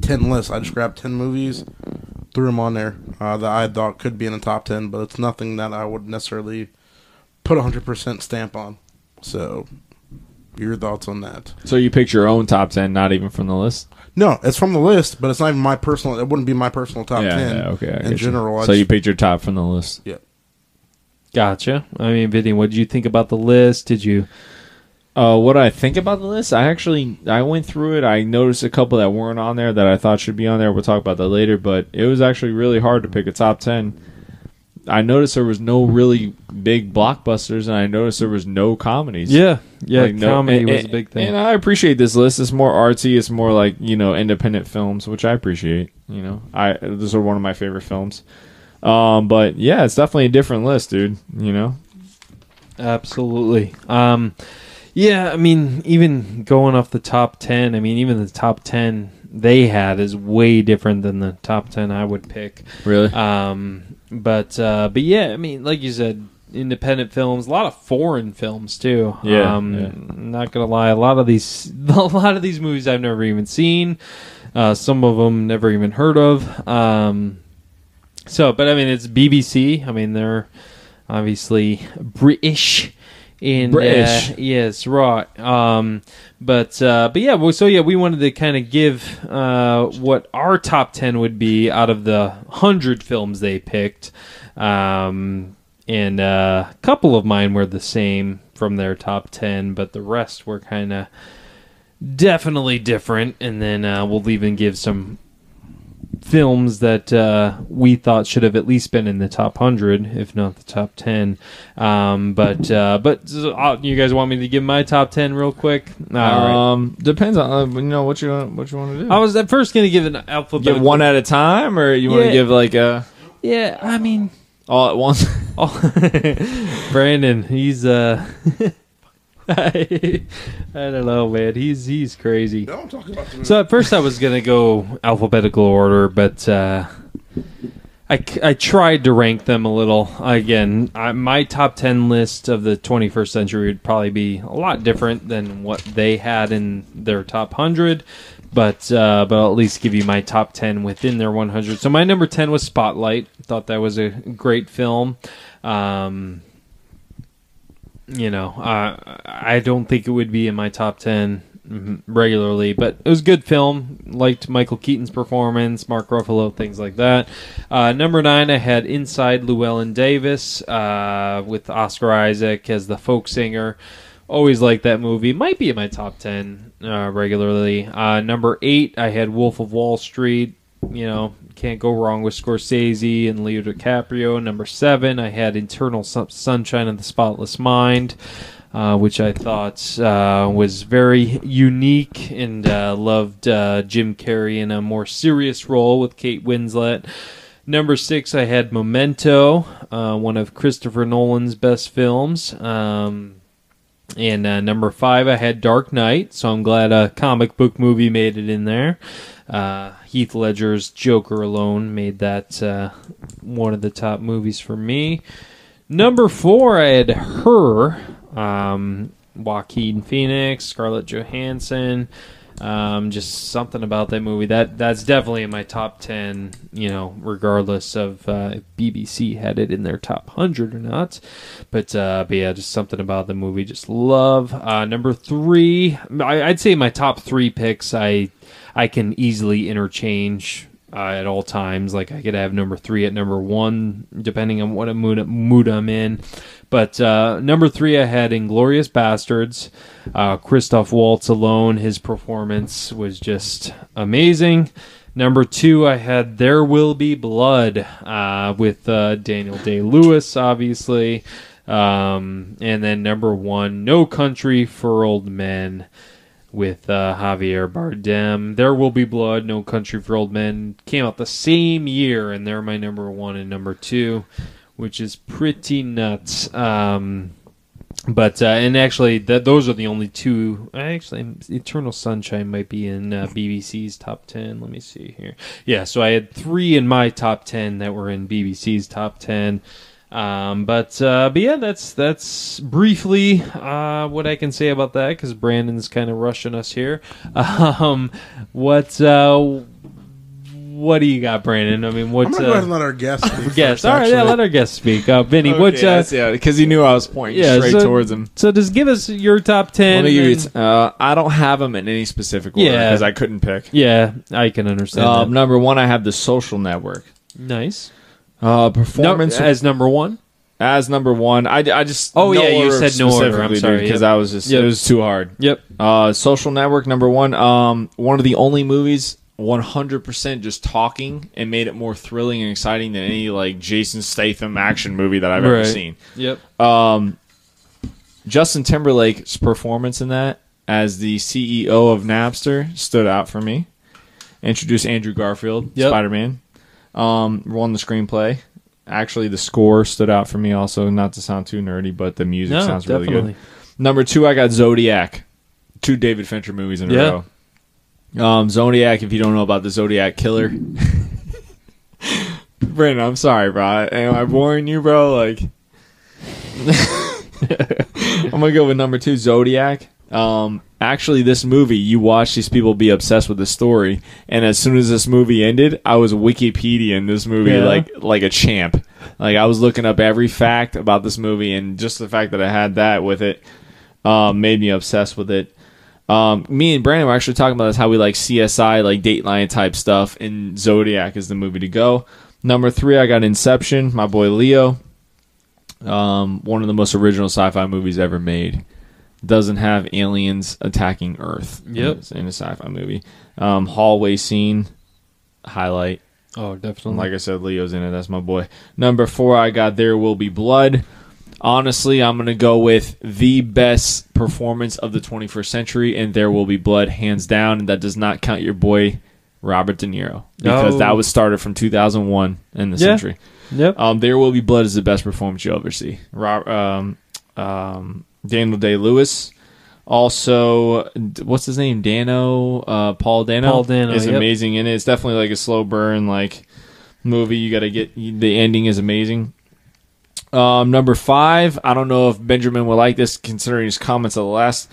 Speaker 2: 10 list. I just grabbed 10 movies, threw them on there uh, that I thought could be in the top 10, but it's nothing that I would necessarily put a 100% stamp on. So, your thoughts on that?
Speaker 3: So you picked your own top ten, not even from the list.
Speaker 2: No, it's from the list, but it's not even my personal. It wouldn't be my personal top 10.
Speaker 3: okay. I get
Speaker 2: in
Speaker 3: you.
Speaker 2: general, I
Speaker 3: so
Speaker 2: just-
Speaker 3: you picked your top from the list.
Speaker 2: yeah.
Speaker 1: Gotcha. I mean, Vinny, what did you think about the list? Did you?
Speaker 3: Uh, what I think about the list, I actually I went through it. I noticed a couple that weren't on there that I thought should be on there. We'll talk about that later. But it was actually really hard to pick a top ten. I noticed there was no really big blockbusters, and I noticed there was no comedies.
Speaker 1: Yeah, yeah.
Speaker 3: Like, no-
Speaker 1: comedy
Speaker 3: and-
Speaker 1: was
Speaker 3: and-
Speaker 1: a big thing.
Speaker 3: And I appreciate this list. It's more artsy. It's more like you know independent films, which I appreciate. You know, I those are one of my favorite films. Um, but yeah, it's definitely a different list, dude. You know,
Speaker 1: Absolutely. Um, yeah, I mean, even going off the top ten, I mean, even the top ten they had is way different than the top ten I would pick.
Speaker 3: really.
Speaker 1: Um, but uh, but yeah, I mean, like you said, independent films, a lot of foreign films too.
Speaker 3: Yeah,
Speaker 1: um,
Speaker 3: yeah.
Speaker 1: not gonna lie, a lot of these, a lot of these movies I've never even seen. Uh, some of them never even heard of. Um, so, but I mean, it's BBC. I mean, they're obviously British. In
Speaker 3: British.
Speaker 1: uh, yes, right. Um, but uh, but yeah, well, so yeah, we wanted to kind of give uh, what our top ten would be out of the hundred films they picked, um, and uh, a couple of mine were the same from their top 10, but the rest were kind of definitely different. And then uh, we'll even give some films that uh, we thought should have at least been in the top 100, if not the top 10. Um, but uh, but uh, you guys want me to give my top 10 real quick? All right.
Speaker 3: Um, depends on uh, you know what you what you want to do.
Speaker 1: I was at first going to give an alphabetical.
Speaker 3: give one at a time, or you want
Speaker 1: Yeah.
Speaker 3: to give like a
Speaker 1: Yeah, I mean.
Speaker 3: all at once?
Speaker 1: Oh, Brandon, he's uh, I, don't know, man. He's he's crazy.
Speaker 2: I'm talking about the
Speaker 1: So at first I was gonna go alphabetical order, but uh, I c- I tried to rank them a little. Again, I, my top ten list of the 21st century would probably be a lot different than what they had in their top hundred. But uh, but I'll at least give you my top ten within their 100. So my number ten was Spotlight. Thought that was a great film. Um, you know, uh, I don't think it would be in my top 10 mhm, regularly, but it was a good film. Liked Michael Keaton's performance, Mark Ruffalo, things like that. Uh, number nine, I had Inside Llewellyn Davis uh, with Oscar Isaac as the folk singer. Always liked that movie. Might be in my top 10 uh, regularly. Uh, number eight, I had Wolf of Wall Street you know, can't go wrong with Scorsese and Leo DiCaprio. Number seven, I had Internal Sun- Sunshine of the Spotless Mind, uh, which I thought uh, was very unique and uh, loved uh, Jim Carrey in a more serious role with Kate Winslet. Number six, I had Memento, uh, one of Christopher Nolan's best films. Um, and uh, number five, I had Dark Knight, so I'm glad a comic book movie made it in there. Uh, Heath Ledger's Joker alone made that uh, one of the top movies for me. Number four, I had her, um, Joaquin Phoenix, Scarlett Johansson. Um, just something about that movie that that's definitely in my top ten. You know, regardless of uh, if BBC had it in their top hundred or not. But uh, but yeah, just something about the movie. Just love uh, number three. I, I'd say my top three picks. I I can easily interchange uh, at all times. Like I could have number three at number one, depending on what a mood, mood I'm in. But uh, number three, I had Inglorious Bastards. Uh, Christoph Waltz alone, his performance was just amazing. Number two, I had There Will Be Blood uh, with uh, Daniel Day Lewis, obviously. Um, and then number one, No Country for Old Men with uh, Javier Bardem. There Will Be Blood, No Country for Old Men came out the same year, and they're my number one and number two, which is pretty nuts. Um, but uh, and actually, that those are the only two. Actually, um, Eternal Sunshine might be in uh, BBC's top ten. Let me see here. Yeah, so I had three in my top ten that were in BBC's top ten. Um, but uh, but yeah, that's that's briefly uh, what I can say about that because Brandon's kind of rushing us here. Um, what uh, what do you got, Brandon? I mean,
Speaker 2: I'm
Speaker 1: what's
Speaker 2: gonna go ahead and
Speaker 1: uh,
Speaker 2: let our guests. speak
Speaker 1: guess?
Speaker 2: first,
Speaker 1: All right, yeah,
Speaker 2: actually.
Speaker 1: let our guest speak. Uh, Vinny, what's uh,
Speaker 3: yeah, because he knew I was pointing
Speaker 1: yeah,
Speaker 3: straight
Speaker 1: so,
Speaker 3: towards him.
Speaker 1: So just give us your top ten.
Speaker 3: Let me give you.
Speaker 1: and-
Speaker 3: T- uh, I don't have them in any specific order
Speaker 1: Yeah.
Speaker 3: because I couldn't pick.
Speaker 1: yeah, I can understand.
Speaker 3: Um,
Speaker 1: that.
Speaker 3: number one, I have The Social Network.
Speaker 1: Nice.
Speaker 3: Uh,
Speaker 1: No,
Speaker 3: performance as,
Speaker 1: as number one.
Speaker 3: number one. I, I just
Speaker 1: Oh, yeah, you said no order. I'm sorry,
Speaker 3: because
Speaker 1: yep.
Speaker 3: I was just
Speaker 1: Yep.
Speaker 3: it was too hard.
Speaker 1: Yep.
Speaker 3: Uh, Social Network number one. Um, one of the only movies 100% just talking and made it more thrilling and exciting than any like Jason Statham action movie that I've ever
Speaker 1: Right.
Speaker 3: seen.
Speaker 1: Yep.
Speaker 3: Justin Timberlake's performance in that as the CEO of Napster stood out for me. Introduced Andrew Garfield,
Speaker 1: Yep.
Speaker 3: Spider Man. Um, won the screenplay. Actually, the score stood out for me also. Not to sound too nerdy, but the music
Speaker 1: No,
Speaker 3: sounds really
Speaker 1: definitely.
Speaker 3: good. Number two, I got Zodiac. Two David Fincher movies in
Speaker 1: Yeah.
Speaker 3: a row. Um, Zodiac, if you don't know about the Zodiac Killer. Brandon, I'm sorry, bro. Am I boring you, bro? Like, I'm gonna go with number two, Zodiac. Um, actually, this movie you watch these people be obsessed with the story, and as soon as this movie ended, I was Wikipediaing this movie
Speaker 1: Yeah.
Speaker 3: like like a champ. Like I was looking up every fact about this movie, and just the fact that I had that with it um, made me obsessed with it. Um, me and Brandon were actually talking about this how we like CSI, like Dateline type stuff, and Zodiac is the movie to go. Number three, I got Inception, my boy Leo. um, one of the most original sci-fi movies ever made. Doesn't have aliens attacking Earth.
Speaker 1: Yep.
Speaker 3: in a sci-fi movie. Um, hallway scene highlight.
Speaker 1: Oh, definitely.
Speaker 3: And like I said, Leo's in it. That's my boy. Number four, I got There Will Be Blood. Honestly, I'm going to go with the best performance of the 21st century, and There Will Be Blood, hands down. And that does not count your boy, Robert De Niro, because
Speaker 1: No.
Speaker 3: that was started from 2001 in the
Speaker 1: Yeah.
Speaker 3: century.
Speaker 1: yep.
Speaker 3: Um, there Will Be Blood is the best performance you'll ever see. Rob, um, um, Daniel Day Lewis. Also, d- what's his name? Dano, uh, Paul Dano.
Speaker 1: Paul Dano,
Speaker 3: is
Speaker 1: yep.
Speaker 3: amazing in it. It's definitely like a slow burn, like movie. You got to get the ending is amazing. Um, number five, I don't know if Benjamin would like this considering his comments of the last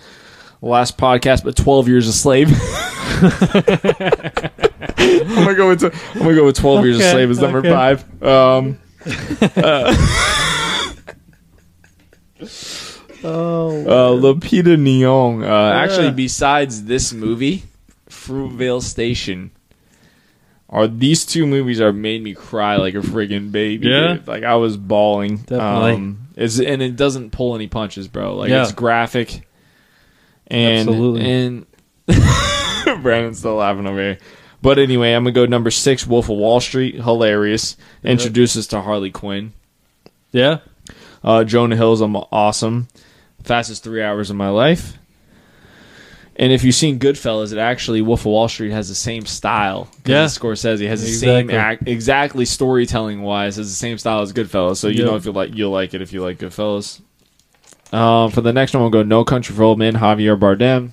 Speaker 3: last podcast, but Twelve Years a Slave. I'm gonna go with I'm gonna go with Twelve Years a
Speaker 1: Okay,
Speaker 3: Slave as number
Speaker 1: okay.
Speaker 3: five. Um, uh, Lupita Nyong. Uh, Actually, besides this movie, Fruitvale Station, are these two movies are made me cry like a friggin' baby.
Speaker 1: Yeah.
Speaker 3: dude. like I was bawling.
Speaker 1: Definitely.
Speaker 3: Um, it's and it doesn't pull any punches, bro. Like
Speaker 1: Yeah.
Speaker 3: it's graphic. And
Speaker 1: Absolutely.
Speaker 3: and Brandon's still laughing over here. But anyway, I'm gonna go number six, Wolf of Wall Street. Hilarious. Introduces to Harley Quinn.
Speaker 1: yeah.
Speaker 3: Uh, Jonah Hill's am- awesome. Fastest three hours of my life. And if you've seen Goodfellas, it actually Wolf of Wall Street has the same style. 'Cause
Speaker 1: Yeah.
Speaker 3: it's Scorsese has the same
Speaker 1: Exactly.
Speaker 3: act, exactly storytelling wise has the same style as Goodfellas. So you
Speaker 1: Yeah.
Speaker 3: know if you like you'll like it if you like Goodfellas. Um, for the next one, we'll go No Country for Old Men, Javier Bardem,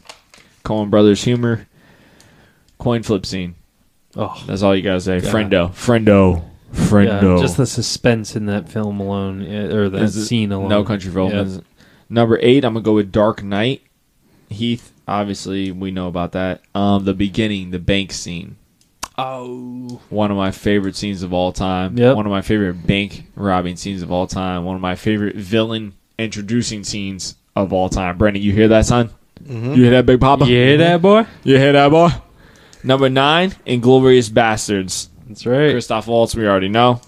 Speaker 3: Coen Brothers humor, coin flip scene.
Speaker 1: Oh,
Speaker 3: That's all you gotta say. Friendo, friendo,
Speaker 1: yeah.
Speaker 3: friendo.
Speaker 1: Just the suspense in that film alone, eh, or that
Speaker 3: Is it-
Speaker 1: scene alone.
Speaker 3: No Country for Old
Speaker 1: Yeah.
Speaker 3: Men. Number eight, I'm gonna go with Dark Knight. Heath, obviously, we know about that. Um, the beginning, the bank scene. Oh, one of my favorite scenes of all time.
Speaker 1: Yep.
Speaker 3: One of my favorite bank robbing scenes of all time. One of my favorite villain introducing scenes of all time. Brandon, you hear that, son? You hear that, Big Papa?
Speaker 1: You hear that, boy?
Speaker 3: You hear that, boy? Number nine, Inglorious Bastards.
Speaker 1: That's right.
Speaker 3: Christoph Waltz, we already know.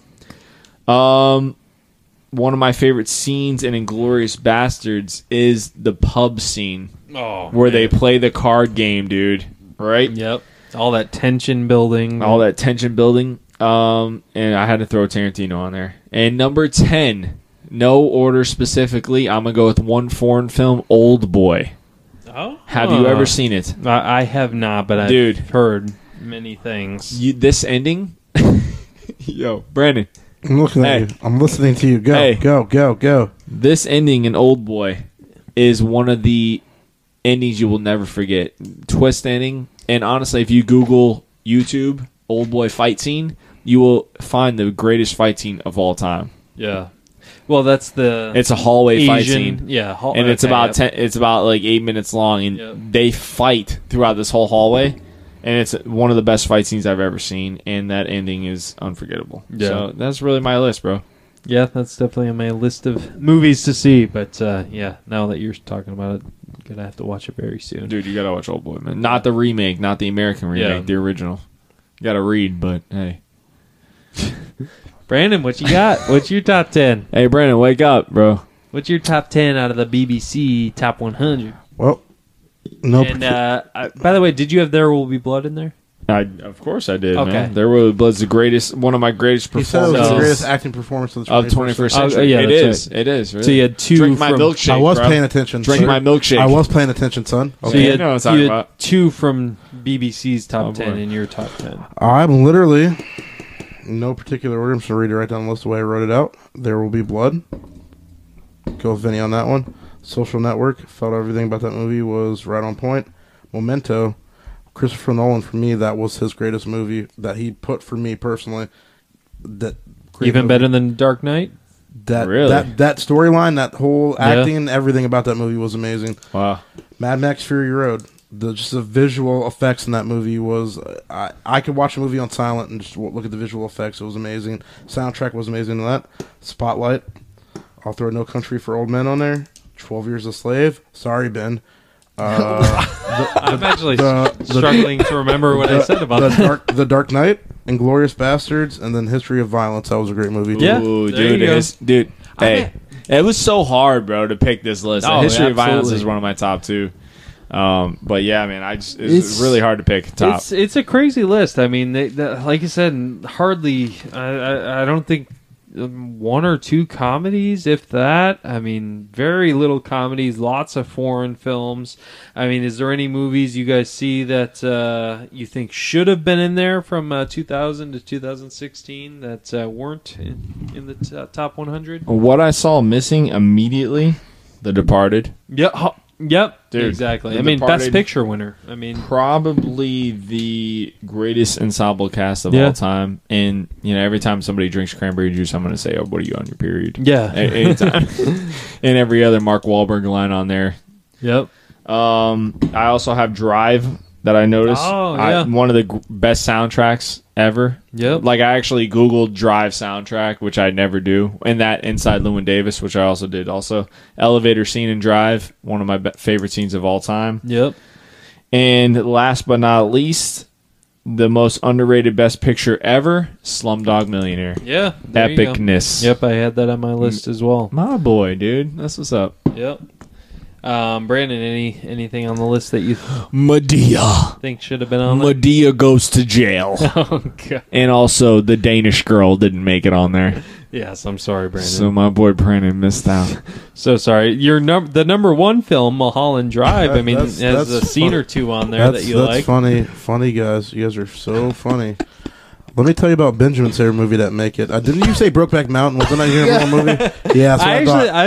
Speaker 3: Um, one of my favorite scenes in Inglorious Bastards is the pub scene
Speaker 1: oh,
Speaker 3: where they play the card game, dude. Right?
Speaker 1: Yep. All that tension building.
Speaker 3: All that tension building. Um, and I had to throw Tarantino on there. And number ten, no order specifically. I'm gonna go with one foreign film, Old Boy.
Speaker 1: Oh.
Speaker 3: Have you ever seen it?
Speaker 1: I, I have not, but I've
Speaker 3: Dude.
Speaker 1: heard many things.
Speaker 3: You, this ending, yo, Brandon.
Speaker 2: I'm looking
Speaker 3: Hey.
Speaker 2: at you. I'm listening to you. Go,
Speaker 3: Hey.
Speaker 2: go, go, go.
Speaker 3: This ending in Old Boy is one of the endings you will never forget. Twist ending, and honestly, if you Google YouTube Old Boy fight scene, you will find the greatest fight scene of all time.
Speaker 1: Yeah. Well, that's the
Speaker 3: It's a hallway fight
Speaker 1: Asian-
Speaker 3: scene,
Speaker 1: Yeah, hall-
Speaker 3: and it's
Speaker 1: okay,
Speaker 3: about
Speaker 1: yep.
Speaker 3: ten, it's about like eight minutes long, and
Speaker 1: Yep.
Speaker 3: they fight throughout this whole hallway. And it's one of the best fight scenes I've ever seen, and that ending is unforgettable.
Speaker 1: Yeah.
Speaker 3: So that's really my list, bro.
Speaker 1: Yeah, that's definitely on my list of movies to see. But uh, yeah, now that you're talking about it, I'm gonna have to watch it very soon.
Speaker 3: Dude, you gotta watch Old Boy, man. Not the remake, not the American remake,
Speaker 1: Yeah.
Speaker 3: the original. You gotta read, but hey.
Speaker 1: Brandon, what you got? What's your top ten?
Speaker 3: Hey Brandon, wake up, bro.
Speaker 1: What's your top ten out of the BBC top 100?
Speaker 2: Well, no.
Speaker 1: And uh, I, by the way, did you have There Will Be Blood in there?
Speaker 3: I of course I did,
Speaker 1: Okay.
Speaker 3: man. There Will Be Blood's the greatest one of my greatest
Speaker 2: he said it was the
Speaker 1: performances.
Speaker 2: greatest
Speaker 3: performances
Speaker 2: acting performance of the
Speaker 3: of
Speaker 2: 21st,
Speaker 3: twenty first
Speaker 1: Oh,
Speaker 3: century.
Speaker 1: yeah,
Speaker 3: it
Speaker 1: that's
Speaker 3: is. It is. Really.
Speaker 1: So you had two
Speaker 3: Drink my
Speaker 1: from-
Speaker 3: milkshake.
Speaker 2: I was
Speaker 3: bro.
Speaker 2: paying attention.
Speaker 3: Drink
Speaker 2: sir.
Speaker 3: my milkshake.
Speaker 2: I was paying attention, son.
Speaker 1: So you
Speaker 3: Okay.
Speaker 1: had,
Speaker 3: No, it's not
Speaker 1: you had
Speaker 3: about-
Speaker 1: two from BBC's top
Speaker 3: Oh, boy.
Speaker 1: ten in your top ten.
Speaker 2: I'm literally no particular order. I'm just gonna read it right down the list the way I wrote it out. There will be blood. Go with Vinny on that one. Social Network. Felt everything about that movie was right on point. Memento. Christopher Nolan for me that was his greatest movie that he put for me personally. That great
Speaker 1: Even
Speaker 2: movie.
Speaker 1: better than Dark Knight.
Speaker 2: that
Speaker 3: Really?
Speaker 2: that that storyline, that whole
Speaker 1: Yeah.
Speaker 2: acting, and everything about that movie was amazing.
Speaker 3: Wow.
Speaker 2: Mad Max Fury Road. The just the visual effects in that movie was I I could watch a movie on silent and just w- look at the visual effects. It was amazing. Soundtrack was amazing. To that Spotlight. I'll throw No Country for Old Men on there. Twelve Years a Slave. Sorry, Ben.
Speaker 1: I'm actually
Speaker 2: the- the-
Speaker 1: struggling to remember what I said about
Speaker 2: the
Speaker 1: that.
Speaker 2: Dark The Dark Knight, Inglorious Bastards, and then History of Violence. That was a great movie. too.
Speaker 1: Yeah.
Speaker 3: Ooh,
Speaker 1: there you
Speaker 3: dude,
Speaker 1: go.
Speaker 3: it's- dude. Hey. It was so hard, bro, to pick this list.
Speaker 1: Oh,
Speaker 3: History of Violence
Speaker 1: absolutely.
Speaker 3: is one of my top two. Um, but yeah, man, I just, it's,
Speaker 1: It's-
Speaker 3: really hard to pick top.
Speaker 1: It's it's a crazy list. I mean, they, the like you said, hardly. I, I I don't think um, one or two comedies, if that. I mean, very little comedies. Lots of foreign films. I mean, is there any movies you guys see that uh, you think should have been in there from uh, 2000 to 2016 that uh, weren't in, in the t- uh, top 100?
Speaker 3: What I saw missing immediately, The Departed.
Speaker 1: Yeah. ho- Yep,
Speaker 3: Dude,
Speaker 1: exactly.
Speaker 3: The
Speaker 1: I mean, best
Speaker 3: Departed-
Speaker 1: picture winner. I mean,
Speaker 3: Probably the greatest ensemble cast of
Speaker 1: Yeah.
Speaker 3: all time. And, you know, every time somebody drinks cranberry juice, I'm going to say, oh, what are you on your period?
Speaker 1: Yeah.
Speaker 3: A- anytime. and every other Mark Wahlberg line on there.
Speaker 1: yep.
Speaker 3: Um, I also have Drive that I noticed.
Speaker 1: Oh,
Speaker 3: I-
Speaker 1: yeah.
Speaker 3: one of the gr- best soundtracks ever.
Speaker 1: Yep.
Speaker 3: Like I actually Googled Drive soundtrack, which I never do, and that Inside Lewin Davis, which I also did. Also, elevator scene in Drive, one of my be- favorite scenes of all time.
Speaker 1: Yep.
Speaker 3: And last but not least, the most underrated best picture ever, Slumdog Millionaire.
Speaker 1: Yeah. there you go.
Speaker 3: Epicness.
Speaker 1: Yep, I had that on my list as well.
Speaker 3: My boy, dude. That's what's up.
Speaker 1: Mm. Yep. Um, Brandon, any anything on the list that you
Speaker 3: Medea.
Speaker 1: think should have been on? it?
Speaker 3: Medea goes to jail.
Speaker 1: oh God.
Speaker 3: And also, the Danish girl didn't make it on there.
Speaker 1: Yes, I'm sorry, Brandon.
Speaker 3: So
Speaker 1: So,
Speaker 3: my boy Brandon missed out.
Speaker 1: sorry. Your num- the number one film, Mulholland Drive. I
Speaker 2: That-
Speaker 1: mean,
Speaker 2: that's-
Speaker 1: has a
Speaker 2: that's
Speaker 1: scene
Speaker 2: fun-
Speaker 1: or two on there that
Speaker 2: that's
Speaker 1: you
Speaker 2: that's
Speaker 1: like.
Speaker 2: funny, funny guys. You guys are so funny. Let me tell you about Benjamin's favorite movie that make it. Uh, didn't you say Brokeback Mountain? Wasn't that your number one movie? Yeah, that's what
Speaker 1: I
Speaker 2: I,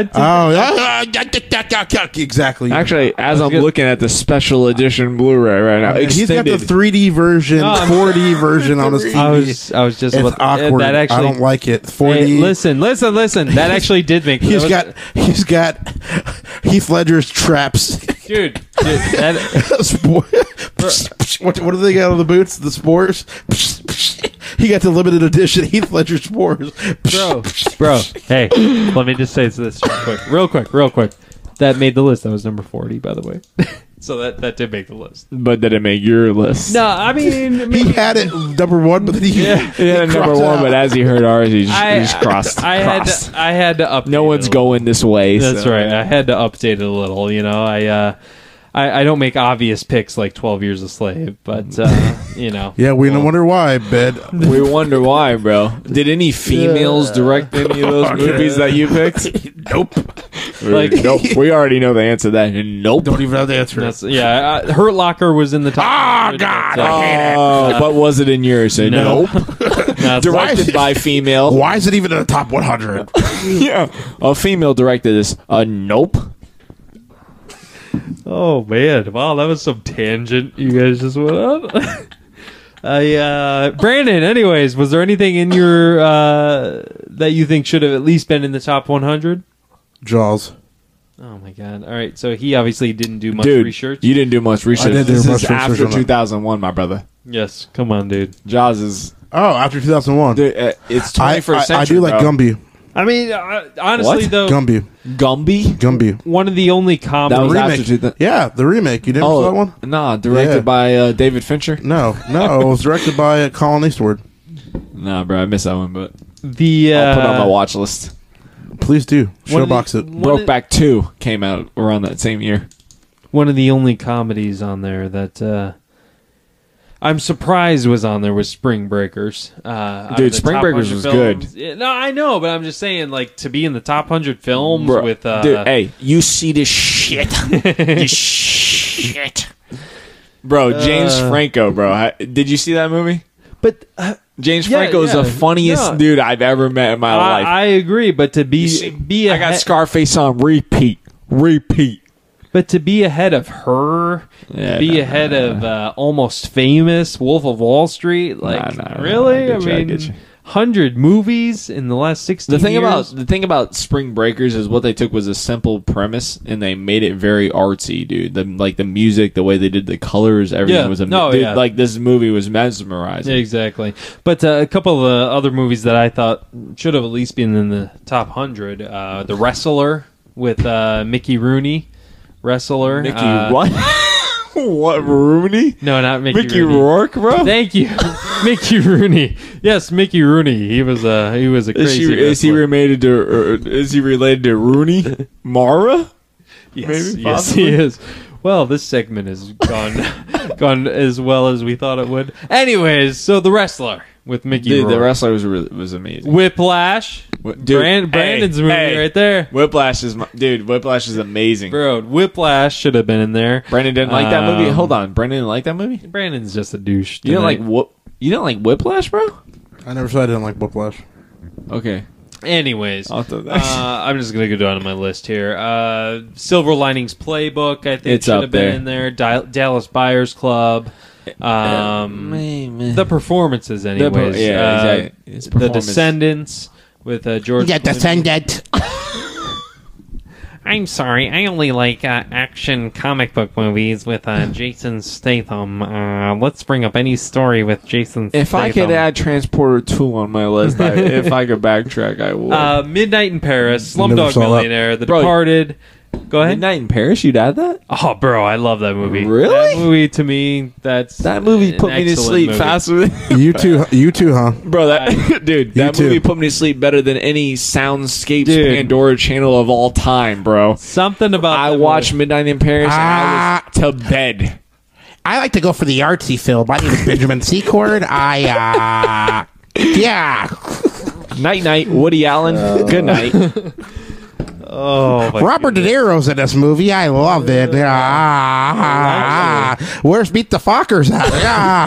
Speaker 2: Oh,
Speaker 1: actually- I took-
Speaker 2: thought. oh, exactly.
Speaker 3: Actually, as I'm
Speaker 1: good.
Speaker 3: looking at the special edition Blu-ray right now,
Speaker 2: And he's got the
Speaker 3: extended,
Speaker 2: 3D version,
Speaker 1: No, I'm-
Speaker 2: 4D version on his TV.
Speaker 1: I was I was just
Speaker 2: it's
Speaker 1: about-
Speaker 2: awkward.
Speaker 1: That actually,
Speaker 2: I don't like it. 4D.
Speaker 1: Hey, listen, listen, listen. That actually did make. that
Speaker 2: He's
Speaker 1: was-
Speaker 2: got he's got Heath Ledger's traps.
Speaker 1: dude. dude that,
Speaker 2: Spore- what, what do they got on the boots? The spores. he got the limited edition Heath Ledger spores.
Speaker 1: bro, bro. Hey, let me just say this real quick, real quick, real quick. That made the list. That was number forty, by the way. so that that did make the list.
Speaker 3: but did it make your list?
Speaker 1: No, I mean,
Speaker 2: he had it number one, but then he,
Speaker 3: it had a
Speaker 2: he
Speaker 3: number
Speaker 2: crossed it
Speaker 3: one,
Speaker 2: out.
Speaker 3: but as he heard ours, he just,
Speaker 1: I
Speaker 3: he just crossed.
Speaker 1: I had
Speaker 3: crossed.
Speaker 1: to, I had to update.
Speaker 3: no one's
Speaker 1: it a little.
Speaker 3: going this way.
Speaker 1: That's
Speaker 3: so-
Speaker 1: right. I had to update it a little. You know, I uh, I, I don't make obvious picks like Twelve Years a Slave, but uh, you know,
Speaker 2: yeah, we don't wonder why, bed.
Speaker 3: We wonder why, bro. Did any females direct any of those movies that you picked?
Speaker 2: nope.
Speaker 1: Like-
Speaker 3: nope. We already know the answer to that. Nope.
Speaker 2: Don't even have the answer.
Speaker 1: that's yeah. Uh, Hurt Locker was in the
Speaker 3: Ah,
Speaker 1: top. Oh God,
Speaker 3: Oh, but was it in yours?
Speaker 1: No.
Speaker 3: Nope. directed by female.
Speaker 2: why is it even in the top 100?
Speaker 3: yeah. A female directed this. Uh, nope.
Speaker 1: Oh man! Wow, that was some tangent you guys just went on. I uh, Brandon. Anyways, was there anything in your uh, that you think should have at least been in the top 100?
Speaker 2: Jaws.
Speaker 1: Oh my god! All right, so he obviously didn't do much
Speaker 3: Dude,
Speaker 1: research.
Speaker 3: you didn't do much research.
Speaker 2: I didn't do
Speaker 3: this
Speaker 2: much
Speaker 3: is
Speaker 2: research
Speaker 3: after
Speaker 2: on that.
Speaker 3: 2001, my brother.
Speaker 1: yes, come on, dude.
Speaker 3: Jaws is.
Speaker 2: Oh, after 2001.
Speaker 3: Dude, uh, it's
Speaker 2: I,
Speaker 3: 21st
Speaker 2: I- I
Speaker 3: century.
Speaker 2: do like
Speaker 3: bro.
Speaker 2: Gumby.
Speaker 1: I mean, uh, honestly
Speaker 3: What?
Speaker 1: though,
Speaker 2: Gumby.
Speaker 3: Gumby.
Speaker 2: Gumby.
Speaker 1: one of the only
Speaker 3: That was
Speaker 1: comedies.
Speaker 3: after
Speaker 2: Remake.
Speaker 3: 2000.
Speaker 2: yeah, the remake. You didn't
Speaker 3: Oh,
Speaker 2: see that one?
Speaker 3: Nah, directed
Speaker 2: Yeah.
Speaker 3: by uh, David Fincher.
Speaker 2: No, no. it was directed by uh, Colin Eastwood.
Speaker 3: Nah, bro, I missed that one, but
Speaker 1: the uh,
Speaker 3: I'll put it on my watch list.
Speaker 2: Please do.
Speaker 1: one of the-
Speaker 2: Showbox it.
Speaker 1: one of-
Speaker 3: Brokeback Two came out around that same year.
Speaker 1: one of the only comedies on there that uh, I'm surprised was on there was Spring Breakers. Uh, out of
Speaker 3: Dude,
Speaker 1: the
Speaker 3: Spring
Speaker 1: top
Speaker 3: Breakers
Speaker 1: 100
Speaker 3: was
Speaker 1: films- Yeah, no, I know, but I'm just saying, like, to be in the top hundred films
Speaker 3: Bro,
Speaker 1: with uh,
Speaker 3: dude, hey, you see this shit, this shit, bro. James
Speaker 1: Uh,
Speaker 3: Franco, bro. I, did you see that movie?
Speaker 1: but uh,
Speaker 3: James
Speaker 1: Yeah,
Speaker 3: Franco is
Speaker 1: yeah,
Speaker 3: the funniest
Speaker 1: no.
Speaker 3: dude I've ever met in my
Speaker 1: I,
Speaker 3: life.
Speaker 1: I agree. But to be
Speaker 3: See,
Speaker 1: be
Speaker 3: I got
Speaker 1: ahead-
Speaker 3: Scarface on repeat, repeat.
Speaker 1: but to be ahead of her,
Speaker 3: Yeah,
Speaker 1: to be
Speaker 3: nah,
Speaker 1: ahead of uh, almost famous Wolf of Wall Street, like
Speaker 3: nah, nah,
Speaker 1: really,
Speaker 3: I
Speaker 1: I,
Speaker 3: get you, I get
Speaker 1: mean,
Speaker 3: you.
Speaker 1: hundred movies in the last sixteen.
Speaker 3: The thing about
Speaker 1: years.
Speaker 3: the thing about Spring Breakers is what they took was a simple premise and they made it very artsy, dude. The like the music, the way they did the colors, everything
Speaker 1: Yeah.
Speaker 3: was amazing.
Speaker 1: No, yeah.
Speaker 3: Like this movie was mesmerizing.
Speaker 1: Exactly. But uh, a couple of the other movies that I thought should have at least been in the top 100 uh, The Wrestler with uh, Mickey Rooney. Wrestler.
Speaker 3: Mickey,
Speaker 1: uh,
Speaker 3: what? what Rooney?
Speaker 1: No, not Mickey,
Speaker 3: Mickey
Speaker 1: Rooney.
Speaker 3: Rourke, bro.
Speaker 1: Thank you, Mickey Rooney. Yes, Mickey Rooney. He was a he was a
Speaker 3: is,
Speaker 1: crazy.
Speaker 3: she, is he
Speaker 1: wrestler.
Speaker 3: related to? Or is he related to Rooney Mara?
Speaker 1: Yes,
Speaker 3: Maybe,
Speaker 1: yes, he is. Well, this segment has gone gone as well as we thought it would. Anyways, so the wrestler with Mickey
Speaker 3: Dude, the
Speaker 1: Rourke.
Speaker 3: wrestler was really, was amazing.
Speaker 1: Whiplash.
Speaker 3: What- dude,
Speaker 1: Brand,
Speaker 3: hey,
Speaker 1: Brandon's movie
Speaker 3: hey.
Speaker 1: right there.
Speaker 3: Whiplash is my, dude. Whiplash is amazing.
Speaker 1: Bro, Whiplash should have been in there.
Speaker 3: Brandon didn't like that movie.
Speaker 1: Um,
Speaker 3: Hold on, Brandon didn't like that movie.
Speaker 1: Brandon's just a douche.
Speaker 3: You didn't
Speaker 1: tonight.
Speaker 3: like what? You didn't like Whiplash, bro?
Speaker 2: I never said I didn't like Whiplash.
Speaker 3: Okay.
Speaker 1: Anyways,
Speaker 3: I'll
Speaker 1: uh,
Speaker 3: throw that.
Speaker 1: I'm just gonna go down to my list here. Uh, Silver Linings Playbook, I think,
Speaker 3: It's
Speaker 1: should
Speaker 3: up
Speaker 1: have been
Speaker 3: there. Uh,
Speaker 1: in there. Di- Dallas Buyers Club. Um, the performances, anyways.
Speaker 3: yeah,
Speaker 1: Uh,
Speaker 3: exactly. It's
Speaker 1: The
Speaker 3: performance.
Speaker 1: Descendants with uh, George.
Speaker 5: The
Speaker 1: Clooney.
Speaker 5: Descendant.
Speaker 6: I'm sorry, I only like uh, action comic book movies with uh, Jason Statham. Uh, let's bring up any story with Jason
Speaker 3: If
Speaker 6: Statham.
Speaker 3: I could add Transporter Two on my list, I, if I could backtrack, I would.
Speaker 1: Uh, Midnight in Paris,
Speaker 2: Never
Speaker 1: Slumdog
Speaker 2: saw that.
Speaker 1: Millionaire, The
Speaker 3: Bro,
Speaker 1: Departed. Go ahead.
Speaker 3: Midnight in Paris, you'd add that?
Speaker 1: Oh, bro, I love that movie.
Speaker 3: Really?
Speaker 1: That movie to me, that's
Speaker 3: That movie
Speaker 1: an
Speaker 3: put me to
Speaker 1: excellent
Speaker 3: sleep
Speaker 1: movie.
Speaker 3: faster,
Speaker 2: You too, you too, huh?
Speaker 3: bro. That dude, that
Speaker 2: too.
Speaker 3: movie put me to sleep better than any soundscapes
Speaker 1: Dude.
Speaker 3: Pandora channel of all time, bro.
Speaker 1: Something about
Speaker 3: I
Speaker 1: that
Speaker 3: watched Midnight in Paris. and I was to bed.
Speaker 5: I like to go for the artsy film. My name is Benjamin Secord. I, uh, yeah.
Speaker 3: Night, night. Woody Allen. Good night.
Speaker 1: Oh, my
Speaker 5: Robert De Niro's in this movie. I loved it. Ah, where's Meet the Fockers at? Ah,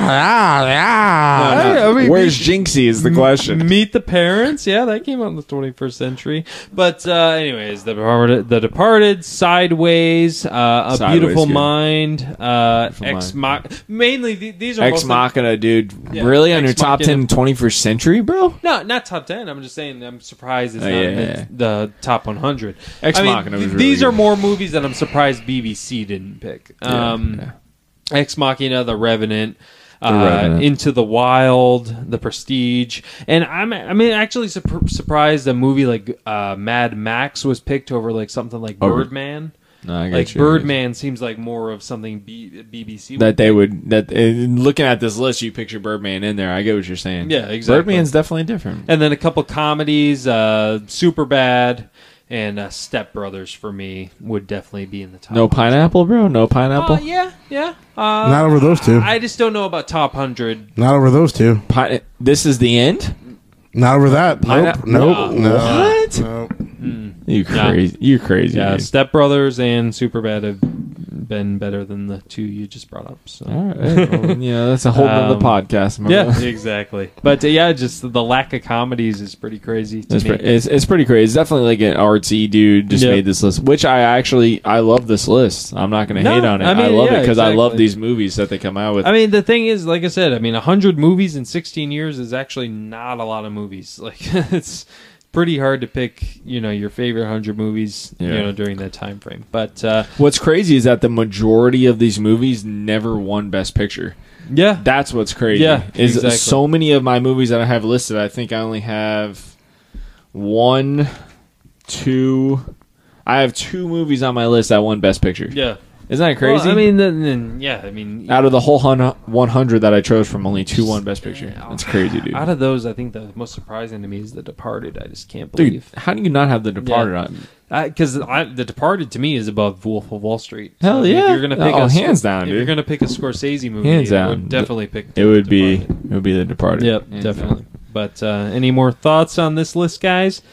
Speaker 5: ah, ah.
Speaker 1: I- I mean,
Speaker 3: Where's Jinxie? Is the question.
Speaker 1: Meet the Parents. Yeah, that came out in the 21st century. But uh, anyways, the Departed, the Departed, Sideways, uh, A
Speaker 3: Sideways,
Speaker 1: Beautiful
Speaker 3: good.
Speaker 1: Mind, uh, Ex
Speaker 3: Mind.
Speaker 1: Mach. Mainly th- these are
Speaker 3: Ex
Speaker 1: mostly-
Speaker 3: Machina, dude.
Speaker 1: Yeah,
Speaker 3: really on
Speaker 1: Ex
Speaker 3: your top
Speaker 1: Machina.
Speaker 3: 10 21st century, bro?
Speaker 1: No, not top ten. I'm just saying. I'm surprised it's
Speaker 3: Oh,
Speaker 1: not
Speaker 3: yeah,
Speaker 1: in
Speaker 3: yeah,
Speaker 1: the-
Speaker 3: yeah.
Speaker 1: the top 100.
Speaker 3: Ex
Speaker 1: I mean,
Speaker 3: Machina was
Speaker 1: th-
Speaker 3: really
Speaker 1: these
Speaker 3: good.
Speaker 1: are more movies that I'm surprised BBC didn't pick. um, Ex Machina, The Revenant, uh,
Speaker 3: Revenant.
Speaker 1: Into the Wild, The Prestige, and I'm I mean actually sup- surprised a movie like uh, Mad Max was picked over like something like
Speaker 3: Over-
Speaker 1: Birdman.
Speaker 3: Oh, No, I
Speaker 1: Like
Speaker 3: got you, I got you.
Speaker 1: Birdman seems like more of something B- BBC. would
Speaker 3: That they would, that and looking at this list, you picture Birdman in there. I get what you're saying.
Speaker 1: Yeah, exactly.
Speaker 3: Birdman's definitely different.
Speaker 1: and then a couple comedies, uh, Super Bad and uh, Step Brothers for me would definitely be in the top.
Speaker 3: No pineapple, bro? No pineapple?
Speaker 1: Uh, yeah, yeah. Uh,
Speaker 2: Not over those two.
Speaker 1: I just don't know about top hundred.
Speaker 2: Not over those two.
Speaker 3: Pi- this is the end?
Speaker 2: Not over that. Nope.
Speaker 3: Pineapple-
Speaker 2: Nope. No.
Speaker 3: What?
Speaker 2: Nope.
Speaker 3: You crazy. You crazy.
Speaker 1: Yeah,
Speaker 3: dude.
Speaker 1: Uh, Step Brothers and Super Bad have been better than the two you just brought up. So.
Speaker 3: All right. Well, yeah, that's a whole nother
Speaker 1: Um,
Speaker 3: podcast. my
Speaker 1: Yeah,
Speaker 3: brother.
Speaker 1: exactly. But uh, yeah, just the lack of comedies is pretty crazy to
Speaker 3: It's,
Speaker 1: me.
Speaker 3: pre- it's, it's pretty crazy. It's definitely like an artsy dude just
Speaker 1: Yep.
Speaker 3: made this list, which I actually I love this list. I'm not gonna
Speaker 1: No,
Speaker 3: hate on it.
Speaker 1: I
Speaker 3: I,
Speaker 1: mean,
Speaker 3: love
Speaker 1: yeah,
Speaker 3: it because I love
Speaker 1: exactly.
Speaker 3: these movies that they come out with.
Speaker 1: I mean, the thing is, like I said, I mean, 100 movies in 16 years is actually not a lot of movies. Like, it's pretty hard to pick, you know, your favorite 100 movies, you
Speaker 3: Yeah.
Speaker 1: know, during that time frame. But, uh,
Speaker 3: what's crazy is that the majority of these movies never won Best Picture.
Speaker 1: yeah.
Speaker 3: That's what's crazy.
Speaker 1: Yeah,
Speaker 3: is
Speaker 1: exactly.
Speaker 3: so many of my movies that I have listed. I think I only have one, two. I have two movies on my list that won Best Picture.
Speaker 1: yeah.
Speaker 3: Isn't that crazy?
Speaker 1: Well, I mean, then, then, yeah, I mean,
Speaker 3: out of the whole hun- 100 that I chose from, only two won Best Picture. That's crazy, dude.
Speaker 1: out of those, I think the most surprising to me is The Departed. I just can't
Speaker 3: Dude,
Speaker 1: believe.
Speaker 3: how do you not have The Departed on?
Speaker 1: Because The Departed to me is above Wolf of Wall Street.
Speaker 3: Hell
Speaker 1: if
Speaker 3: yeah.
Speaker 1: you're gonna pick
Speaker 3: Oh,
Speaker 1: a,
Speaker 3: hands down,
Speaker 1: If
Speaker 3: dude.
Speaker 1: you're gonna pick a Scorsese movie,
Speaker 3: Hands
Speaker 1: I
Speaker 3: down.
Speaker 1: would definitely pick.
Speaker 3: It would be
Speaker 1: Departed.
Speaker 3: it would be The Departed.
Speaker 1: Yep,
Speaker 3: Hands
Speaker 1: definitely. But uh, any more thoughts on this list, guys?
Speaker 3: down.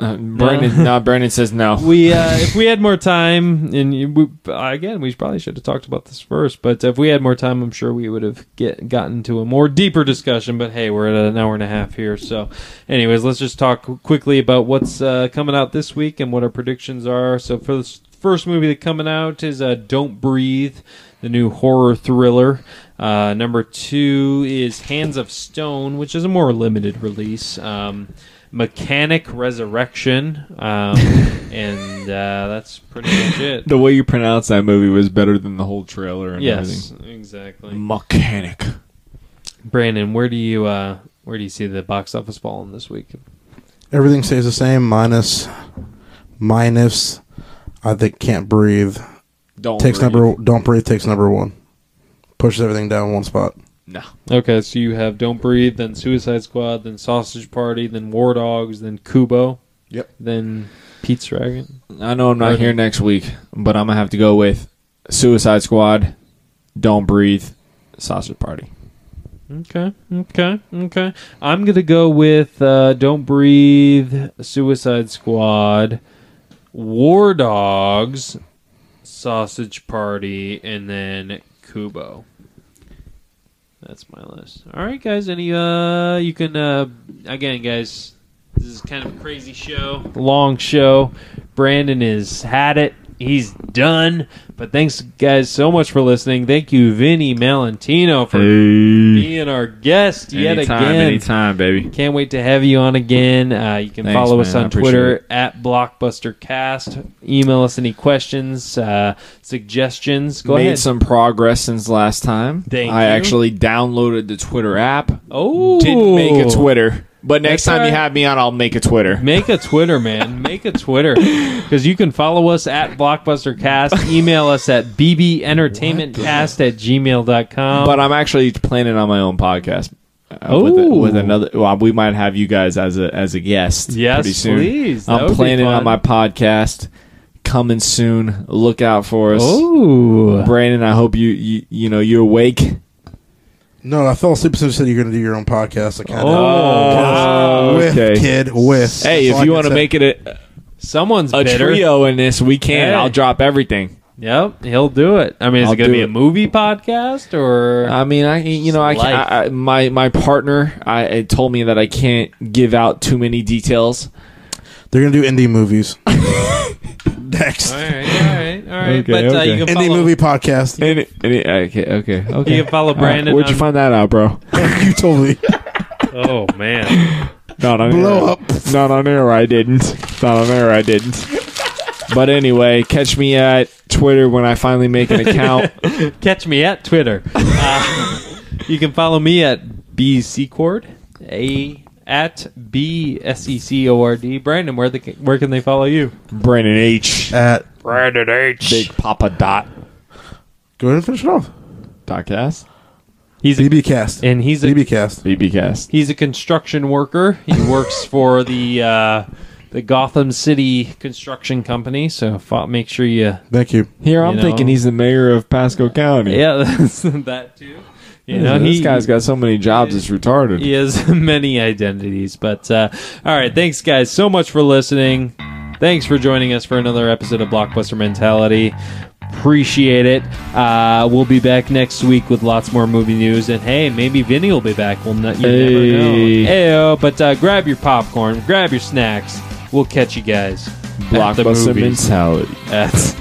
Speaker 3: Uh, Brandon, no. Brandon says no.
Speaker 1: We, uh, if we had more time, and you- we, again, we probably should have talked about this first. But if we had more time, I'm sure we would have get gotten to a more deeper discussion. But hey, we're at an hour and a half here, so anyways, let's just talk qu- quickly about what's uh, coming out this week and what our predictions are. So for the first movie that coming out is uh, Don't Breathe, the new horror thriller. Uh, number two is Hands of Stone, which is a more limited release. Um, Mechanic Resurrection, um, and uh, that's pretty much it.
Speaker 3: the way you pronounce that movie was better than the whole trailer and
Speaker 1: Yes, exactly.
Speaker 3: Mechanic.
Speaker 1: Brandon, where do you uh, where do you see the box office falling this week?
Speaker 2: Everything stays the same, minus, minus. I think can't breathe
Speaker 3: Don't
Speaker 2: Takes
Speaker 3: breathe.
Speaker 2: number don't breathe takes number one. Pushes everything down one spot.
Speaker 3: No.
Speaker 1: Okay, so you have Don't Breathe, then Suicide Squad, then Sausage Party, then War Dogs, then Kubo.
Speaker 2: Yep.
Speaker 1: Then Pete's Dragon.
Speaker 3: I know I'm not
Speaker 1: Right.
Speaker 3: here next week, but I'm gonna have to go with Suicide Squad, Don't Breathe, Sausage Party.
Speaker 1: Okay, okay, okay. I'm gonna go with uh, Don't Breathe, Suicide Squad, War Dogs, Sausage Party, and then Kubo. That's my list. All right, guys. Any uh, you can uh, again, guys. This is kind of a crazy show, long show. Brandon has had it. He's done. But thanks, guys, so much for listening. Thank you, Vinny Malentino, for being our guest yet again.
Speaker 3: Hmm. anytime, baby.
Speaker 1: Can't wait to have you on again. Uh, you can
Speaker 3: Thanks,
Speaker 1: follow
Speaker 3: man.
Speaker 1: us
Speaker 3: I
Speaker 1: on
Speaker 3: appreciate
Speaker 1: Twitter
Speaker 3: it.
Speaker 1: at BlockbusterCast. Email us any questions, uh, suggestions. Go
Speaker 3: Made
Speaker 1: ahead.
Speaker 3: some progress since last time.
Speaker 1: Thank
Speaker 3: I
Speaker 1: you.
Speaker 3: actually downloaded the Twitter app.
Speaker 1: oh,
Speaker 3: Didn't make a Twitter, but
Speaker 1: That's
Speaker 3: next time you
Speaker 1: all right.
Speaker 3: have me on, I'll make a Twitter.
Speaker 1: Make a Twitter, man. Make a Twitter. Because you can follow us at BlockbusterCast. Email us at BBEntertainmentCast at gmail.com.
Speaker 3: but I'm actually planning on my own podcast. Uh, with, a-
Speaker 1: Ooh.
Speaker 3: with another, well, we might have you guys as a as a guest.
Speaker 1: Yes,
Speaker 3: pretty soon.
Speaker 1: please. That would
Speaker 3: I'm
Speaker 1: be
Speaker 3: planning
Speaker 1: fun.
Speaker 3: on my podcast coming soon. Look out for us,
Speaker 1: oh.
Speaker 3: Brandon. I hope you you you know you're awake.
Speaker 2: No, I fell asleep as soon as you said you're gonna do your own podcast. I kind
Speaker 1: Oh,
Speaker 3: wow.
Speaker 2: with
Speaker 3: Okay.
Speaker 2: kid with.
Speaker 3: Hey, if you want to make it a,
Speaker 1: Someone's
Speaker 3: a
Speaker 1: bitter.
Speaker 3: trio in this, we can.
Speaker 1: Hey.
Speaker 3: I'll drop everything.
Speaker 1: Yep, he'll do it. I mean, is
Speaker 3: I'll
Speaker 1: it going to
Speaker 3: do
Speaker 1: be a
Speaker 3: it. Uh,
Speaker 1: movie podcast or.
Speaker 3: I mean, I you know I, can,
Speaker 1: Life.
Speaker 3: I, I my my partner I it told me that I can't give out too many details.
Speaker 2: they're gonna do indie movies. Next.
Speaker 1: All right, all right, all right.
Speaker 3: Okay,
Speaker 1: but uh,
Speaker 3: okay.
Speaker 1: you can
Speaker 2: Indie
Speaker 1: follow,
Speaker 2: movie podcast.
Speaker 3: And, it- and it- okay, okay, okay.
Speaker 1: You can follow
Speaker 3: All right,
Speaker 1: Brandon.
Speaker 3: Where'd you
Speaker 1: on-
Speaker 3: find that out, bro?
Speaker 2: you told me.
Speaker 1: Oh man,
Speaker 3: Not on
Speaker 2: Blow
Speaker 3: air.
Speaker 2: up.
Speaker 3: Not on air. I didn't. Not on air. I didn't. But anyway, catch me at Twitter when I finally make an account.
Speaker 1: catch me at Twitter. Uh, you can follow me at bccord a at b s e c o r d. Brandon, where the where can they follow you?
Speaker 3: Brandon H.
Speaker 2: At
Speaker 3: Big Papa Dot.
Speaker 2: go ahead and finish it off.
Speaker 3: Dotcast.
Speaker 1: He's a,
Speaker 2: BB cast.
Speaker 1: and he's a
Speaker 2: BB E cast.
Speaker 3: BBcast.
Speaker 1: he's a construction worker. He works for the uh, the Gotham City construction company. So fo- make sure you
Speaker 2: Thank you.
Speaker 3: Here I'm
Speaker 1: You know.
Speaker 3: thinking he's the mayor of Pasco County.
Speaker 1: yeah that's, that too. You know
Speaker 3: this
Speaker 1: he,
Speaker 3: guy's got so many jobs. It's retarded.
Speaker 1: He has many identities. But uh, all right, thanks guys so much for listening. Thanks for joining us for another episode of Blockbuster Mentality. Appreciate it. Uh, we'll be back next week with lots more movie news, and hey, maybe Vinny will be back. We'll not, you
Speaker 3: Hey.
Speaker 1: never know. Ayo, but uh, grab your popcorn, grab your snacks. We'll catch you guys. at the
Speaker 3: Blockbuster
Speaker 1: movies.
Speaker 3: mentality.
Speaker 1: At-